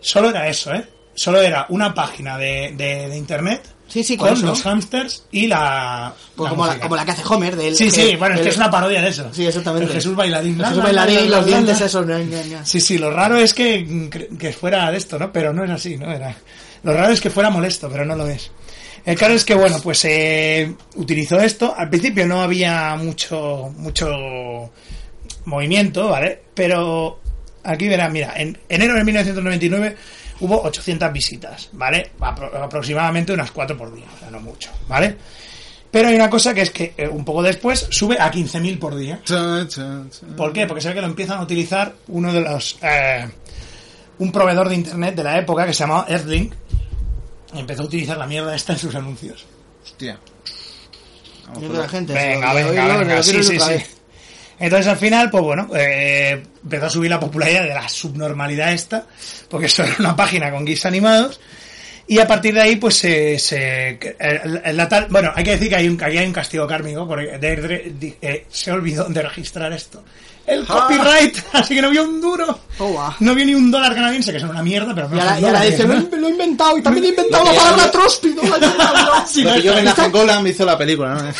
S6: Solo era eso, ¿eh? Solo era una página de, de- de internet
S7: Sí, sí, con
S6: con
S7: eso.
S6: los hamsters y la...
S7: Pues
S6: la
S7: como, la,
S6: música.
S7: como la que hace Homer del.
S6: Sí, sí,
S7: del-
S6: bueno, es que
S7: del-
S6: es una parodia de eso.
S7: Sí, exactamente.
S6: El Jesús bailarín.
S7: El
S6: La,
S7: Jesús
S6: la, la,
S7: bailarín,
S6: la, la, la,
S7: los dientes
S6: la.
S7: esos. ña, ña, ña.
S6: Sí, sí, lo raro es que, cre- que fuera de esto, ¿no? Pero no es así, ¿no? Era, lo raro es que fuera molesto, pero no lo es. El caso es que, bueno, pues eh, utilizó esto. Al principio no había mucho, mucho movimiento, ¿vale? Pero aquí verán, mira, en enero de 1999 hubo 800 visitas, ¿vale? Apro- aproximadamente unas 4 por día, o sea, no mucho, ¿vale? Pero hay una cosa que es que eh, un poco después sube a 15.000 por día.
S5: Chan, chan, chan.
S6: ¿Por qué? Porque se ve que lo empiezan a utilizar uno de los. eh, un proveedor de internet de la época que se llamaba Earthlink. y Empezó a utilizar la mierda esta en sus anuncios.
S5: Hostia. Vamos
S7: Yo
S5: por
S7: de la
S5: la-
S7: gente.
S6: Venga,
S7: se lo-
S6: venga,
S7: lo- lo-
S6: venga.
S7: lo
S6: Sí,
S7: quiero
S6: sí,
S7: otra
S6: sí.
S7: vez.
S6: Entonces al final, pues bueno, eh, empezó a subir la popularidad de la subnormalidad esta, porque esto era una página con GIFs animados. Y a partir de ahí, pues se. se- que- el- el- la tal- bueno, hay que decir que hay un, aquí hay un castigo kármico, porque Deirdre di- eh, se olvidó de registrar esto. El copyright, así que no vio un duro.
S7: Toma.
S6: No vio ni un dólar canadiense, que son una mierda, pero
S7: Oh, Y
S6: no
S7: ahora,
S6: son
S7: y ahora
S6: dólares,
S7: dice, "Mm".
S6: ¿no?
S7: "Me- lo he inventado y también he inventado la
S5: que-
S7: palabra tróspido. la he inventado".
S6: Sí,
S5: Lo que yo
S6: está-
S5: en la Angola me hizo la película, ¿no?
S7: Eh,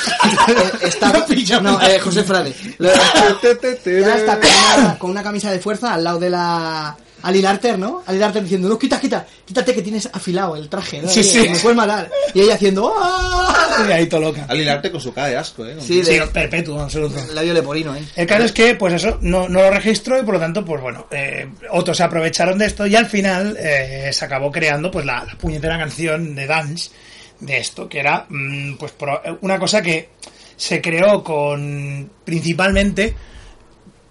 S6: No
S7: Está,
S6: pilla
S7: no,
S6: nada.
S7: eh, José Frade. Lo- Ya está con una, con una camisa de fuerza al lado de la. Al Arter, ¿no? Al Arter diciendo, no, quita, quita, quítate que tienes afilado el traje, ¿no?
S6: Sí,
S7: Oye,
S6: sí.
S7: que Me puedes matar. Y ella haciendo, ¡ah!
S6: Y ahí todo loca.
S5: Al hilarte con su cara de asco, ¿eh? Con-
S7: Sí,
S6: Sí,
S7: de,
S6: perpetuo, absoluto.
S7: labio leporino, ¿eh?
S6: El caso es que, pues eso, no, no lo registró y por lo tanto, pues bueno, eh, otros se aprovecharon de esto y al final eh, se acabó creando pues la, la puñetera canción de Dance de esto, que era mm, pues pro- una cosa que se creó con principalmente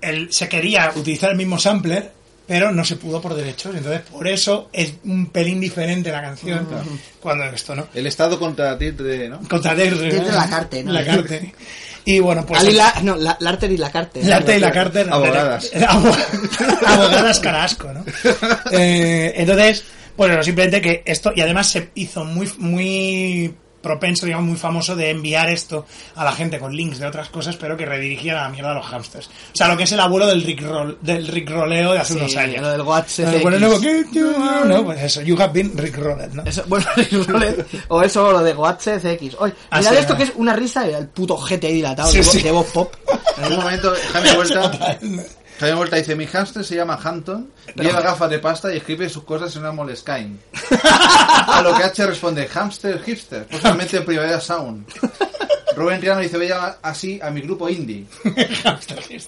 S6: el, se quería utilizar el mismo sampler pero no se pudo por derechos. Entonces, por eso es un pelín diferente la canción cuando esto, ¿no?
S5: El Estado contra ti, de- ¿no?
S6: Contra Desde
S7: Desde la Carte, ¿no?
S6: La Carte. Y bueno, pues.
S7: Ali la, no, la, Larter y la Carte.
S6: La arte y la carta
S5: Abogadas.
S6: abogadas carasco no Eh, entonces bueno simplemente que esto y además se hizo muy muy propenso digamos muy famoso de enviar esto a la gente con links de otras cosas pero que redirigían a la mierda a los hamsters o sea lo que es el abuelo del rickroll del rickroleo de hace
S7: Sí,
S6: unos años
S7: lo del Watch
S6: Lo del bueno,
S7: FX.
S6: no, que- no, pues eso you have been rickrolled no
S7: Eso, bueno, Roller, o eso, o lo de Goatse CX. Oye,
S6: Ah,
S7: mirad
S6: sí,
S7: esto
S6: no.
S7: que es una risa, el puto GT dilatado
S6: Sí,
S7: de,
S6: sí.
S7: de voz pop.
S5: En algún momento, Jaime Vuelta, Jaime Vuelta dice, mi hámster se llama Hampton, lleva gafas de pasta y escribe sus cosas en una Moleskine. A lo que H responde, hámster hipster, posiblemente en Primavera Sound. Rubén Triano dice, veía así a mi grupo indie.
S6: este.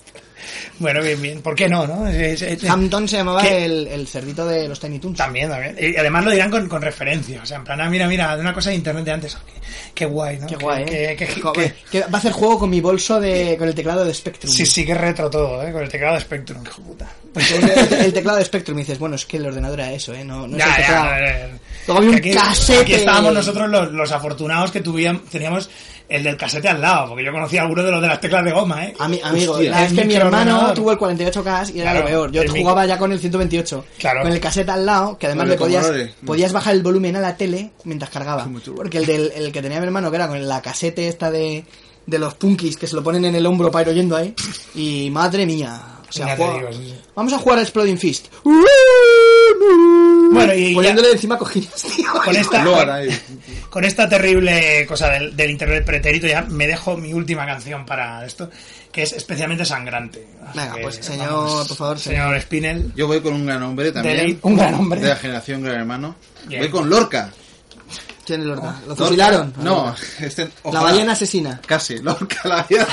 S6: bueno bien bien por qué no no Es- es- es-
S7: Hampton se llamaba
S6: ¿Qué?
S7: el, el cerdito de los Tiny Toons.
S6: También, también. Y además lo dirán con, con referencia. O sea, en plan, ah, mira, mira, de una cosa de internet de antes. Qué, qué guay, ¿no?
S7: Qué guay,
S6: Qué-
S7: ¿eh?
S6: qué- qué-
S7: Joder,
S6: qué-
S7: que va a hacer juego con mi bolso de, con el teclado de Spectrum.
S6: Sí, sí, qué retro todo, ¿eh? Con el teclado de Spectrum, qué hijo de puta.
S7: Pues El, el teclado de Spectrum y dices, bueno, es que el ordenador era eso, ¿eh? No, no es
S6: Ya,
S7: el
S6: ya,
S7: teclado.
S6: ya, ya.
S7: Luego había un
S6: Aquí-
S7: casete.
S6: Aquí estábamos nosotros los, los afortunados que tuvían, teníamos el del casete al lado, porque yo conocía alguno de los de las teclas de goma, ¿eh?
S7: A mi- amigo,
S5: Hostia.
S7: la vez
S6: El
S7: que mi hermano
S6: microordenador.
S7: tuvo el 48K y era
S6: Claro,
S7: lo peor. Yo
S6: el mic-
S7: jugaba ya con el 128.
S6: Claro.
S7: Con el cassette al lado, que además
S5: Vale,
S7: le podías,
S5: Commodore.
S7: podías bajar el volumen a la tele mientras cargaba.
S5: Como tú.
S7: Porque el, del, el que tenía mi hermano, que era con la casete esta de, de los punkis que se lo ponen en el hombro para ir oyendo ahí. Y madre mía. O sea,
S6: Ya te
S7: jugaba-
S6: digo, sí, sí.
S7: Vamos a jugar a Exploding Fist.
S6: Bueno, y ya-
S7: Poniéndole encima cojines, tío.
S6: Con esta,
S5: Lo hará ahí.
S6: con esta terrible cosa del, del internet pretérito ya me dejo mi última canción para esto, que es especialmente sangrante. Así
S7: Venga,
S6: que,
S7: pues, señor,
S6: vamos,
S7: por favor,
S6: señor Spinel.
S5: Yo voy con un gran hombre también,
S6: Del- un gran hombre.
S5: de la generación Gran Hermano.
S6: Bien.
S5: Voy con Lorca.
S7: ¿Quién es Lorca? ¿Lo fusilaron?
S5: Oh. No, este,
S7: La
S5: ojalá.
S7: ballena asesina.
S5: Casi, Lorca la ballena.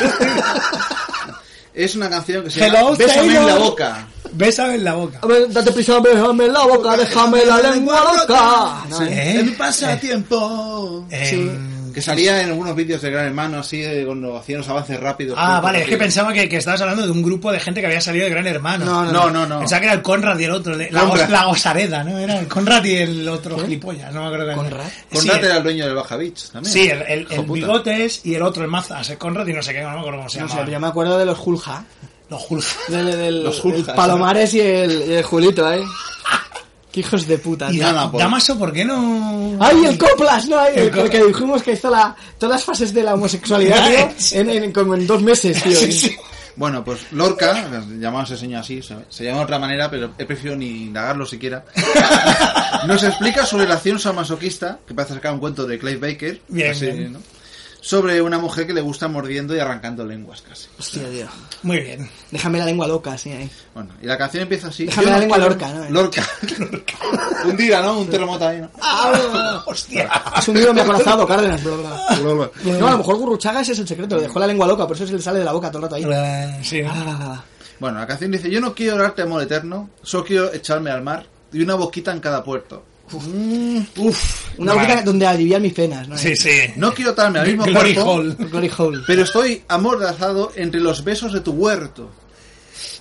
S5: Es una canción que se llama
S6: Hello,
S5: Bésame en la
S6: Taylor.
S5: boca.
S6: Bésame en la boca.
S7: A ver, date prisa, déjame la boca, déjame la lengua loca. No, ¿eh?
S6: ¿Eh?
S5: El pasatiempo.
S6: Eh,
S7: Sí.
S5: Que salía en algunos vídeos de Gran Hermano, así, eh, cuando hacían los avances rápidos.
S6: Ah,
S5: cortos,
S6: vale, es que
S5: rápidos.
S6: pensaba que, que estabas hablando de un grupo de gente que había salido de Gran Hermano.
S7: No,
S5: No, no, no.
S6: Pensaba que era el Conrad y el otro, el- la,
S5: Conrad.
S6: gos- la gozareda, ¿no? Era el Conrad y el otro gilipollas, no me acuerdo. qué
S7: ¿Conrad?
S6: era. Sí,
S5: Conrad
S6: el-
S5: era el dueño del Baja Beach también.
S6: Sí, el, el,
S5: Hijo
S6: el
S5: puta.
S6: bigotes y el otro, el mazas, el Conrad y no sé qué, no me acuerdo cómo se
S7: No sé,
S6: llamaba.
S7: pero yo me acuerdo de los ¿eh? Julja.
S6: Los Hulk.
S7: De- de- del-
S5: Los Julja,
S7: el Palomares y el, y el Julito, ¿eh? Qué hijos de puta.
S6: Y
S7: tío.
S6: Da-
S5: nada, por-
S6: Damaso, ¿por qué no...?
S7: ¡Ay, el Coplas! No, el,
S6: pues. El
S7: el
S6: Coplas.
S7: que dijimos que hizo la, todas las fases de la homosexualidad, tío, en, en- como en dos meses, tío.
S6: Sí, sí.
S5: Bueno, pues Lorca, llamado ese señor así, se, se llama de otra manera, pero he preferido ni indagarlo siquiera. Nos explica su relación masoquista, que parece sacar un cuento de Clive Baker.
S6: Bien,
S5: así,
S6: bien.
S5: ¿no? Sobre una mujer que le gusta mordiendo y arrancando lenguas casi.
S7: Hostia, tío.
S6: Muy bien.
S7: Déjame la lengua loca, sí, ahí.
S5: Bueno, y la canción empieza así.
S7: Déjame
S5: Yo
S7: la
S5: no
S7: lengua
S5: quiero-
S7: Lorca, ¿no?
S5: Lorca. un día, ¿no? Un terremoto ahí, ¿no?
S6: Ah, Hostia.
S7: Es un libro acorazado, Cárdenas, bla, bla. No, a lo mejor Gurruchaga ese es el secreto, le dejó la lengua loca, por eso se le sale de la boca todo el rato ahí.
S6: Eh, sí.
S5: Bueno, la canción dice, yo no quiero orarte amor eterno, solo quiero echarme al mar y una boquita en cada puerto.
S7: Mm.
S6: Uf.
S7: Una
S6: Vale.
S7: boquita donde aliviar mis penas, ¿no?
S6: Sí, sí.
S5: No quiero darme al mismo
S6: Glory
S5: cuerpo,
S6: Hall.
S7: Glory Hole.
S5: pero estoy amordazado entre los besos de tu huerto.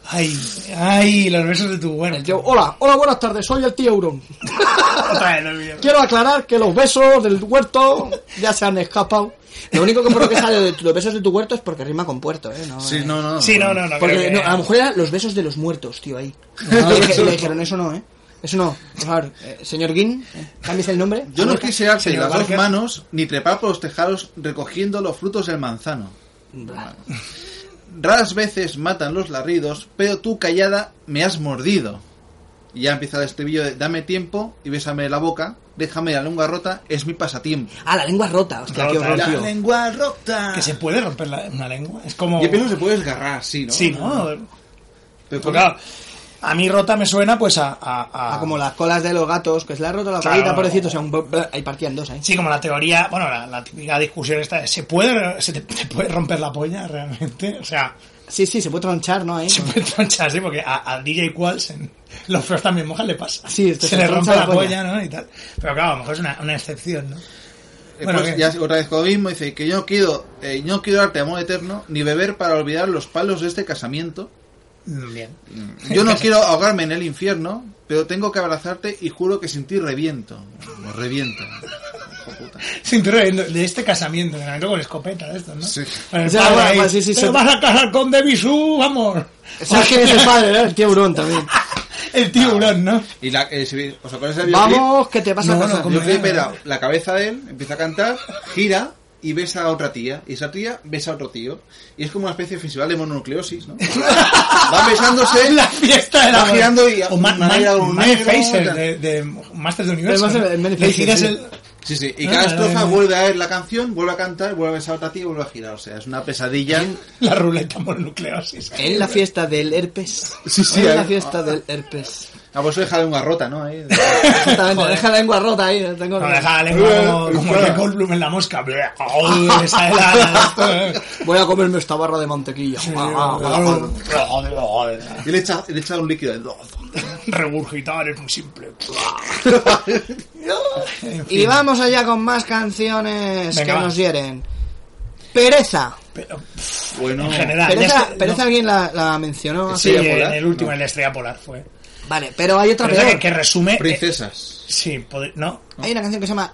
S6: Ay, ay, los besos de tu bueno.
S7: Yo, hola, hola, buenas tardes, soy el tío Euron.
S6: Otra vez, no olvido.
S7: Quiero aclarar que los besos del huerto ya se han escapado. Lo único que creo que sale de los besos de tu huerto es porque rima con puerto, ¿eh? No,
S5: Ah, Sí,
S7: eh.
S5: no, no.
S6: Sí, no, no, no.
S7: Porque
S6: creo que-
S7: no, a lo mejor eran los besos de los muertos, tío, ahí. le, dije- le dijeron, eso no, ¿eh? Eso no. Por favor, eh, señor Guin, ¿eh? ¿cambies el nombre? Ah,
S5: Yo no quise darte
S6: Señor
S5: las dos
S6: Barker.
S5: manos ni trepar por los tejados recogiendo los frutos del manzano.
S7: Bla.
S5: Raras veces matan los larridos, pero tú callada me has mordido. Y ya empieza el estribillo de dame tiempo y bésame la boca, déjame la lengua rota, es mi pasatiempo.
S7: Ah, la lengua rota, hostia, qué
S6: Rota,
S7: horror,
S6: la
S7: tío.
S5: lengua rota.
S6: Que se puede romper la- una lengua. Es como.
S5: Y el pelo se puede desgarrar, sí, ¿no?
S6: Sí, ¿no?
S5: Pero
S6: Pues claro, a mí rota me suena pues a. a- a-
S7: Ah, como las colas de los gatos, que se le ha roto la
S6: Claro.
S7: colita, pobrecito, o sea, un... bla, bla, ahí partían dos, ¿eh?
S6: Sí, como la teoría. Bueno, la, la típica discusión esta. de, ¿Se puede, se te, te puede romper la polla realmente? O sea,
S7: Sí, sí, se puede tronchar, ¿no? Ahí.
S6: se puede tronchar, sí, porque a, a DJ Qualls en los feos también moja le pasa.
S7: Sí,
S6: se,
S7: esto se
S6: le
S7: troncha
S6: rompe
S7: la
S6: la polla,
S7: polla.
S6: ¿no? Y tal. Pero claro, a lo mejor es una, una excepción, ¿no?
S5: Después
S6: Bueno, ¿qué?
S5: Eh, pues ya otra vez con lo mismo, dice que yo no quiero, eh, yo no quiero darte amor eterno, ni beber para olvidar los palos de este casamiento,
S6: Mm, Bien.
S5: Yo no quiero ahogarme en el infierno, pero tengo que abrazarte y juro que sin ti reviento. Me reviento. Hijo de puta.
S6: Sin reviento, de este casamiento, casamiento con escopeta, de estos, ¿no?
S5: Sí.
S6: Con el
S7: O sea,
S6: pavo
S7: va-
S6: ahí,
S7: va- sí, sí,
S6: "Te
S7: se-
S6: vas a casar con Debisu, vamos.
S7: ¿Sabes quién es el padre? ¿no? El tío Brun también.
S6: El tiburón, ¿no?
S5: Y la, eh, si os acordáis del videoclip,
S7: Vamos, que te vas a
S6: No, no,
S7: casar.
S5: el videoclip
S6: no.
S5: era la cabeza de él, empieza a cantar, gira y besa a otra tía. Y esa tía besa a otro tío. Y es como una especie de festival de mononucleosis, ¿no? Va besándose.
S6: La fiesta de la
S5: Va girando y-
S6: o Ma-
S5: una negra,
S6: Ma-
S5: un
S6: Ma-
S5: negro,
S6: Facer
S5: tal.
S6: de, de Masters de Universo.
S7: Además,
S6: ¿no?
S7: el- el-
S6: Le giras
S7: sí.
S6: el-
S5: Sí, sí. Y
S6: Ah,
S5: cada
S6: vale,
S5: estrofa
S6: vale.
S5: vuelve a ver la canción, vuelve a cantar, vuelve a besar a otra tía, vuelve a girar. O sea, es una pesadilla.
S6: la ruleta mononucleosis.
S7: En la fiesta del herpes.
S5: Sí, eh. sí,
S7: En la
S5: ahí.
S7: fiesta del herpes.
S5: A vos deja de una rota, ¿no? Ahí.
S7: Exactamente, deja la lengua rota ahí. no Tengo
S6: No deja la lengua como, como el de Goldblum en la mosca. Bleh, oh, le sale la-
S7: Voy a comerme esta barra de mantequilla. Ah, ah, ah, ah.
S5: Y le echa, le echa un líquido.
S6: Regurgitar es muy simple. En fin,
S7: Y vamos allá con más canciones
S6: Venga,
S7: que
S6: va.
S7: nos hieren. Pereza.
S6: pero-
S5: Bueno.
S6: en general. ya
S7: Pereza,
S6: está-
S7: pereza
S6: no.
S7: alguien la, la mencionó.
S6: Sí,
S5: Estrella
S6: en
S5: Polar,
S6: el último,
S5: no.
S6: el de Estrella Polar fue.
S7: Vale, pero hay otra
S6: Pero es la que,
S7: peor.
S6: que resume. eh,
S5: Princesas.
S6: sí, pod- no,
S7: Hay una canción que se llama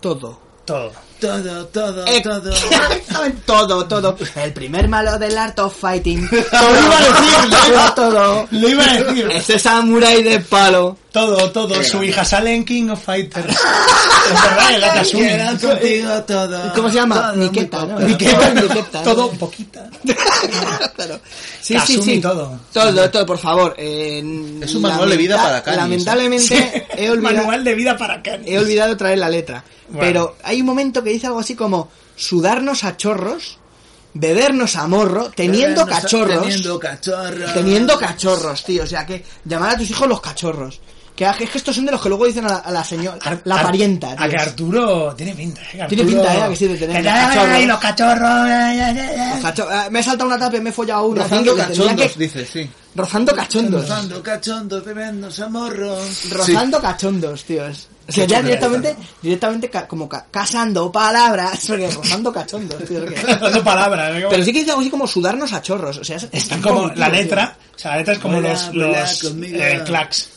S7: Todo.
S6: todo.
S5: Todo, todo,
S7: Exactamente, todo, todo. El primer malo del Art of Fighting. Todo iba a decir, todo, todo.
S6: Lo iba a decir.
S7: Ese samurái de palo.
S6: Todo, todo. Su hija sale en King of Fighters. es verdad, el Akasumi.
S5: contigo todo.
S7: ¿Cómo se llama? Niqueta, ¿no?
S6: Niqueta, ¿no?
S7: Niqueta, ¿no?
S6: Todo, poquita.
S7: Claro. Sí, sí,
S6: Kasumi,
S7: sí.
S6: todo.
S7: Todo, todo, por favor. Eh,
S5: Es un manual de vida
S7: lamenta-
S5: para canis,
S7: Lamentablemente he, olvidado,
S6: Manual de vida para Kanye.
S7: he olvidado traer la letra.
S6: Bueno.
S7: Pero hay un momento que dice algo así como sudarnos a chorros, bebernos a morro, teniendo cachorros.
S5: Teniendo cachorros.
S7: Teniendo cachorros, tío. O sea, que llamar a tus hijos los cachorros. Que, es que estos son de los que luego dicen a la, a la señora,
S6: Ar-
S7: la
S6: Ar-
S7: parienta.
S6: A
S7: tío.
S6: que Arturo tiene pinta. eh, que
S7: Tiene
S6: Arturo-
S7: pinta, eh, que sí, de tener
S6: Que ya, ya, ya,
S7: cachorros.
S6: y los cachorros. eh, ya, ya, ya, ya.
S7: Los cacho- ah, Me he saltado una tapa y me he follado una.
S5: Rozando
S7: tío, que tenía
S5: cachondos,
S7: que-
S5: dice, sí.
S7: Rozando cachondos.
S5: Rozando cachondos, bebiendo chamorros.
S7: Rozando cachondos, tíos. O sea, ya directamente, directamente ca- como ca- casando palabras, porque rozando cachondos, tío. es que-
S6: Dando palabras. eh, como-
S7: Pero sí que dice algo así como sudarnos a chorros. O sea, es-
S6: Están como la
S7: tío.
S6: letra. O sea, la letra es como
S5: Vuela,
S6: los,
S5: vuela
S6: los
S5: conmigo.
S6: eh, clacks.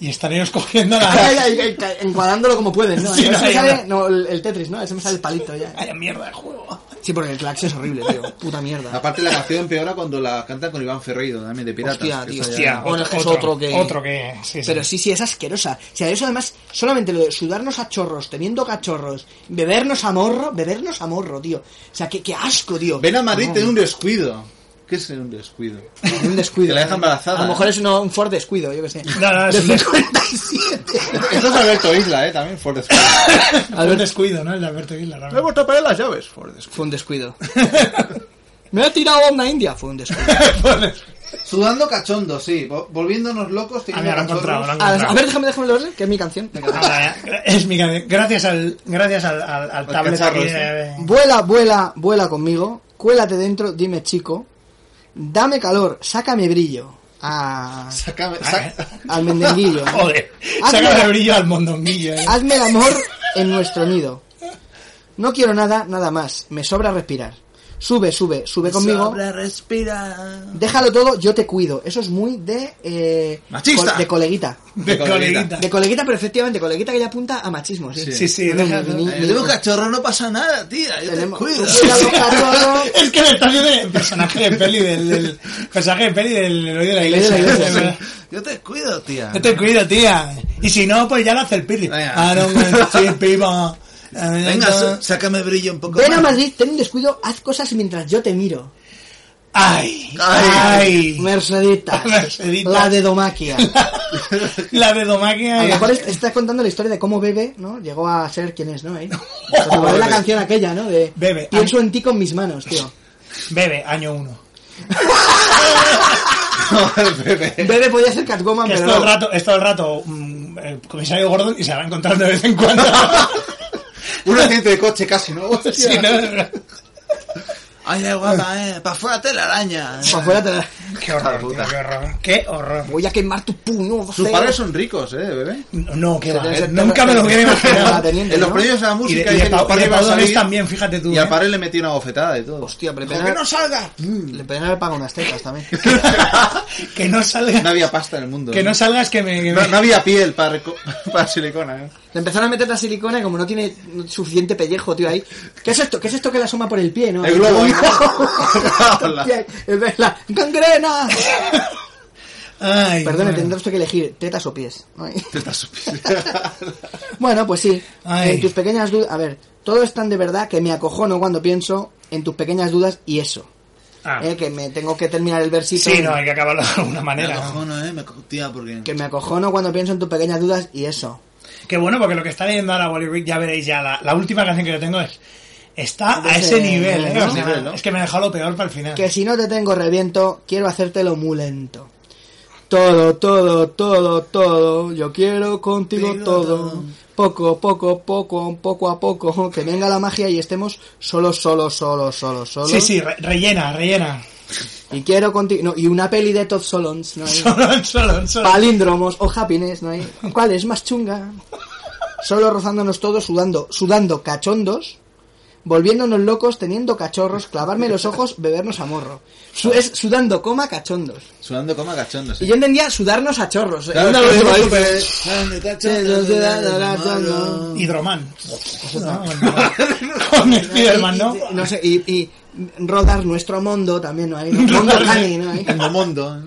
S6: Y están ellos cogiendo
S7: Ay,
S6: la.
S7: ay, ay, ay, Encuadrándolo como pueden, ¿no?
S6: Sí,
S7: Ese
S6: no,
S7: me
S6: ya,
S7: sale-
S6: ya.
S7: no, el el Tetris, ¿no? Ese me sale el palito ya.
S6: Vaya mierda de juego.
S7: Sí, porque el clax es horrible, tío. Puta mierda.
S5: Aparte la canción empeora cuando la cantan con Iván Ferreiro, también de piratas.
S7: Hostia,
S5: que
S7: tío,
S5: está
S7: hostia.
S5: ya-
S7: Bueno, es que es otro que-
S6: Otro que. Sí, sí.
S7: Pero sí, sí, es asquerosa. O sea, eso además, solamente lo de sudarnos a chorros, teniendo cachorros, bebernos a morro, bebernos a morro, tío. O sea, qué, qué asco, tío.
S5: Ven a Madrid
S7: No,
S5: en un descuido. ¿Qué es un descuido?
S7: un descuido.
S5: Te la deja embarazada,
S7: A lo mejor
S5: ¿eh?
S7: es uno- un Ford descuido, yo qué sé.
S6: No, no, es un
S7: De
S6: descuido.
S7: 57.
S5: Esto es Alberto Isla, eh, también Ford Descuido.
S6: Fue un descuido, ¿no? El de Alberto
S5: Me
S6: Isla.
S5: he
S6: realmente.
S5: vuelto a perder las llaves, Ford Descuido.
S7: Fue un descuido. Me ha tirado a una india, fue un descuido.
S5: Sudando cachondo, sí. vo- Volviéndonos locos.
S6: Ah, mira, lo he
S5: cachorros.
S6: encontrado, lo he
S7: A,
S6: encontrado.
S7: a ver, déjame, déjame leerle, que es mi canción. Venga, va.
S6: Ah, ya. Es mi canción. Gracias al, gracias al, al, al tablet
S5: cacharro
S6: aquí,
S5: este.
S6: eh,
S7: Vuela, vuela, vuela conmigo. Cuélate dentro, dime chico. Dame calor, sácame brillo. A,
S5: Sácame-
S6: Ah, ¿eh?
S5: sa-
S7: al mendenguillo.
S6: Joder,
S7: Hazme-
S6: saca el brillo al mondonguillo. eh.
S7: Hazme el amor en nuestro nido. No quiero nada, nada más. Me sobra respirar. Sube, sube, sube conmigo. Déjalo todo, yo te cuido. Eso es muy de. eh,
S5: Machista.
S7: co- de coleguita.
S6: De coleguita.
S7: De coleguita, pero efectivamente, coleguita que ya apunta a machismo. Sí,
S6: Sí, sí,
S7: No, no,
S6: deja-
S7: ni- ni-
S5: Eh, tengo un cachorro, no pasa nada, tía. Yo
S7: Tenemos-
S5: te cuido.
S7: Sí, sí. Cachorro.
S6: Es que me está haciendo el personaje de peli del, del- personaje de peli del héroe de la
S7: El héroe
S6: iglesia.
S7: de la iglesia,
S6: de verdad.
S5: Yo te cuido, tía.
S6: Yo te cuido, tía. Y si no, pues ya lo hace el pirri.
S5: Venga.
S6: Ah, no, güey, sí, piba. Eh,
S5: Venga,
S6: no.
S5: sa- sácame brillo un poco.
S7: Ven a
S5: más.
S7: Madrid, ten un descuido, haz cosas mientras yo te miro.
S6: Ay,
S5: Ay.
S6: ay.
S7: Mercedita.
S6: Mercedita.
S7: La de Domaquia.
S6: La bedomaquia.
S7: A lo
S6: es-
S7: mejor es- estás contando la historia de cómo Bebe, ¿no? Llegó a ser quien es, ¿no? Ahí. Porque igual es la canción aquella, ¿no? De
S6: Bebe.
S7: Pienso en ti con mis manos, tío.
S6: Bebe, año uno.
S7: Bebe podía ser Catwoman,
S6: Que es
S7: pero
S6: todo el
S7: no.
S6: rato, es todo el rato mm, el comisario Gordon y se la va encontrando de vez en cuando.
S5: Un accidente de coche casi, ¿no? Hostia.
S6: Sí, no, no, no.
S5: Ay, la guapa, eh. Pa' fuera telaraña.
S7: Para afuera te la...
S6: Qué horror, tío, qué horror. Qué horror.
S7: Voy a quemar tu puño.
S5: Sus
S7: feo.
S5: padres son ricos, eh, bebé.
S6: No, qué va.
S7: Debe
S6: eh,
S7: ser
S6: Nunca me lo hubiera
S7: terrateniente,
S6: imaginado.
S7: terrateniente,
S5: Ah, En los
S7: ¿no?
S5: premios de la
S6: Ah, Y de,
S5: música
S6: y de,
S5: dicen que el
S6: pa- y
S5: padre
S6: de
S5: va a
S6: Padones
S5: salir,
S6: también, fíjate tú.
S5: Y al
S6: eh.
S5: padre le metió una bofetada y todo.
S7: Hostia, pero mm.
S5: Dijo,
S7: era-
S5: que no salga.
S7: Le podrían haber pagado unas tetas también.
S6: que no salga.
S5: No había pasta en el mundo.
S6: Que no salgas que me... que
S5: No-
S6: me-
S5: no había piel para, reco- para silicona, eh.
S7: Le empezaron a meter la silicona y como no tiene suficiente pellejo, tío, ahí. ¿Qué es esto? ¿Qué es esto que la asoma por el pie, no?
S5: El globo,
S7: Ahí,
S5: ¿eh? Hola.
S7: Hostia, Es verdad. ¡Gangrena!
S6: Ay,
S7: Perdone,
S6: bueno.
S7: tendrá usted que elegir tetas o pies. Ay.
S5: Te estás
S7: Bueno, pues sí.
S6: Ay.
S7: Eh, tus pequeñas dudas. A ver, todo es tan de verdad que me acojono cuando pienso en tus pequeñas dudas y eso.
S6: Ah,
S7: Eh, que me tengo que terminar el versito.
S6: Sí, no, hay que acabarlo de alguna manera.
S5: no, eh. Me co- tía, porque.
S7: Que me acojono cuando pienso en tus pequeñas dudas y eso.
S6: Que bueno, porque lo que está leyendo ahora Wally Rick, ya veréis ya, la, la última canción que yo tengo es... Está a
S7: Ese-
S6: ese nivel, ¿eh?
S7: ¿no?
S6: O sea,
S5: Nivel, ¿no?
S6: Es que me ha dejado lo peor para el final.
S7: Que si no te tengo reviento, quiero hacértelo muy lento. Todo, todo, todo, todo, yo quiero contigo
S5: Digo
S7: todo.
S5: todo.
S7: Poco, poco, poco, poco a poco, que venga la magia y estemos solos, solos, solos, solos, solos.
S6: Sí, sí, re- rellena, rellena.
S7: Y quiero contigo, no, y una peli de Todd Solons, ¿no? hay?
S6: Solo, solo, solo.
S7: Palíndromos o happiness, ¿no? hay? ¿Cuál es más chunga? Solo rozándonos todos, sudando, sudando cachondos, volviéndonos locos, teniendo cachorros, clavarme los ojos, bebernos a morro. Su- es sudando, coma, cachondos.
S5: Sudando como agachando,
S7: Y yo entendía sudarnos a chorros.
S5: Claro,
S7: Era
S5: es que
S7: lo
S5: es
S7: que
S5: súper-
S7: dices.
S6: Hidroman. No, bueno. Con Spiderman, ¿no?
S7: Y- y- No sé, y, y rodar nuestro mundo también, ¿no? Hay, ¿no? Mondo Honey, ¿no? Hay.
S5: En el ¿eh? mundo.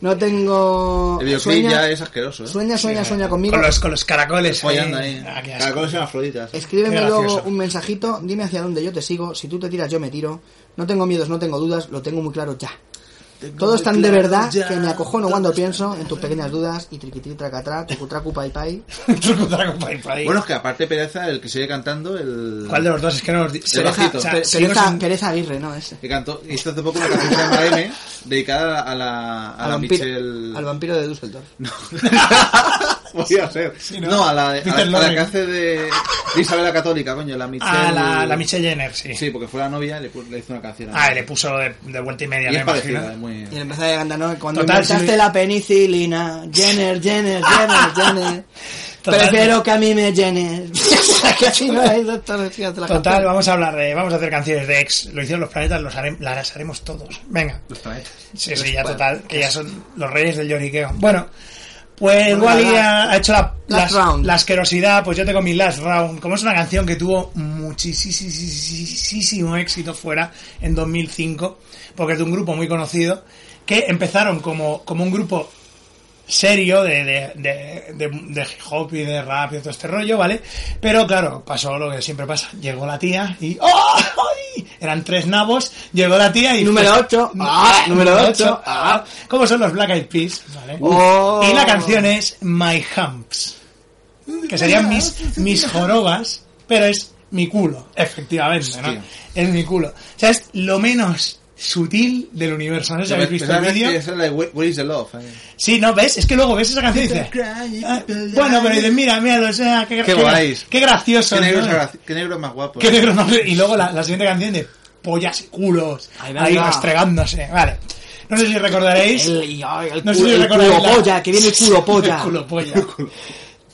S7: No tengo...
S5: El videoclip
S7: sueña,
S5: ya es asqueroso, ¿eh?
S7: Sueña, sueña, sueña conmigo.
S6: Con los, con los caracoles.
S5: Follando
S6: ahí.
S5: ahí.
S6: Ah, qué asco.
S5: Caracoles en afroditas.
S7: Escríbeme
S6: Qué
S7: luego
S6: gracioso.
S7: un mensajito, dime hacia dónde yo te sigo, si tú te tiras yo me tiro, no tengo miedos, no tengo dudas, lo tengo muy claro ya. Todo es tan de verdad que me acojono cuando pienso en tus pequeñas dudas y triquitri tracatrá, tucutracu pai pai.
S6: Truco, traco, pai, pai.
S5: Bueno, es que aparte Pereza, el que sigue cantando, el...
S6: ¿Cuál de los dos? Es que no los di-
S5: El
S7: Pereza,
S5: bajito.
S6: O sea,
S7: per-
S6: sigo
S7: pereza-
S6: sin-
S7: pereza Aguirre, ¿no? Ese.
S5: Que cantó, hizo hace poco una canción que se llama M, dedicada a la, a
S7: al,
S5: la
S7: vampiro,
S5: Michelle...
S7: al vampiro de Düsseldorf.
S5: Podía ser.
S6: ¿no?
S5: ¿no? a la, de- a,
S6: Peter
S5: a la
S6: Lorre.
S5: que hace de, de Isabel la Católica, coño, la Michelle...
S6: Ah, la, la Michelle Jenner, sí.
S5: Sí, porque fue la novia y le, pu- le hizo una canción. a-
S6: Ah, y le puso de, de vuelta y media,
S5: Y
S6: me
S5: es parecida,
S6: imagino.
S5: es muy...
S7: Y le empezó a cantar, ¿no? Cuando
S6: Total,
S7: inventaste
S6: si-
S7: la penicilina, Jenner, Jenner, Jenner, Jenner.
S6: Total.
S7: Prefiero que a mí me llenes. que así no hay doctor. sí, te la
S6: Total,
S7: canto.
S6: vamos a hablar de. Vamos a hacer canciones de ex. Lo hicieron los planetas, los haremos, las haremos todos. Venga.
S5: Los planetas.
S6: Sí, sí, ya total. Que ya son los reyes del lloriqueo. Bueno, pues Wally
S7: la-
S6: ha, ha hecho la,
S7: Last
S6: la-
S7: Round.
S6: la asquerosidad. Pues yo tengo mi Last Round. Como es una canción que tuvo muchísimo éxito fuera en 2005. Porque es de un grupo muy conocido. Que empezaron como, como un grupo serio de, de, de, de, de hip hop y de rap y todo este rollo, ¿vale? Pero claro, pasó lo que siempre pasa. Llegó la tía y... ¡Oh! ¡Ay! Eran tres nabos, llegó la tía y... pues,
S7: Número ocho. Ah, número ocho.
S6: ocho. Ah. ¿Cómo son los Black Eyed Peas? ¿Vale?
S7: Oh.
S6: Y la canción es My Humps, que serían mis, mis jorobas, pero es mi culo, efectivamente, ¿no?
S5: Hostia.
S6: Es mi culo. O sea, es lo menos sutil del universo. No sé si habéis visto el
S5: Pensaba que
S6: vídeo.
S5: Esa es la de Where Where is the Love. eh.
S6: Sí, no, ves, es que luego ves esa canción y dices. "Ah, Bueno, pero dices, mira, mira, o sea, qué,
S5: Qué
S6: qué-
S5: guays.
S6: Qué gracioso.
S5: Qué negro,
S6: ¿no?
S5: es gra- qué negro es más guapo. eh.
S6: Qué negro, ¿no? Y luego la, la siguiente canción de pollas y culos.
S7: Ahí
S6: Ahí,
S7: va, ahí va.
S6: rastregándose. Vale. No sé si recordaréis.
S7: El, y- ay, el
S6: no sé
S7: culo,
S6: si
S7: el
S6: recordaréis.
S7: culo
S6: la-
S7: polla, que viene el culo polla.
S6: el culo polla.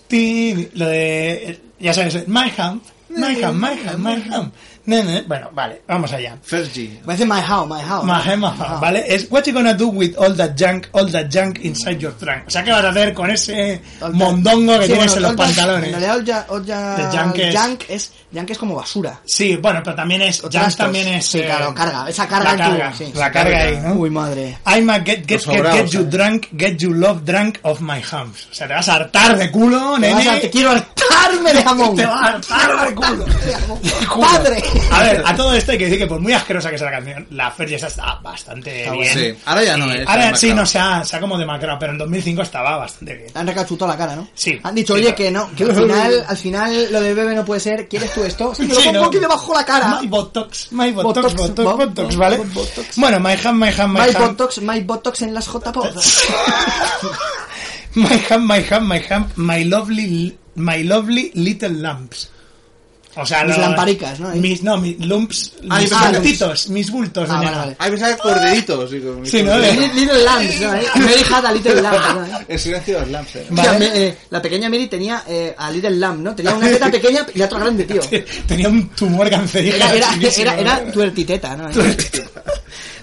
S6: Tin, lo de. Ya sabes, My Hump, My Hump, My Hump, My Hump. Nene. Bueno, vale, vamos allá.
S5: Fergie.
S7: Parece My How, My How.
S6: Majema, ¿vale? Es what you gonna do with all that junk, all that junk inside your trunk. O sea, ¿qué vas a hacer con ese
S7: Eh, All that-
S6: mondongo que
S7: Sí,
S6: tienes
S7: bueno,
S6: en los
S7: all that-
S6: pantalones?
S7: En realidad, all ya- all ya-
S6: The junk es-
S7: junk es... Junk es como basura.
S6: Sí, bueno, pero también es,
S7: O
S6: junk
S7: trastos.
S6: también es...
S7: Sí,
S6: eh,
S7: claro, carga. Esa
S6: La
S7: carga en tu-
S6: carga,
S7: sí.
S6: la carga ahí, ¿no?
S7: Uy, madre.
S6: I'm a get, get,
S5: Los
S6: get,
S5: sobrados,
S6: get you
S5: ¿sabes?
S6: drunk, get you love drunk of my humps. O sea, te vas a hartar de culo,
S7: Te,
S6: nene.
S7: vas a- te quiero hartarme de jamón.
S6: Te vas a hartar de culo.
S7: De
S6: Culo.
S7: ¡Padre!
S6: A ver, a todo esto hay que decir que por muy asquerosa que sea la canción, la Fergie esa está bastante bien.
S5: Ah, Sí, ahora ya no
S6: Y
S5: es.
S6: Ahora
S5: es
S6: sí,
S5: macabro.
S6: no se ha, se ha como demacrado, pero en 2005 estaba bastante bien.
S7: Le han recachutado la cara, ¿no?
S6: Sí.
S7: Han dicho,
S6: Sí,
S7: oye,
S6: claro.
S7: que no, que al final, al final lo de bebé no puede ser. ¿Quieres tú esto? Sí, me lo
S6: Sí,
S7: pongo
S6: ¿no?
S7: aquí debajo la cara.
S6: My Botox, My Botox,
S7: Botox,
S6: Botox,
S7: bo-
S6: Botox,
S7: bo-
S6: ¿vale?
S7: botox.
S6: Bueno, My Ham, My Ham, My,
S7: My
S6: Ham.
S7: Botox, My Botox en las j
S6: My Ham, My Ham, My Ham, My Lovely, My Lovely Little Lamps. O sea,
S7: Mis
S6: los-
S7: lamparicas, ¿no? Ahí.
S6: Mis, no, mis lumps,
S5: Ah,
S6: mis
S5: yo pensaba que-
S6: bultitos, mis bultos. de
S7: Ah, vale,
S6: ñaca.
S7: vale.
S5: Ahí me sale corderitos. digo, mi
S6: Sí, ¿no?
S5: cordero.
S7: Little, Little Lambs, ¿no? Eh? Mary had a Little Lamb. ¿no? Eh.
S5: El silencio de los lamps, eh.
S7: O sea,
S6: Vale.
S7: me- eh, la pequeña Mary tenía eh, a Little Lamb, ¿no? Tenía una teta pequeña y la otra grande, tío.
S6: Tenía un tumor cancerígeno.
S7: Era, era,
S6: chinísimo,
S7: era, era
S6: ¿no?
S7: tuertiteta, ¿no? Eh.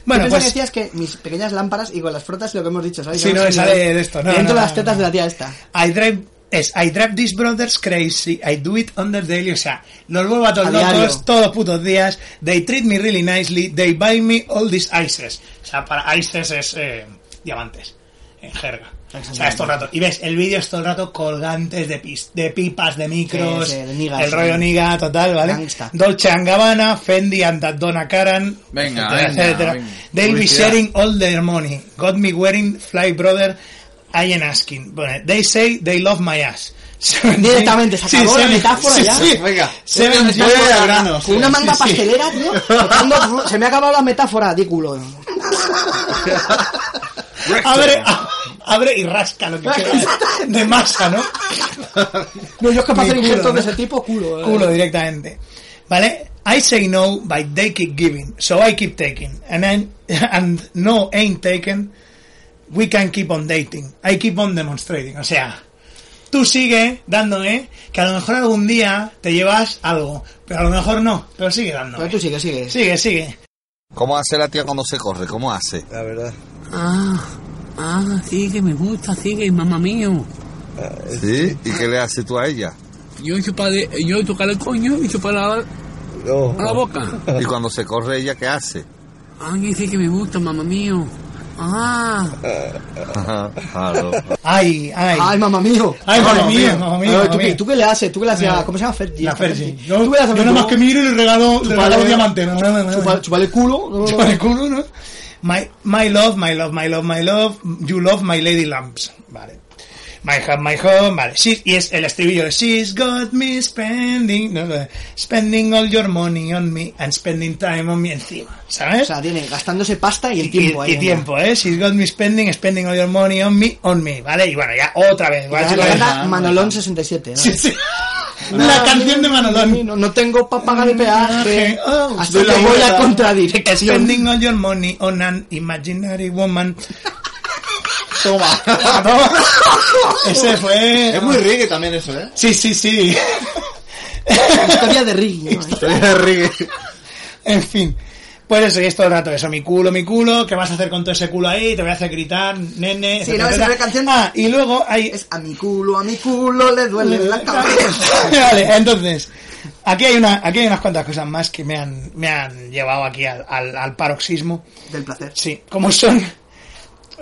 S6: Bueno,
S7: Yo pensé que
S6: pues...
S7: decías que mis pequeñas lámparas y con las frotas lo que hemos dicho, ¿sabes?
S6: Sí,
S7: Que
S6: no,
S7: hemos
S6: esa
S7: unido
S6: de- de esto, no,
S7: Dentro
S6: no,
S7: de las
S6: no,
S7: tetas
S6: no.
S7: de la tía esta.
S6: I drive es I drive these brothers crazy, I do it on the daily, o sea, los vuelvo a todos
S7: A
S6: locos
S7: diario.
S6: todos los putos días, they treat me really nicely, they buy me all these ices. O sea, para ices es eh, diamantes, en jerga.
S7: Ah,
S6: O sea, es todo el rato. Y ves, el vídeo es todo el rato colgantes de, pis- de pipas, de micros,
S7: Sí, sí, de migas,
S6: el rollo
S7: sí.
S6: niga total, ¿vale?
S7: Gangsta.
S6: Dolce and Gabbana, Fendi and that Donna Karan,
S5: Venga,
S6: etcétera,
S5: venga,
S6: etcétera.
S5: venga.
S6: They'll be
S5: Publicidad.
S6: sharing all their money. Got me wearing Fly Brother. I am asking. Bueno, they say they love my ass.
S7: Directamente, se acabó la metáfora
S6: sí,
S7: ya.
S6: Sí,
S5: Venga.
S6: Seven
S5: Venga,
S6: years
S5: venga,
S6: of
S5: venga.
S6: granos.
S7: Con una
S6: Sí,
S7: manga
S6: sí.
S7: pastelera, tío. tocando fru- Se me ha acabado la metáfora, di culo.
S6: Abre, abre y rasca lo que queda de masa, ¿no?
S7: No, yo es que para
S6: Mi
S7: hacer
S6: culo,
S7: injertos de
S6: ¿no?
S7: ese tipo, culo. eh.
S6: Culo directamente. ¿Vale? I say no, but they keep giving. So I keep taking. And, I'm- and no ain't taken. We can keep on dating. I keep on demonstrating. O sea, tú sigue dándome que a lo mejor algún día te llevas algo. Pero a lo mejor no. Pero sigue dándome.
S7: Pero tú sigue, sigue.
S6: Sigue, sigue.
S1: ¿Cómo hace la tía cuando se corre? ¿Cómo hace?
S8: La verdad.
S9: Ah, ah, sigue, me gusta, sigue, mamá mío.
S1: ¿Sí? ¿Y qué le haces tú a ella?
S9: Yo chuparé, yo tocaré el coño y chupar a,
S8: No.
S9: a la boca.
S1: Oh. ¿Y cuando se corre ella qué hace?
S9: Ah, que sí que me gusta, mamá mío. Ah.
S1: Claro.
S6: Ay, ay.
S7: Ay, mamá mío.
S6: Ay, mamá mía, mamá mía,
S7: Eh,
S6: mamá
S7: ¿tú, qué-
S6: mía.
S7: ¿Tú qué le haces? ¿Tú qué le haces?
S6: Mira.
S7: a- ¿Cómo se llama? Fergie.
S6: la
S7: esta
S6: Fergie.
S7: Fergie.
S6: Yo,
S7: ¿Tú qué le haces a
S6: yo
S7: Fergie?
S6: nomás que miro y le regalo, le
S7: Chúpale-
S6: regalo un diamante.
S7: Chupa- Chupale el culo. no, no, no.
S6: Chupar el culo, ¿no? My, my love, my love, my love, my love, you love my lady lamps. Vale. My home, my home, vale. She's- y es el estribillo de She's got me spending, no, no, spending all your money on me and spending time on me encima, ¿sabes?
S7: O sea, tiene gastándose pasta y el
S6: Y- y,
S7: tiempo ahí.
S6: y
S7: ¿no?
S6: tiempo, ¿eh? She's got me spending, spending all your money on me, on me, ¿vale? Y bueno, ya otra vez.
S7: Y
S6: guacho,
S7: la
S6: guacho.
S7: canta Manolón 67. ¿no?
S6: Sí, sí. La canción de Manolón.
S7: No, no tengo para pagar el peaje.
S6: Oh,
S7: Hasta
S6: de la Este
S7: que voy a
S6: boda.
S7: contradicción.
S6: Spending all your money on an imaginary woman.
S5: Toma.
S6: Ese fue.
S5: Es muy reggae también eso, ¿eh?
S6: Sí, sí, sí.
S7: Historia de Riggy. ¿no?
S6: Este
S5: Es reggae.
S6: en fin. Pues eso, y es todo el rato eso, mi culo, mi culo, ¿qué vas a hacer con todo ese culo ahí? Te voy a hacer gritar, nene,
S7: Sí,
S6: etcétera,
S7: no, esa
S6: etcétera.
S7: canción-
S6: Ah, y luego hay...
S7: Es a mi culo, a mi culo le duele la cabeza.
S6: vale, entonces, aquí hay, una, aquí hay unas cuantas cosas más que me han, me han llevado aquí al- al- al paroxismo.
S7: Del placer.
S6: Sí, como son.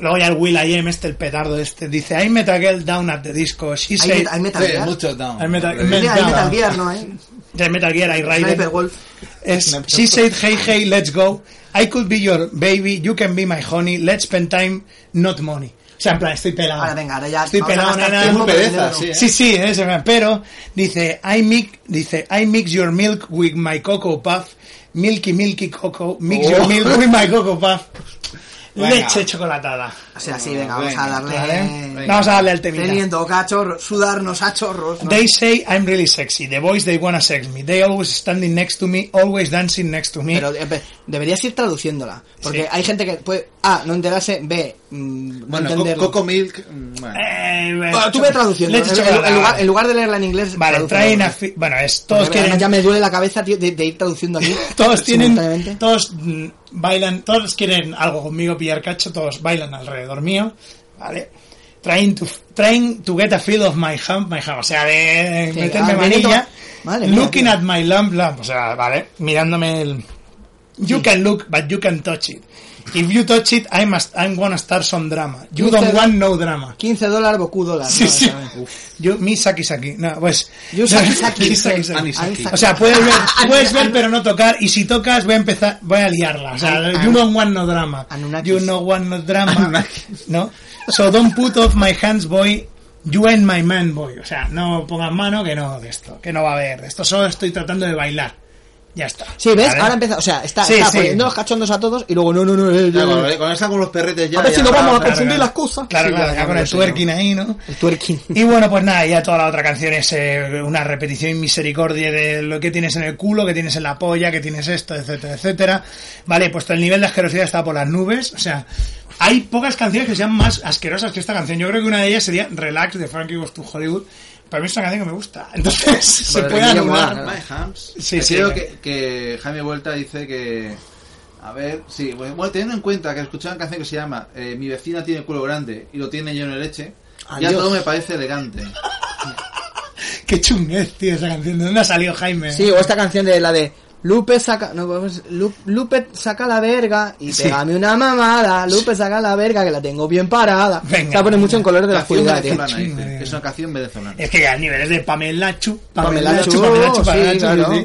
S6: Luego ya el Will I.M., este, el petardo este, dice, I met a girl down at the disco, she
S7: Hay,
S6: said...
S7: met- hay Metal
S5: Sí,
S7: Gear.
S5: mucho down.
S6: I met a-
S7: Hay
S6: met
S7: Metal
S6: down.
S7: Gear, ¿no? Eh?
S6: De Metal Gear, I Raiden.
S7: Sniper Wolf.
S6: Es, she said, hey, hey, let's go. I could be your baby, you can be my honey, let's spend time, not money. O sea, en plan, estoy pelado.
S7: Ahora venga, ahora ya.
S6: Estoy
S7: vamos a
S6: pelado,
S7: gastar
S6: nena.
S7: tiempo
S5: Muy
S7: para
S5: pereza,
S7: dinero, ¿no?
S5: sí. ¿eh?
S6: Sí, ¿eh? sí, es, verdad, pero dice I mix, dice I mix your milk with my cocoa puff, milky milky cocoa, mix your milk with my cocoa puff,
S5: Oh. Venga.
S6: leche chocolatada.
S7: O sea, sí, venga, vamos
S5: Venga,
S7: a darle. eh,
S6: ¿vale? Vamos a darle al temita.
S7: Teniendo cachorros, sudarnos a chorros. ¿no?
S6: They say I'm really sexy. The boys they wanna sex me. They always standing next to me, always dancing next to me.
S7: Pero eh, pe- deberías ir traduciéndola. Porque
S6: Sí.
S7: hay gente que puede. A. No enterarse. B. mm, no
S5: Bueno, co-
S7: entenderlo.
S5: Coco Milk. mm, bueno.
S6: Eh,
S7: Ah, tú ve traduciendo.
S6: Leche
S7: En- en,
S6: chocolatada.
S7: en lugar, en lugar de leerla en inglés.
S6: Vale,
S7: tradúcela.
S6: traen a... fi- Bueno, es,
S7: Porque
S6: todos quieren...
S7: Ya me duele la cabeza, tío, de, de ir traduciendo aquí.
S6: todos tienen
S7: simultáneamente.
S6: todos mm, bailan todos quieren algo conmigo pillar cacho todos bailan alrededor mío vale trying to trying to get a feel of my hump my hump o sea de
S7: Sí,
S6: meterme
S7: ah,
S6: manilla
S7: veniendo- Madre mía,
S6: looking
S7: tío.
S6: at my lamp lamp o sea vale mirándome el you can look but you can touch it if you touch it I must I'm gonna start some drama you don't
S7: Dice-
S6: want no drama
S7: 15 dólares, Boku dólares.
S6: Sí, sí. Yo, mi saki saki. No, pues.
S7: Yo saki saki.
S6: Mi saki
S7: Sí,
S6: saki.
S7: anisaki.
S6: O sea, puedes ver, puedes ver pero no tocar. Y si tocas, voy a empezar, voy a liarla. O sea,
S7: An-
S6: you don't want no drama.
S7: Anunnakis.
S6: You don't want no drama. ¿No? So don't put off my hands, boy. You and my man, boy. O sea, no pongas mano que no de esto. Que no va a haber. de Esto solo estoy tratando de bailar. Ya está.
S7: Sí, ¿ves?
S6: Vale.
S7: Ahora empieza, o sea, está,
S6: Sí,
S7: está
S6: sí.
S7: poniendo los cachondos a todos y luego no, no, no. eh,
S5: Ya,
S7: eh,
S5: con, Ah, con esa con los perretes ya.
S7: A ver si
S5: ya
S7: nos
S5: está.
S7: vamos a
S6: Claro,
S7: confundir
S6: claro.
S7: las cosas.
S6: Claro,
S7: Sí,
S6: claro,
S7: ya,
S6: ya con
S7: ya,
S6: el
S7: ya.
S6: twerking ahí, ¿no?
S7: El twerking.
S6: Y bueno, pues nada, ya toda la otra canción es eh, una repetición y misericordia de lo que tienes en el culo, que tienes en la polla, que tienes esto, etcétera, etcétera. Vale, pues el nivel de asquerosidad está por las nubes, o sea, hay pocas canciones que sean más asquerosas que esta canción. Yo creo que una de ellas sería Relax de Frankie Goes to Hollywood. Para mí es una canción que me gusta,
S7: Pues
S6: entonces se
S5: Madre
S6: puede
S5: mía,
S6: anular.
S5: My Hams.
S6: Sí,
S5: Eh,
S6: sí,
S5: Creo
S6: me-
S5: que, que Jaime Vuelta dice que. A ver, sí, bueno, bueno, teniendo en cuenta que escuché una canción que se llama eh, Mi vecina tiene culo grande y lo tiene lleno de leche,
S7: Adiós.
S5: ya todo me parece elegante.
S6: Qué chunguez, tío, esa canción. ¿De dónde ha salido Jaime?
S7: Sí, o esta canción de la de Lupe saca, no, vamos, Lu- Lupe saca la verga y
S6: Sí.
S7: pégame una mamada. Lupe saca la verga que la tengo bien parada.
S6: Venga.
S7: Se va a poner mucho en color de la
S5: Canción
S7: oscuridad, ¿eh? tío.
S5: venezolana,
S6: tío.
S5: dice.
S6: Chinga,
S5: Es una canción venezolana.
S6: Es que ya niveles de Pamela Chu,
S7: Pamela Chu, sí, claro.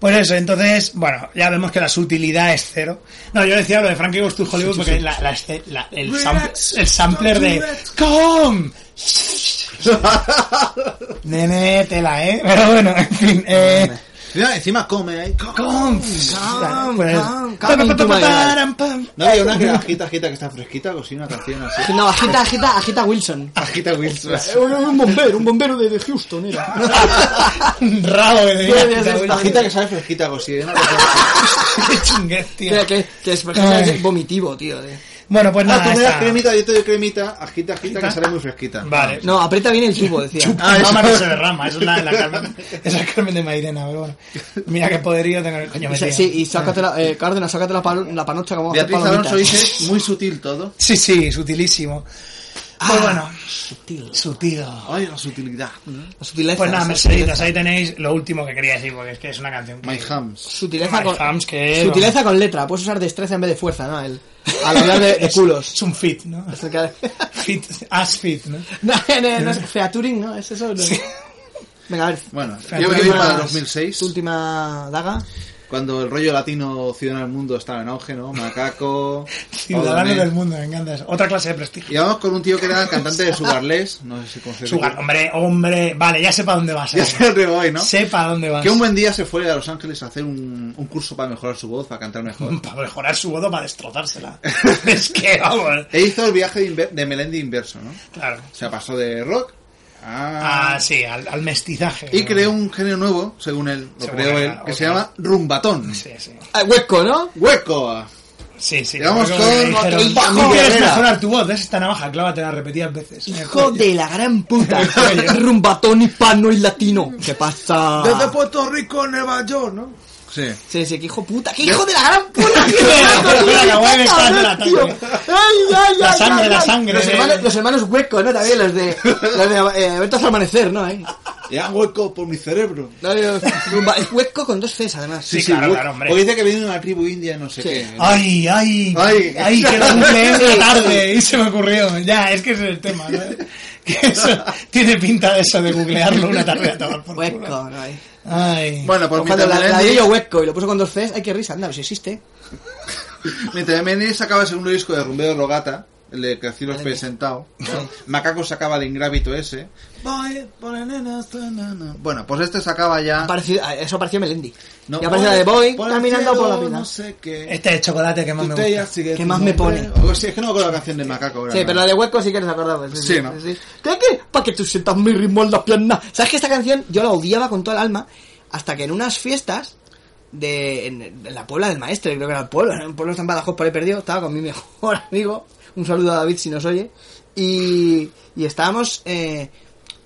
S6: Pues eso, entonces, bueno, ya vemos que la sutilidad es cero. No, yo decía lo de Frankie Goes to Hollywood porque la- la esce- la- el, sam- el sampler de ¡Come!
S5: Eh.
S6: Nene, tela, ¿eh? Pero bueno, en fin, eh...
S5: Mira, encima come eh. ahí.
S6: ¡Come!
S7: Come,
S6: Pues-
S7: come, come into my
S5: No había una que era agita, agita, que está fresquita, o sí, una canción así.
S7: No, agita, agita, agita Wilson.
S5: Agita Wilson.
S7: Un, un bombero, un bombero de, de Houston era.
S6: Rabo de
S7: Puedes estar-
S5: Agita que sabe fresquita, o sí, una canción así.
S6: Qué chunguez, tío.
S7: que, que, que es,
S6: Ay.
S7: es vomitivo, tío. de-
S6: Bueno, pues
S5: Ah,
S6: nada,
S5: tú me das
S6: esta...
S5: cremita, yo te doy cremita. Agita, agita, que sale muy fresquita.
S6: Vale.
S7: No, aprieta bien el tubo, decía.
S6: Ah,
S5: Ah,
S6: eso.
S5: eso.
S6: que se derrama, eso es la, la Carmen, esa es Carmen de Mairena, pero bueno. Mira qué poderío tengo en el coño
S7: O sea,
S6: metido.
S7: sí, y sácate la, eh, Cárdenas, sácate la, pal- la panocha como vamos a hacer
S5: Beatriz
S7: palomitas.
S5: Alonso dice muy sutil todo.
S6: Sí, sí, sutilísimo. Pues bueno,
S7: Ah, Sutil,
S6: sutil.
S5: Ay, la sutilidad.
S7: la sutileza.
S6: Pues nada,
S7: la
S6: Merceditas, ahí tenéis lo último que quería decir, porque es que es una canción. que-
S5: My hams.
S7: Sutileza
S6: My
S7: con,
S6: hams, que-
S7: sutileza con letra. Puedes usar destreza en vez de fuerza, ¿no? El, al hablar de, de
S6: Es-
S7: culos.
S6: Es un fit, ¿no? Fit, as fit, ¿no?
S7: no, no, no, es featuring, ¿no? ¿Es eso? No. Venga, a ver.
S5: Bueno,
S6: Fíjate,
S5: yo me voy
S6: más-
S5: para el 2006,
S7: Tu última daga.
S5: cuando el rollo latino ciudadano del mundo estaba en auge, ¿no? Macaco.
S6: Ciudadano
S5: O'Donnell.
S6: del mundo, me encanta eso. Otra clase de prestigio.
S5: Y vamos con un tío que era cantante de Sugarless, no sé si conoces.
S6: Sugar, hombre, hombre. Vale, ya sepa dónde vas.
S5: Ya
S6: eh.
S5: sé dónde voy, ¿no?
S6: Sepa dónde vas.
S5: Que un buen día se fue a Los Ángeles a hacer un, un curso para mejorar su voz, para cantar mejor.
S6: Para mejorar su voto, para destrozársela. es que, vamos.
S5: e hizo el viaje de, inver- de Melendi inverso, ¿no?
S6: Claro.
S5: O sea, pasó de rock a...
S6: Ah, sí, al, al mestizaje.
S5: Y
S6: ¿no?
S5: creó un género nuevo, según él, lo
S6: Según
S5: creó
S6: él,
S5: él, que
S6: ok.
S5: se llama rumbatón.
S6: Sí, sí.
S7: Ah, hueco, ¿no?
S5: ¡Hueco!
S6: Sí, sí.
S5: Vamos
S6: creo que
S5: con
S6: me dijeron,
S5: el bajo
S6: "Tú quieres
S5: Herrera".
S6: mejorar tu voz? ¿Ves esta navaja? Clávatela repetidas veces. en el
S7: Hijo
S6: cuello.
S7: de la gran puta. Rumbatón hispano y latino. ¿Qué pasa?
S5: Puerto Rico, Nueva York, ¿no? Sí.
S7: Ah. Sí, sí, que hijo puta, que hijo de la gran puta, tío.
S6: Espera, que voy a estar en la
S7: Tío.
S6: tarde.
S7: Ay, ay,
S6: La
S7: ay,
S6: sangre,
S7: ay,
S6: la
S7: ay.
S6: sangre,
S7: Los
S6: eh.
S7: hermanos, los hermanos huecos, ¿no? También los de, los de eh, Vete hasta amanecer, ¿no? Eh.
S5: Ya hueco por mi cerebro.
S7: No, no, rumba- es hueco con dos Cs, además.
S6: Sí, claro,
S5: hue-
S6: claro, hombre.
S5: Porque dice que viene de una tribu india, no sé
S7: Sí.
S5: qué.
S6: Ay, ay, ay,
S5: Ay.
S6: que lo cumple esta tarde y se me ocurrió. Ya, es que ese es el tema, ¿no? Que eso tiene pinta de eso, de googlearlo una tarde a tomar por
S7: Hueco,
S6: culo.
S7: no hay.
S6: Ay.
S5: Bueno, pues
S7: Cuando
S5: mientras
S7: la, la
S5: Melendi-
S7: di yo hueco y lo puso con dos Cs, ay, qué risa, anda, si existe.
S5: Mientras Melendi sacaba el segundo disco de Rumbeo Rogata, el de que así lo he presentado, ¿no? Macaco sacaba el Ingrávito ese. Voy por la nena hasta la nana. Bueno, pues este sacaba ya...
S7: Apareció- ah, eso apareció Melendi.
S5: no,
S7: y apareció la de
S5: por-
S7: Boy
S5: por el
S7: caminando por la
S5: cielo,
S7: vida.
S5: No sé qué.
S6: Este es el chocolate que más me gusta.
S7: ¿Qué más me pone?
S5: O sea, Pues es que no me acuerdo la canción de Macaco ahora.
S7: Sí,
S5: ¿no?
S7: pero la de hueco sí que nos acordamos.
S5: Sí, ¿no?
S7: ¿Qué, qué? Para que tú sientas mi ritmo en las piernas. ¿Sabes que esta canción yo la odiaba con toda el alma? Hasta que en unas fiestas de en, en la Puebla del Maestre, creo que era el pueblo, en el pueblo de San Badajoz, por ahí perdido, estaba con mi mejor amigo. Un saludo a David si nos oye. Y, y estábamos. eh,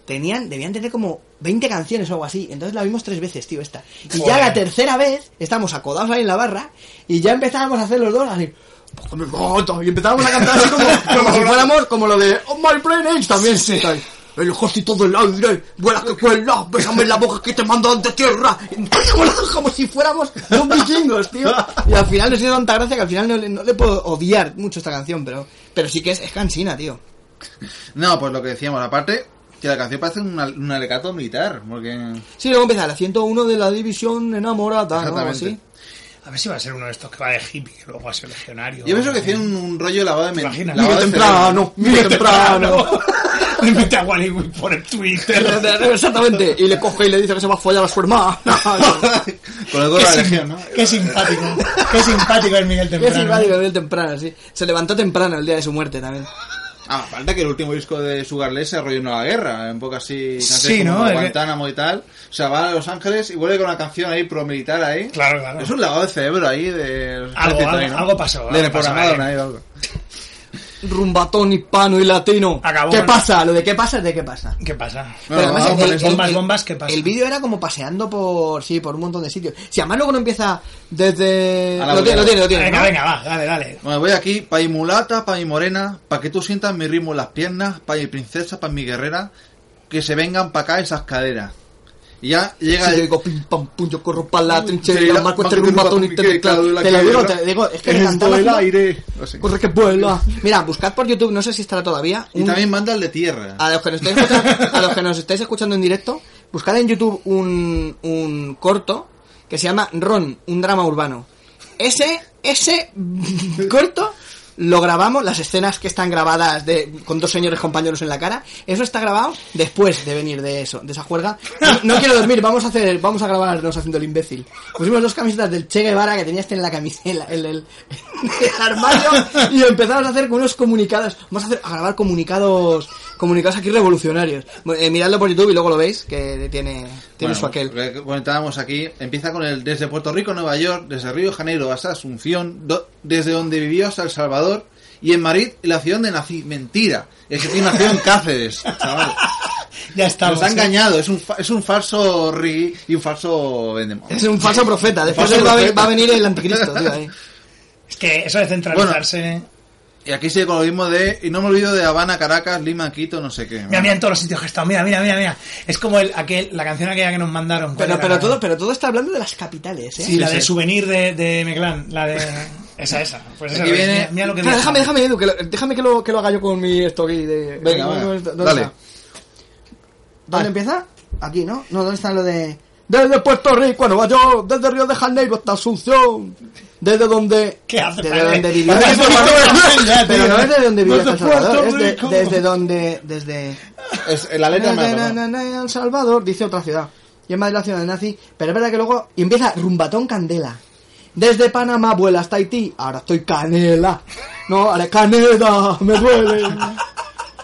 S7: tenían, debían tener como 20 canciones o algo así. Entonces la vimos tres veces, tío, esta. Y ya
S6: Joder.
S7: la tercera vez estábamos acodados ahí en la barra y ya empezábamos a hacer los dos así. "Pues me mato", Y empezábamos a cantar así como, como si fuéramos como lo de On My Brain Age también. tal. El ejército del aire, vuela que cuela, bésame la boca que te mando ante tierra. Como si fuéramos dos vikingos, tío. Y al final nos dio tanta gracia que al final no, le- no le puedo odiar mucho esta canción, pero, pero sí que es, es cansina, tío.
S5: No, pues lo que decíamos, aparte, que la canción parece un, al- un alegato militar, porque...
S7: Sí, luego empieza la 101 de la división enamorada, ¿no?
S5: Exactamente.
S7: Así.
S6: A ver si va a ser uno de estos que va de hippie, que luego va a ser legionario.
S5: Yo pienso que tiene un, un rollo lavado de
S6: imaginas?
S5: lavado
S7: Mira
S5: de
S7: temprano,
S5: cerebro.
S7: mira temprano.
S6: Le mete a Wally Wood por el Twitter.
S7: Exactamente. Y le coge y le dice que se va a follar a su hermana.
S5: Con el gorro de
S6: Qué,
S5: la
S6: sim-
S5: legión, ¿no?
S6: qué simpático. Qué simpático es Miguel
S7: Qué
S6: Temprano.
S7: simpático del temprano, sí. Se levantó temprano el día de su muerte también.
S5: Ah, falta que el último disco de Sugar Lee se rollo en la guerra, un poco así,
S6: Sí,
S5: como
S6: ¿no? Es que-
S5: Guantánamo y tal. O sea, va a Los Ángeles y vuelve con una canción ahí promilitar ahí.
S6: Claro, claro.
S5: Es un lavado de cerebro ahí de...
S6: Algo, algo, algo pasó,
S5: Le
S6: algo
S5: reprogramaron
S6: pasó ahí.
S5: ahí o algo.
S7: Rumbatón hispano y latino.
S6: Acabó.
S7: ¿Qué pasa? Lo de qué pasa es de qué pasa.
S6: ¿Qué pasa?
S5: Bueno,
S7: Pero además
S5: vamos
S7: el-
S5: con
S7: el-
S6: bombas,
S7: el-
S6: bombas, ¿qué pasa?
S7: El vídeo era como paseando por sí, por un montón de sitios. Si además luego no empieza desde
S5: A la
S7: lo
S5: bodega.
S7: tiene, lo tiene, lo tiene.
S6: Venga,
S7: ¿no?
S6: venga, va, dale, dale.
S5: Bueno, voy aquí, pa' mi mulata, pa' mi morena, pa' que tú sientas mi ritmo en las piernas, pa' mi princesa, pa' mi guerrera, que se vengan pa' acá esas caderas. Y ya llega
S7: Si
S5: el-
S7: yo digo pim pam pum, yo corro para la
S5: Sí,
S7: trinchera,
S5: la-
S7: marco este
S5: marco rumba
S7: rumbatón
S5: con
S7: y te
S5: mi teclado de la
S7: teclado. Te lo digo,
S5: quiebra.
S7: te lo digo, es que
S5: En
S7: cantaba
S5: todo el
S7: como-
S5: aire. Así.
S7: Corre que vuela. Mira, buscad por YouTube, no sé si estará todavía.
S5: Y
S7: un- Ah,
S5: también manda el de tierra.
S7: A los que nos estáis escuchando, a los que nos estáis escuchando en directo, buscad en YouTube un, un corto que se llama Ron, un drama urbano. Ese, ese corto lo grabamos, las escenas que están grabadas de, con dos señores compañeros en la cara, eso está grabado después de venir de eso, de esa juerga. No, no quiero dormir, vamos a hacer, vamos a grabarnos haciendo el imbécil. Pusimos dos camisetas del Che Guevara que tenías en la camiseta, en el, el- el armario, y empezamos a hacer con unos comunicados, vamos a, hacer, a grabar comunicados, comunicados aquí revolucionarios. Bueno, eh, miradlo por YouTube y luego lo veis, que tiene, tiene
S5: Bueno,
S7: su aquel.
S5: lo que Comentábamos aquí, empieza con el desde Puerto Rico, Nueva York, desde Río de Janeiro hasta Asunción, do- desde donde vivió hasta El Salvador, y en Madrid, la ciudad donde nací. Mentira, es que aquí nació en Cáceres, chaval.
S6: Ya estamos.
S5: Nos ha
S6: ¿eh?
S5: engañado, es un, fa- es un falso ri y un falso vendemo.
S7: Es un falso profeta, después
S5: falso
S7: él va, a ve-
S5: profeta.
S7: va a venir el anticristo, tío, ahí.
S6: Es que eso de centralizarse.
S5: Y aquí sigue con lo mismo de, y no me olvido de Habana, Caracas, Lima, Quito, no sé qué.
S6: Mira, mira en todos los sitios que he estado. Mira, mira, mira, mira. Es como el, aquel, la canción aquella que nos mandaron. ¿Cuál
S7: Pero,
S6: era?
S7: pero, todo, pero todo está hablando de las capitales, ¿eh?
S6: Sí, la
S5: Sí,
S6: de
S5: sí.
S6: souvenir de, de Meclán. La de. Esa, esa. Pues esa.
S5: Aquí
S6: es.
S5: viene-
S6: Mira, mira lo que
S7: Espera,
S6: dice.
S7: déjame, déjame, Edu, que lo, déjame que lo, que lo haga yo con mi esto aquí de...
S5: Venga,
S7: ¿Dónde-
S5: venga.
S7: dónde está?
S5: Dale.
S7: ¿Dónde empieza? Aquí, ¿no? No, ¿dónde está lo de...? Desde Puerto Rico a Nueva York, desde Río de Janeiro hasta Asunción, desde donde...
S6: ¿Qué hace, pues,
S7: Desde
S6: padre?
S7: donde vivió...
S6: Parece un
S7: hasta Salvador.
S6: poquito de-
S7: Pero no es de donde vivió
S6: Desde
S7: hasta Salvador,
S6: Puerto
S7: es de-
S6: Rico.
S7: desde donde... Desde...
S5: Es, la letra me la
S7: Na,
S5: acabo.
S7: na, na, na, El Salvador, dice otra ciudad. Y es más de la ciudad de nazi. Pero es verdad que luego y empieza Rumbatón Candela. Desde Panamá vuela hasta Haití. Ahora estoy canela. No, ahora canela, me duele.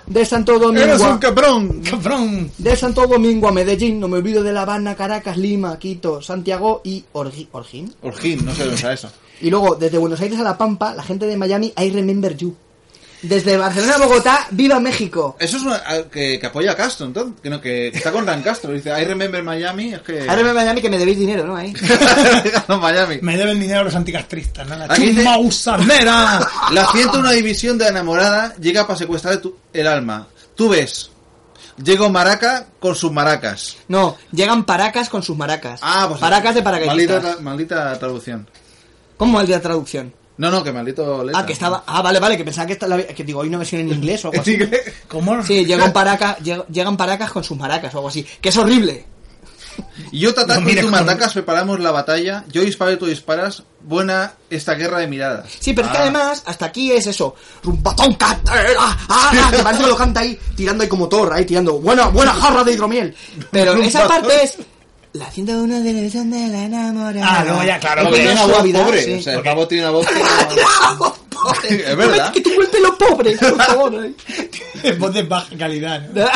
S7: De Santo
S5: Eres
S7: Domingo.
S5: un
S7: a-
S5: cabrón.
S6: Cabrón.
S7: De Santo Domingo a Medellín, no me olvido de La Habana, Caracas, Lima, Quito, Santiago y Orgi- Orgín.
S5: Orgín, no sé dónde está eso.
S7: Y luego, desde Buenos Aires a La Pampa, la gente de Miami, I remember you. Desde Barcelona a Bogotá, viva México.
S5: Eso es una, a- que, que apoya a Castro, entonces, que, no, que, que está con Dan Castro. Dice, I remember Miami, es que...
S7: I remember Miami que me debéis dinero, ¿no? Ahí.
S5: No, Miami.
S6: Me deben dinero los anticastristas, ¿no? La
S5: Aquí dice-
S6: chuma usanera.
S5: La 101 división de la enamorada llega para secuestrar tu- el alma. Tú ves. Llegó Maraca con sus maracas. Ah, pues
S7: No, llegan paracas con sus maracas. paracas de
S5: Maldita,
S7: paracaidistas.
S5: tra- maldita traducción.
S7: ¿Cómo el de la traducción?
S5: No, no, que maldito letra.
S7: Ah, que estaba. Ah, vale, vale, que pensaba que, esta la- que digo, hay una versión en inglés o algo
S5: Sí,
S7: así.
S5: que-
S6: ¿Cómo?
S7: Sí, llegan paracas, lleg- llegan paracas con sus maracas o algo así. Que es horrible.
S5: Y yo te ataco
S6: No, mira,
S5: y tú me
S6: joder.
S5: atacas, preparamos la batalla. Yo disparo y tú disparas. Buena esta guerra de miradas.
S7: Sí, pero es que además, hasta aquí es eso. Rumbatón cantera. Ah, ah, que parece que lo canta ahí, tirando ahí como torra, ahí tirando. Buena, buena jarra de hidromiel. Pero esa
S5: Rumbatón.
S7: parte es. La 101 de división de la enamorada.
S6: Ah, luego ya, claro,
S7: Es
S5: Porque
S6: porque
S7: que
S5: tiene una
S7: una
S5: voz
S7: suavidad,
S5: pobre.
S7: sí. Ah.
S5: O sea, el
S6: Porque-
S5: pavo tiene una voz que
S7: Pobre.
S5: Es verdad.
S7: Que te vuelve lo pobre, por favor. ¿eh?
S6: Es voz de baja calidad, ¿no?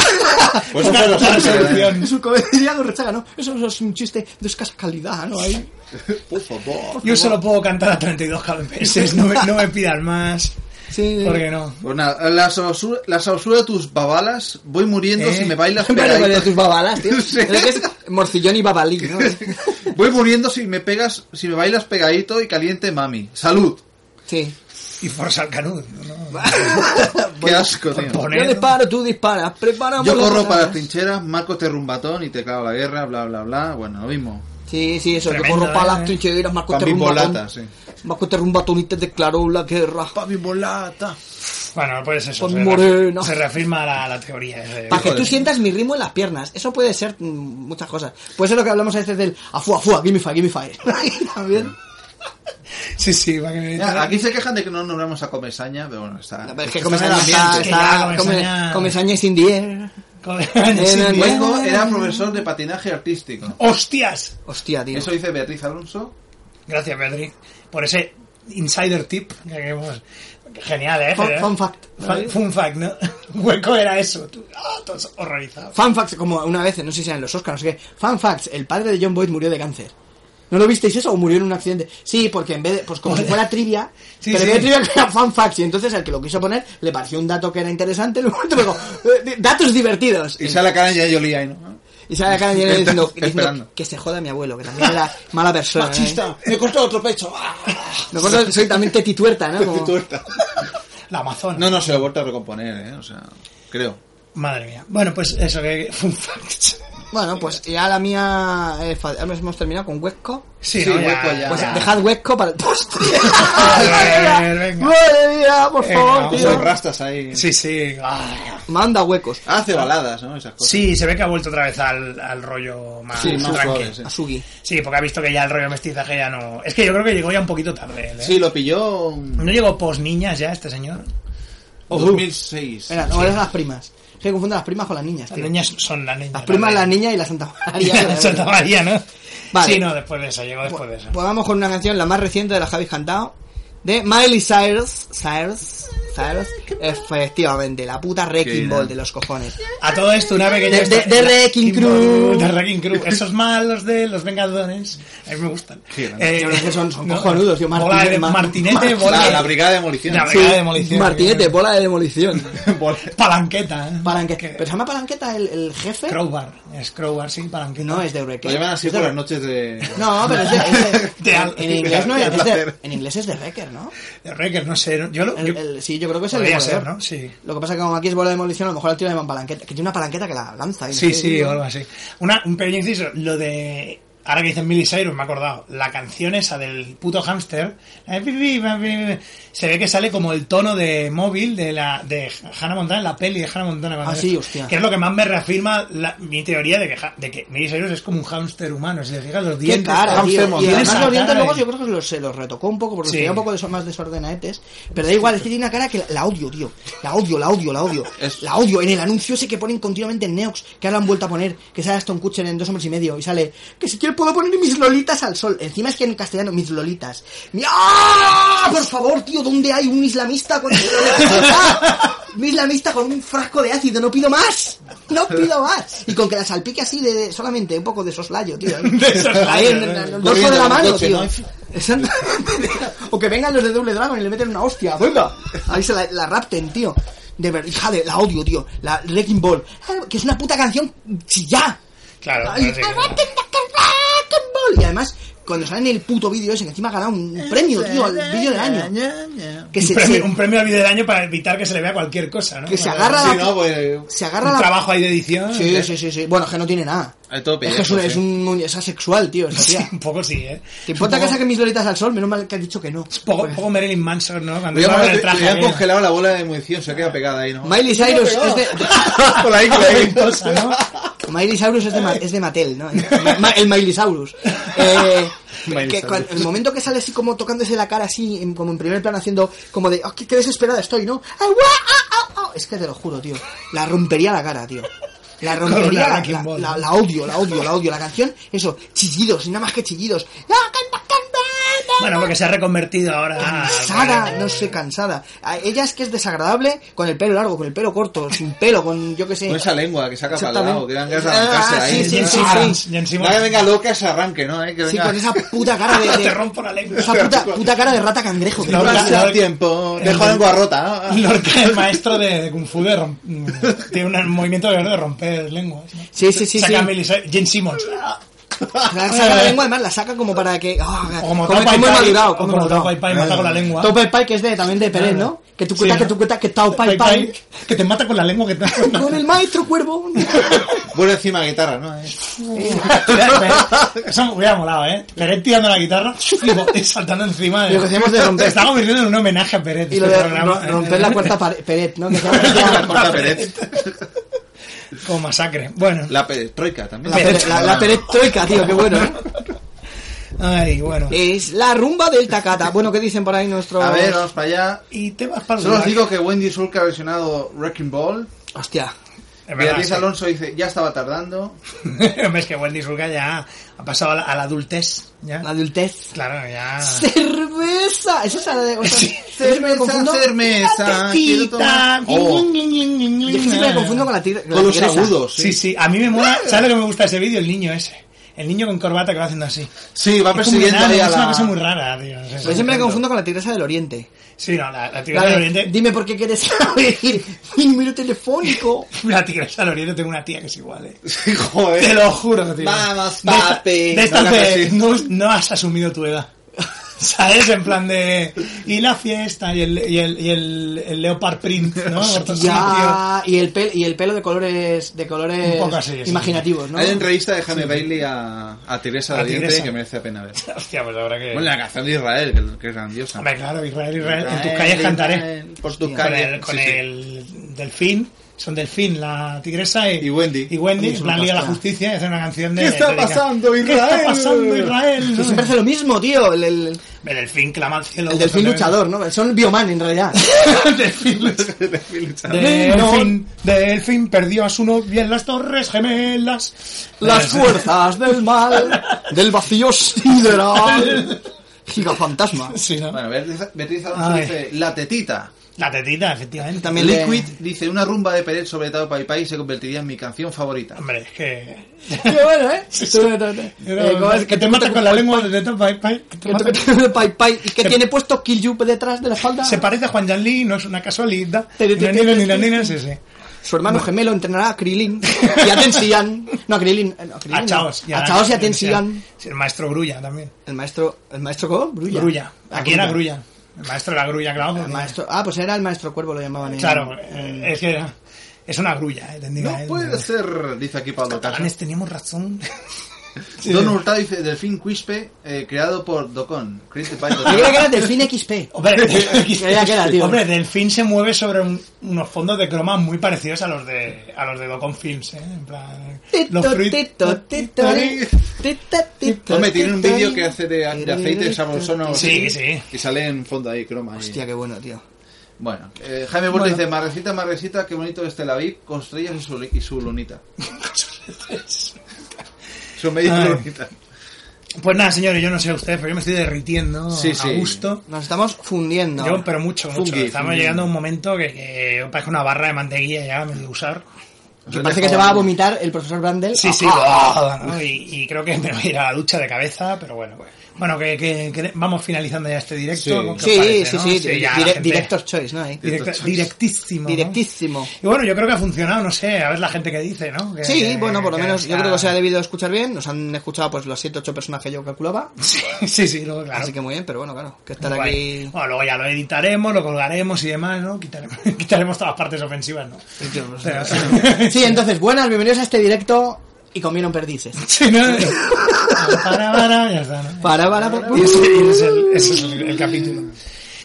S5: Pues eso fue lo
S6: La
S5: que-
S6: solución.
S7: Su comedia Gorrechaga, ¿no? Eso es un chiste de escasa calidad, ¿no? Ahí.
S5: Por favor.
S6: Yo solo puedo cantar a 32 kbps, no me, no me pidas más.
S7: Sí.
S6: Porque no.
S5: Pues nada, la sabrosura, la sabrosura de tus babalas. Voy muriendo
S6: Eh.
S5: si me bailas
S7: Vale,
S5: pegadito.
S7: vale, tus babalas, tío.
S5: Sí.
S7: Creo que es morcillón y babalí, ¿no?
S5: Voy muriendo si me pegas, si me bailas pegadito y caliente, mami. Salud.
S7: Sí.
S6: Y Forza al Canut. ¿no?
S5: Qué asco, tío.
S6: Poner-
S7: Yo disparo, tú disparas, preparamos.
S5: Yo
S7: las
S5: corro para las
S7: balas.
S5: trincheras, marco este rumbatón y te clavo la guerra, bla, bla, bla. Bueno, lo mismo.
S7: Sí, sí, eso. Yo
S6: Tremendo,
S7: corro para
S6: ¿eh?
S7: las trincheras, Marco
S5: Con
S7: te
S5: mi
S7: rumba.
S5: bolata, sí.
S7: Marco te rumba, Tony te declaró la guerra.
S5: Papi bolata.
S6: Bueno, pues eso.
S7: Con
S6: se, reaf-
S7: morena.
S6: se reafirma la, la teoría. eh,
S7: Para que
S5: Joder.
S7: tú sientas mi ritmo en las piernas. Eso puede ser mm, Pues muchas cosas. Puede ser lo que hablamos a veces del afu, afu, give me five, give me five. También.
S6: Sí, sí, va que me...
S5: Ya, aquí se quejan de que no nombramos a Comesaña, pero bueno, está.
S7: No, pero es que
S5: está en el
S7: Comesaña está,
S5: ambiente.
S7: está,
S6: Que ya, Comesaña.
S7: Come- Comesaña es indier.
S6: Sí,
S7: en-
S6: bien.
S5: Luego era profesor de patinaje artístico.
S6: ¡Hostias!
S7: Hostia, tío.
S5: Eso dice Beatriz Alonso.
S6: Gracias, Beatriz, por ese insider tip. que hemos- Genial, ¿eh?
S7: Fun-
S6: Pero-
S7: fun fact.
S6: Fun, fun fact, ¿no? Hueco era eso. Tú- ah, todos horrorizados.
S7: Fan facts, como una vez, no sé si eran los Oscars, no sé qué. Fan facts, el padre de John Boyd murió de cáncer. ¿No lo visteis eso? ¿O murió en un accidente? Sí, porque en vez de. Pues como si fuera trivia.
S6: Sí,
S7: pero en
S6: sí.
S7: vez de trivia era fan facts. Y entonces el que lo quiso poner le pareció un dato que era interesante. Luego te digo, eh, datos divertidos.
S5: Y sale la cara ya Jolie ahí, ¿no?
S7: Y sale acá diciendo, diciendo,
S5: Esperando.
S7: que se joda mi abuelo, que también era mala persona. ¿eh?
S4: Machista, me cortó otro pecho.
S7: No, pues, soy también tetituerta, ¿no? Como-
S5: Tuerta.
S6: La Amazona.
S5: No, no, se lo he vuelto a recomponer, ¿eh? O sea, creo.
S6: Madre mía. Bueno, pues eso que... Fun fact.
S7: Bueno, pues ya la mía. eh, fa- ahora hemos terminado con Huesco.
S6: Sí,
S5: Sí,
S6: no, ya,
S5: hueco ya.
S7: Pues
S5: Ah.
S7: dejad Huesco para el post.
S6: Joder, venga.
S7: Madre mía, por
S6: Venga,
S7: favor,
S6: vamos.
S7: tío.
S5: Son rastas ahí.
S6: Sí, sí. Ah.
S7: Manda huecos.
S5: Hace baladas, ¿no? Esas cosas.
S6: Sí, se ve que ha vuelto otra vez al, al rollo más,
S5: Sí, más
S6: tranqui.
S5: suave, sí.
S7: Asugi.
S6: Sí, porque ha visto que ya el rollo mestizaje ya no... Es que yo creo que llegó ya un poquito tarde. él, ¿eh?
S5: Sí, lo pilló en
S6: ¿No llegó post niñas ya este señor?
S5: 2006.
S7: Venga, no, eres las primas. Es que confunden las primas con las niñas,
S6: Las
S7: tío.
S6: niñas son las niñas.
S7: Las primas, las niñas y la Santa María.
S6: Santa María, ¿no?
S7: Vale.
S6: Sí, no, después de eso, llegó después de eso.
S7: Pues vamos con una canción, la más reciente de la Javi Cantao, de Miley Cyrus. Cyrus. Cyrus. Efectivamente, la puta Wrecking
S5: Qué
S7: Ball
S5: bien.
S7: de los cojones.
S6: A todo esto, una vez que
S7: De-
S6: ya está-
S7: de- de Wrecking Crew.
S6: De Wrecking Crew. Esos malos de los Vengadores. A mí me gustan. Eh,
S5: Sí, ¿no?
S7: Yo creo que son- son cojonudos, tío.
S6: bola
S7: Martine-
S6: de-
S7: Ma-
S6: Martinete,
S7: Ma-
S6: bola
S5: Ah, La,
S6: de-
S5: la brigada de demolición.
S6: La brigada de demolición.
S7: Martinete, bola de demolición.
S5: Bol-
S6: Palanqueta. ¿eh?
S7: Palanque-
S6: Que-
S7: ¿Pero se llama Palanqueta el, el jefe?
S6: Crowbar. Es Crowbar, sí, palanqueta.
S7: No, es de
S5: Lo
S7: Wrecking.
S5: llaman así
S7: Es de
S5: por las
S7: Wreck-
S5: noches de...
S7: No, pero es de... es de-
S6: De al-
S7: en, en inglés no es,
S5: de
S7: es de,
S5: placer.
S7: en inglés es de Wrecker, ¿no?
S6: De Wrecker, no sé. Yo lo...
S7: El-
S6: yo-
S7: el- sí, yo creo que es el
S6: podría
S7: demoledor.
S6: ser, ¿no? Sí.
S7: Lo que pasa es que como aquí es bola de demolición, a lo mejor al tío le llaman palanqueta. Que tiene una palanqueta que la lanza. ahí, no
S6: Sí,
S7: sé,
S6: sí,
S7: tío.
S6: o algo así. Una, un pequeño inciso, lo de... Ahora que dicen Miley Cyrus, me he acordado. La canción esa del puto hámster. eh, pi, pi, pi, pi, pi, Se ve que sale como el tono de móvil de la de Hannah Montana, la peli de Hannah Montana. cuando
S7: Ah,
S6: es-
S7: sí, hostia.
S6: Que es lo que más me reafirma la- mi teoría de que, ha- de que Miley Cyrus es como un hámster humano. Si le fijas los
S7: Qué
S6: dientes...
S7: cara,
S5: Hamster
S7: tío. Y
S5: Montana.
S7: además
S6: Esa
S7: los dientes
S6: cara
S7: luego
S6: y-
S7: yo creo que los, se los retocó un poco porque
S6: Sí.
S7: tenía un poco de, más desordenadetes. Pero da igual, es que tiene una cara que la, la odio, tío. La odio, la odio, la odio.
S5: Es-
S7: La odio. En el anuncio ese que ponen continuamente en Neox, que ahora han vuelto a poner, que sale Aston Kutcher en Dos Hombres y Medio, y sale, que si quieres puedo poner mis lolitas al sol. Encima es que en castellano, mis lolitas. Mi- ¡Ah! Por favor, tío, ¿dónde hay un islamista con... un islamista con un frasco de ácido? No pido más. No pido más. Y con que la salpique así de, de- solamente un poco de soslayo, tío. Ahí en- en- en- en- dorso de la mano,
S5: Coche,
S7: tío.
S5: ¿no?
S7: Exactamente. O que vengan los de Double Dragon y le meten una hostia. ¡Venga! Ahí se la, la rapten, tío. De ver, hija de, la odio, tío. La Wrecking Ball. Ah, Que es una puta canción chillá.
S6: Claro.
S7: Ay,
S6: no sé qué.
S7: Wrecking Ball. Y además, cuando salen el puto vídeo ese, que encima ha ganado un premio, tío, el vídeo del año. Que
S6: un,
S7: se,
S6: premio,
S7: se-
S6: un premio al vídeo del año para evitar que se le vea cualquier cosa, ¿no?
S7: que se
S6: Para-
S7: agarra
S5: Sí,
S7: la...
S5: no, pues...
S7: Se
S6: un
S7: agarra la...
S6: trabajo ahí de edición.
S7: Sí, sí, sí, sí. Bueno, es que no tiene nada.
S5: Hay todo
S7: es que es, un,
S5: pellejo,
S7: es,
S5: sí.
S7: un, es asexual, tío, esa
S6: Sí,
S7: tía.
S6: un poco sí, ¿eh?
S7: ¿Te importa
S6: Un
S7: que
S6: poco-
S7: saque mis lolitas al sol? Menos mal que has dicho que no. Pues,
S6: Poco, poco Marilyn Manson, ¿no? Cuando
S5: Le
S6: iba con el
S5: han-
S6: traje.
S5: le han
S6: ahí.
S5: congelado la bola de munición, se queda pegada ahí, ¿no?
S7: Miley Cyrus es de...
S5: Con la isla ahí.
S6: Cosa, ¿no?
S7: Miley Cyrus es de, Ma- es de Mattel, ¿no? Ma- el Miley Cyrus. Eh, que cuan- el momento que sale así como tocándose la cara así, en- como en primer plano haciendo como de, "Oh, qué, qué desesperada estoy, ¿no? Ay, guau, ah, ah, ah". Es que te lo juro, tío. La rompería la cara, tío. La rompería,
S6: Con una
S7: la,
S6: Wrecking
S7: la-
S6: Ball,
S7: la-
S6: ¿no?
S7: la odio, la odio, la odio. La canción, eso, chillidos, y nada más que chillidos.
S6: Bueno, porque se ha reconvertido ahora. Ah, a-
S7: Cansada, no sé, cansada. A ella es que es desagradable con el pelo largo, con el pelo corto, sin pelo, con yo qué sé.
S5: Con esa lengua que saca para el
S7: Eh, Exactamente.
S5: lado, que dan ganas de arrancársela
S7: Ah,
S5: ahí.
S7: sí,
S6: John
S7: sí,
S6: Simmons.
S7: sí.
S6: John
S5: No
S6: Simmons.
S5: que venga loca se arranque, ¿no? Eh, que
S7: Sí,
S5: venga-
S7: con esa puta cara de... de-
S6: Te rompo la lengua.
S7: esa puta, puta cara de rata cangrejo. tío.
S6: No,
S5: Pasa
S6: la- la-
S5: tiempo,
S6: el-
S5: dejo la lengua rota. ¿no?
S6: Lorca, el maestro de, de Kung Fu, de rom- tiene un movimiento de, de romper lenguas. ¿no?
S7: Sí, sí, sí,
S6: Saca
S7: sí.
S6: a Miley Cyrus- Gene Simmons.
S7: La saca la lengua, además la saca como para que... ah,
S6: O como
S7: como
S6: Taupai
S7: como he
S6: Pai,
S7: madurado,
S6: o
S7: como he
S6: como
S7: madurado.
S6: Taupai Pai mata con la lengua.
S7: Taupai Pai, que es de, también de Pérez, ¿no? Que tú cuentas,
S6: Sí,
S7: que tú cuentas, que Taupai
S6: Taupai
S7: Pai...
S6: Pai, Que te mata con la lengua que te
S7: Con el maestro cuervo.
S5: Vuelve encima la guitarra, ¿no? Eh.
S6: Eso me hubiera molado, ¿eh? Peret tirando la guitarra y saltando encima. De...
S7: Lo que hacíamos de romper.
S6: Está convirtiendo en un homenaje a Peret. este ¿eh?
S7: Y lo de ro- romper la cuarta pared, Pérez, ¿no? Que se llama-
S5: La corta Pérez.
S6: Como masacre. Bueno.
S5: La perestroika también.
S7: La, pere- la, la perestroika, tío, qué bueno, ¿eh?
S6: Ay, bueno.
S7: Es la rumba del Takata. Bueno, ¿qué dicen por ahí nuestros...?
S5: A ver, vamos para allá.
S6: Y te vas para
S5: Solo os
S6: lugar.
S5: digo que Wendy Sulca ha versionado Wrecking Ball.
S7: Hostia.
S6: Es verdad,
S5: Beatriz
S6: sí.
S5: Alonso dice, ya estaba tardando.
S6: es que Wendy Surga ya ha pasado a la, a la adultez. ¿ya?
S7: La adultez.
S6: Claro, ya.
S7: ¡Cerveza! ¿Es esa la de...? O sea,
S6: Sí.
S7: yo siempre me confundo-
S6: Ah,
S5: cerveza. quiero tomar- Oh,
S7: Yo siempre me confundo con la tira...
S5: con los agudos.
S6: Sí, sí, a mí me mola. ¿Sabes lo que me gusta de ese vídeo? El niño ese. El niño con corbata que va haciendo así.
S5: Sí, va
S6: Es como un
S5: persiguiendo
S6: enano,
S5: ahí a
S6: Es una
S5: la...
S6: cosa muy rara, tío. Es- es
S7: Yo siempre me
S6: tonto.
S7: confundo con la tigresa del oriente.
S6: Sí, no, la, la
S7: La
S6: tigresa
S7: de,
S6: del oriente.
S7: Dime por qué quieres saber mi número telefónico.
S6: La tigresa del oriente, tengo una tía que es igual, eh.
S5: Sí,
S6: Te
S5: joder.
S6: lo juro, tío.
S5: Vamos,
S6: De esta-
S5: papi.
S6: De estas
S5: No
S6: de-
S5: hagas así.
S6: no, no has asumido tu edad. ¿Sabes? En plan de. Y la fiesta, y el, y el, y el, el leopard print, ¿no? Por todo sitio.
S7: Ya, y el, pel, y el pelo de colores, de colores
S6: Un poco así, sí.
S7: imaginativos, ¿no?
S5: Hay una entrevista de Jaime Bailey a, a Teresa
S6: A
S5: de Oriente
S6: Teresa.
S5: que merece la pena ver.
S6: Hostia, pues ahora que.
S5: Bueno, la canción de Israel, que, que es grandiosa.
S6: Hombre, claro, Israel, Israel, en tus
S5: Israel,
S6: calles cantaré.
S5: Israel, Por tus
S6: Con
S5: calles.
S6: el, con
S5: Sí, sí.
S6: el delfín, son delfín, la tigresa y,
S5: Y Wendy.
S6: Y Wendy,
S7: Hombre,
S6: en plan
S7: es
S6: Liga
S7: una
S6: de la
S7: pastora.
S6: Justicia y hacen una canción de.
S5: ¿Qué está
S6: dedica-
S5: pasando,
S6: ¿Qué
S5: Israel?
S6: está pasando, Israel?
S7: Que siempre hace lo mismo, tío. El, el, el
S6: El delfín clama al cielo.
S7: delfín
S6: constantemente.
S7: luchador, ¿no? Son Bioman, en realidad.
S6: El delfín luchador. Delfín, delfín perdió a su novia en las Torres Gemelas.
S7: Las
S6: Eh,
S7: fuerzas del mal, del vacío sideral. Gigafantasma.
S6: Sí, ¿no?
S5: Bueno, Beatriz, Beatriz Alonso
S6: Ay.
S5: dice La Tetita.
S6: La tetita, efectivamente.
S7: También le-
S5: Liquid dice Una rumba de Peret sobre Tao Pai Pai se convertiría en mi canción favorita.
S6: Hombre, es que.
S7: Qué bueno, ¿eh? Eh, ¿cómo es?
S6: que te matan con la lengua de Top Pai Pai. que te
S7: Que
S6: matan.
S7: toca- pai, pai, y que tiene puesto Kill You detrás de la espalda.
S6: Se parece a Juan Yan Lee, no es una casualidad.
S7: Te- te-
S6: Ni la
S7: te-
S6: nena, ni
S7: te-
S6: la
S7: te-
S6: nena, sí, sí.
S7: Su hermano gemelo entrenará a Krilin y a Tensian. No, a Krilin. eh, no, a, Krilin
S6: A
S7: no.
S6: Chaos.
S7: A Chaos y a Tensian.
S6: Tensian. Sí, El maestro Grulla también.
S7: El maestro. ¿El maestro cómo? Grulla.
S6: Grulla.
S7: Ah,
S6: Aquí era Grulla. El maestro era Grulla, claro.
S7: El
S6: porque-
S7: maestro. Ah, pues era el maestro cuervo, lo llamaban. en-
S6: Claro, eh, es que era. Es una grulla, eh, tendría,
S5: No
S6: eh,
S5: puede ser, dice aquí Pablo Casas.
S6: Catalanes teníamos razón.
S5: Don Hurtado dice Delfín Quispe, eh, creado por Docon. Created by
S7: Yo
S5: Docon.
S7: creo que era Delfín XP.
S6: Hombre,
S7: Ya queda, tío.
S6: Hombre, Delfín se mueve sobre un- unos fondos de croma muy parecidos a los de a los de Docon Films, ¿eh? En plan,
S7: Tito,
S6: los fruit-
S7: tito, tito, tito, tito,
S5: Hombre, tiene un
S7: tito,
S5: vídeo que hace de, de aceite de sabrosón
S6: Sí, sí.
S5: Y sale en fondo ahí, croma. ahí.
S7: Hostia, qué bueno, tío.
S5: Bueno, eh, Jaime Borda dice, Marresita, Marresita, qué bonito es Tel Aviv, con estrellas y su, y su lunita. su media
S6: Ay.
S5: lunita.
S6: Pues nada, señores, yo no sé ustedes, pero yo me estoy derritiendo
S5: Sí,
S6: a
S5: sí.
S6: gusto.
S7: Nos estamos fundiendo.
S6: Yo, pero mucho, mucho.
S5: Fungi,
S6: Estamos
S5: fungi.
S6: llegando a un momento que, que parece una barra de mantequilla ya, me voy a usar.
S7: Que parece que se va a vomitar el profesor Brandel.
S6: Sí, sí,
S7: Ah,
S6: ¿no? y, y creo que me voy a ir a la ducha de cabeza, pero bueno. Bueno, que, que- que vamos finalizando ya este
S5: Sí.
S6: directo. ¿qué os
S7: Sí,
S6: parece,
S7: sí,
S6: no?
S7: sí.
S6: ya la
S7: dire-
S6: gente-
S7: Director's Choice, ¿no? Ahí.
S6: directa- directísimo. ¿no?
S7: Directísimo.
S6: Y bueno, yo creo que ha funcionado, no sé, a ver la gente que dice, ¿no? Que-
S7: Sí,
S6: que-
S7: bueno, por lo
S6: Eh, que
S7: menos yo
S6: está-
S7: creo que se ha debido escuchar bien. Nos han escuchado pues las 7 8 personas que yo calculaba.
S6: Sí, sí, luego, claro.
S7: Así que muy bien, pero bueno, claro, que estar
S6: Guay.
S7: aquí.
S6: Bueno, luego ya lo editaremos, lo colgaremos y demás, ¿no? Quitaremos, quitaremos todas las partes ofensivas, ¿no? Pero-
S7: pues, Sí, entonces, buenas, bienvenidos a este directo y comieron perdices.
S6: Sí, ¿no? para, para, ya está, ¿no?
S7: Para, para, para.
S6: Y ese, y ese es, el, ese es el, el capítulo.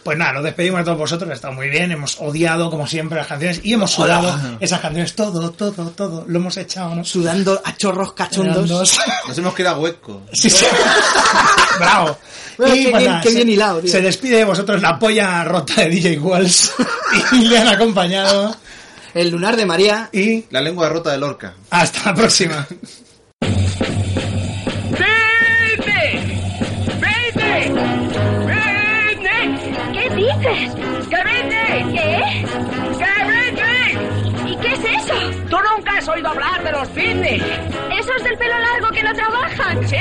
S6: Pues nada, nos despedimos de todos vosotros, ha estado muy bien, hemos odiado como siempre las canciones y hemos sudado esas canciones, todo, todo, todo, lo hemos echado, ¿no?
S7: Sudando a chorros cachondos.
S6: Dos.
S5: Nos hemos quedado huecos.
S6: Sí, sí. Bravo.
S7: Bueno, qué bien-
S6: nada,
S7: qué
S6: se-
S7: bien hilado, tío.
S6: Se despide de vosotros la polla rota de DJ Walls. y le han acompañado.
S7: El lunar de María.
S6: Y
S5: La lengua rota de Lorca.
S6: hasta la próxima.
S8: ¡Vete! ¡Vete! ¡Vete!
S10: ¿Qué dices?
S8: ¡Que vete!
S10: ¿Qué?
S8: ¡Que vete!
S10: ¿Y qué es eso?
S8: ¡Tú nunca has oído hablar de los fitness!
S10: Esos del pelo largo que no trabajan.
S8: ¡Sí,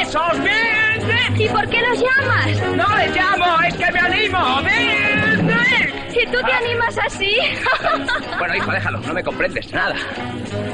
S8: esos fitness!
S10: ¿Y por qué los llamas?
S8: ¡No les llamo! ¡Es que me animo! ¡Vete!
S10: Si tú te animas así.
S8: Bueno, hijo, déjalo. No me comprendes nada.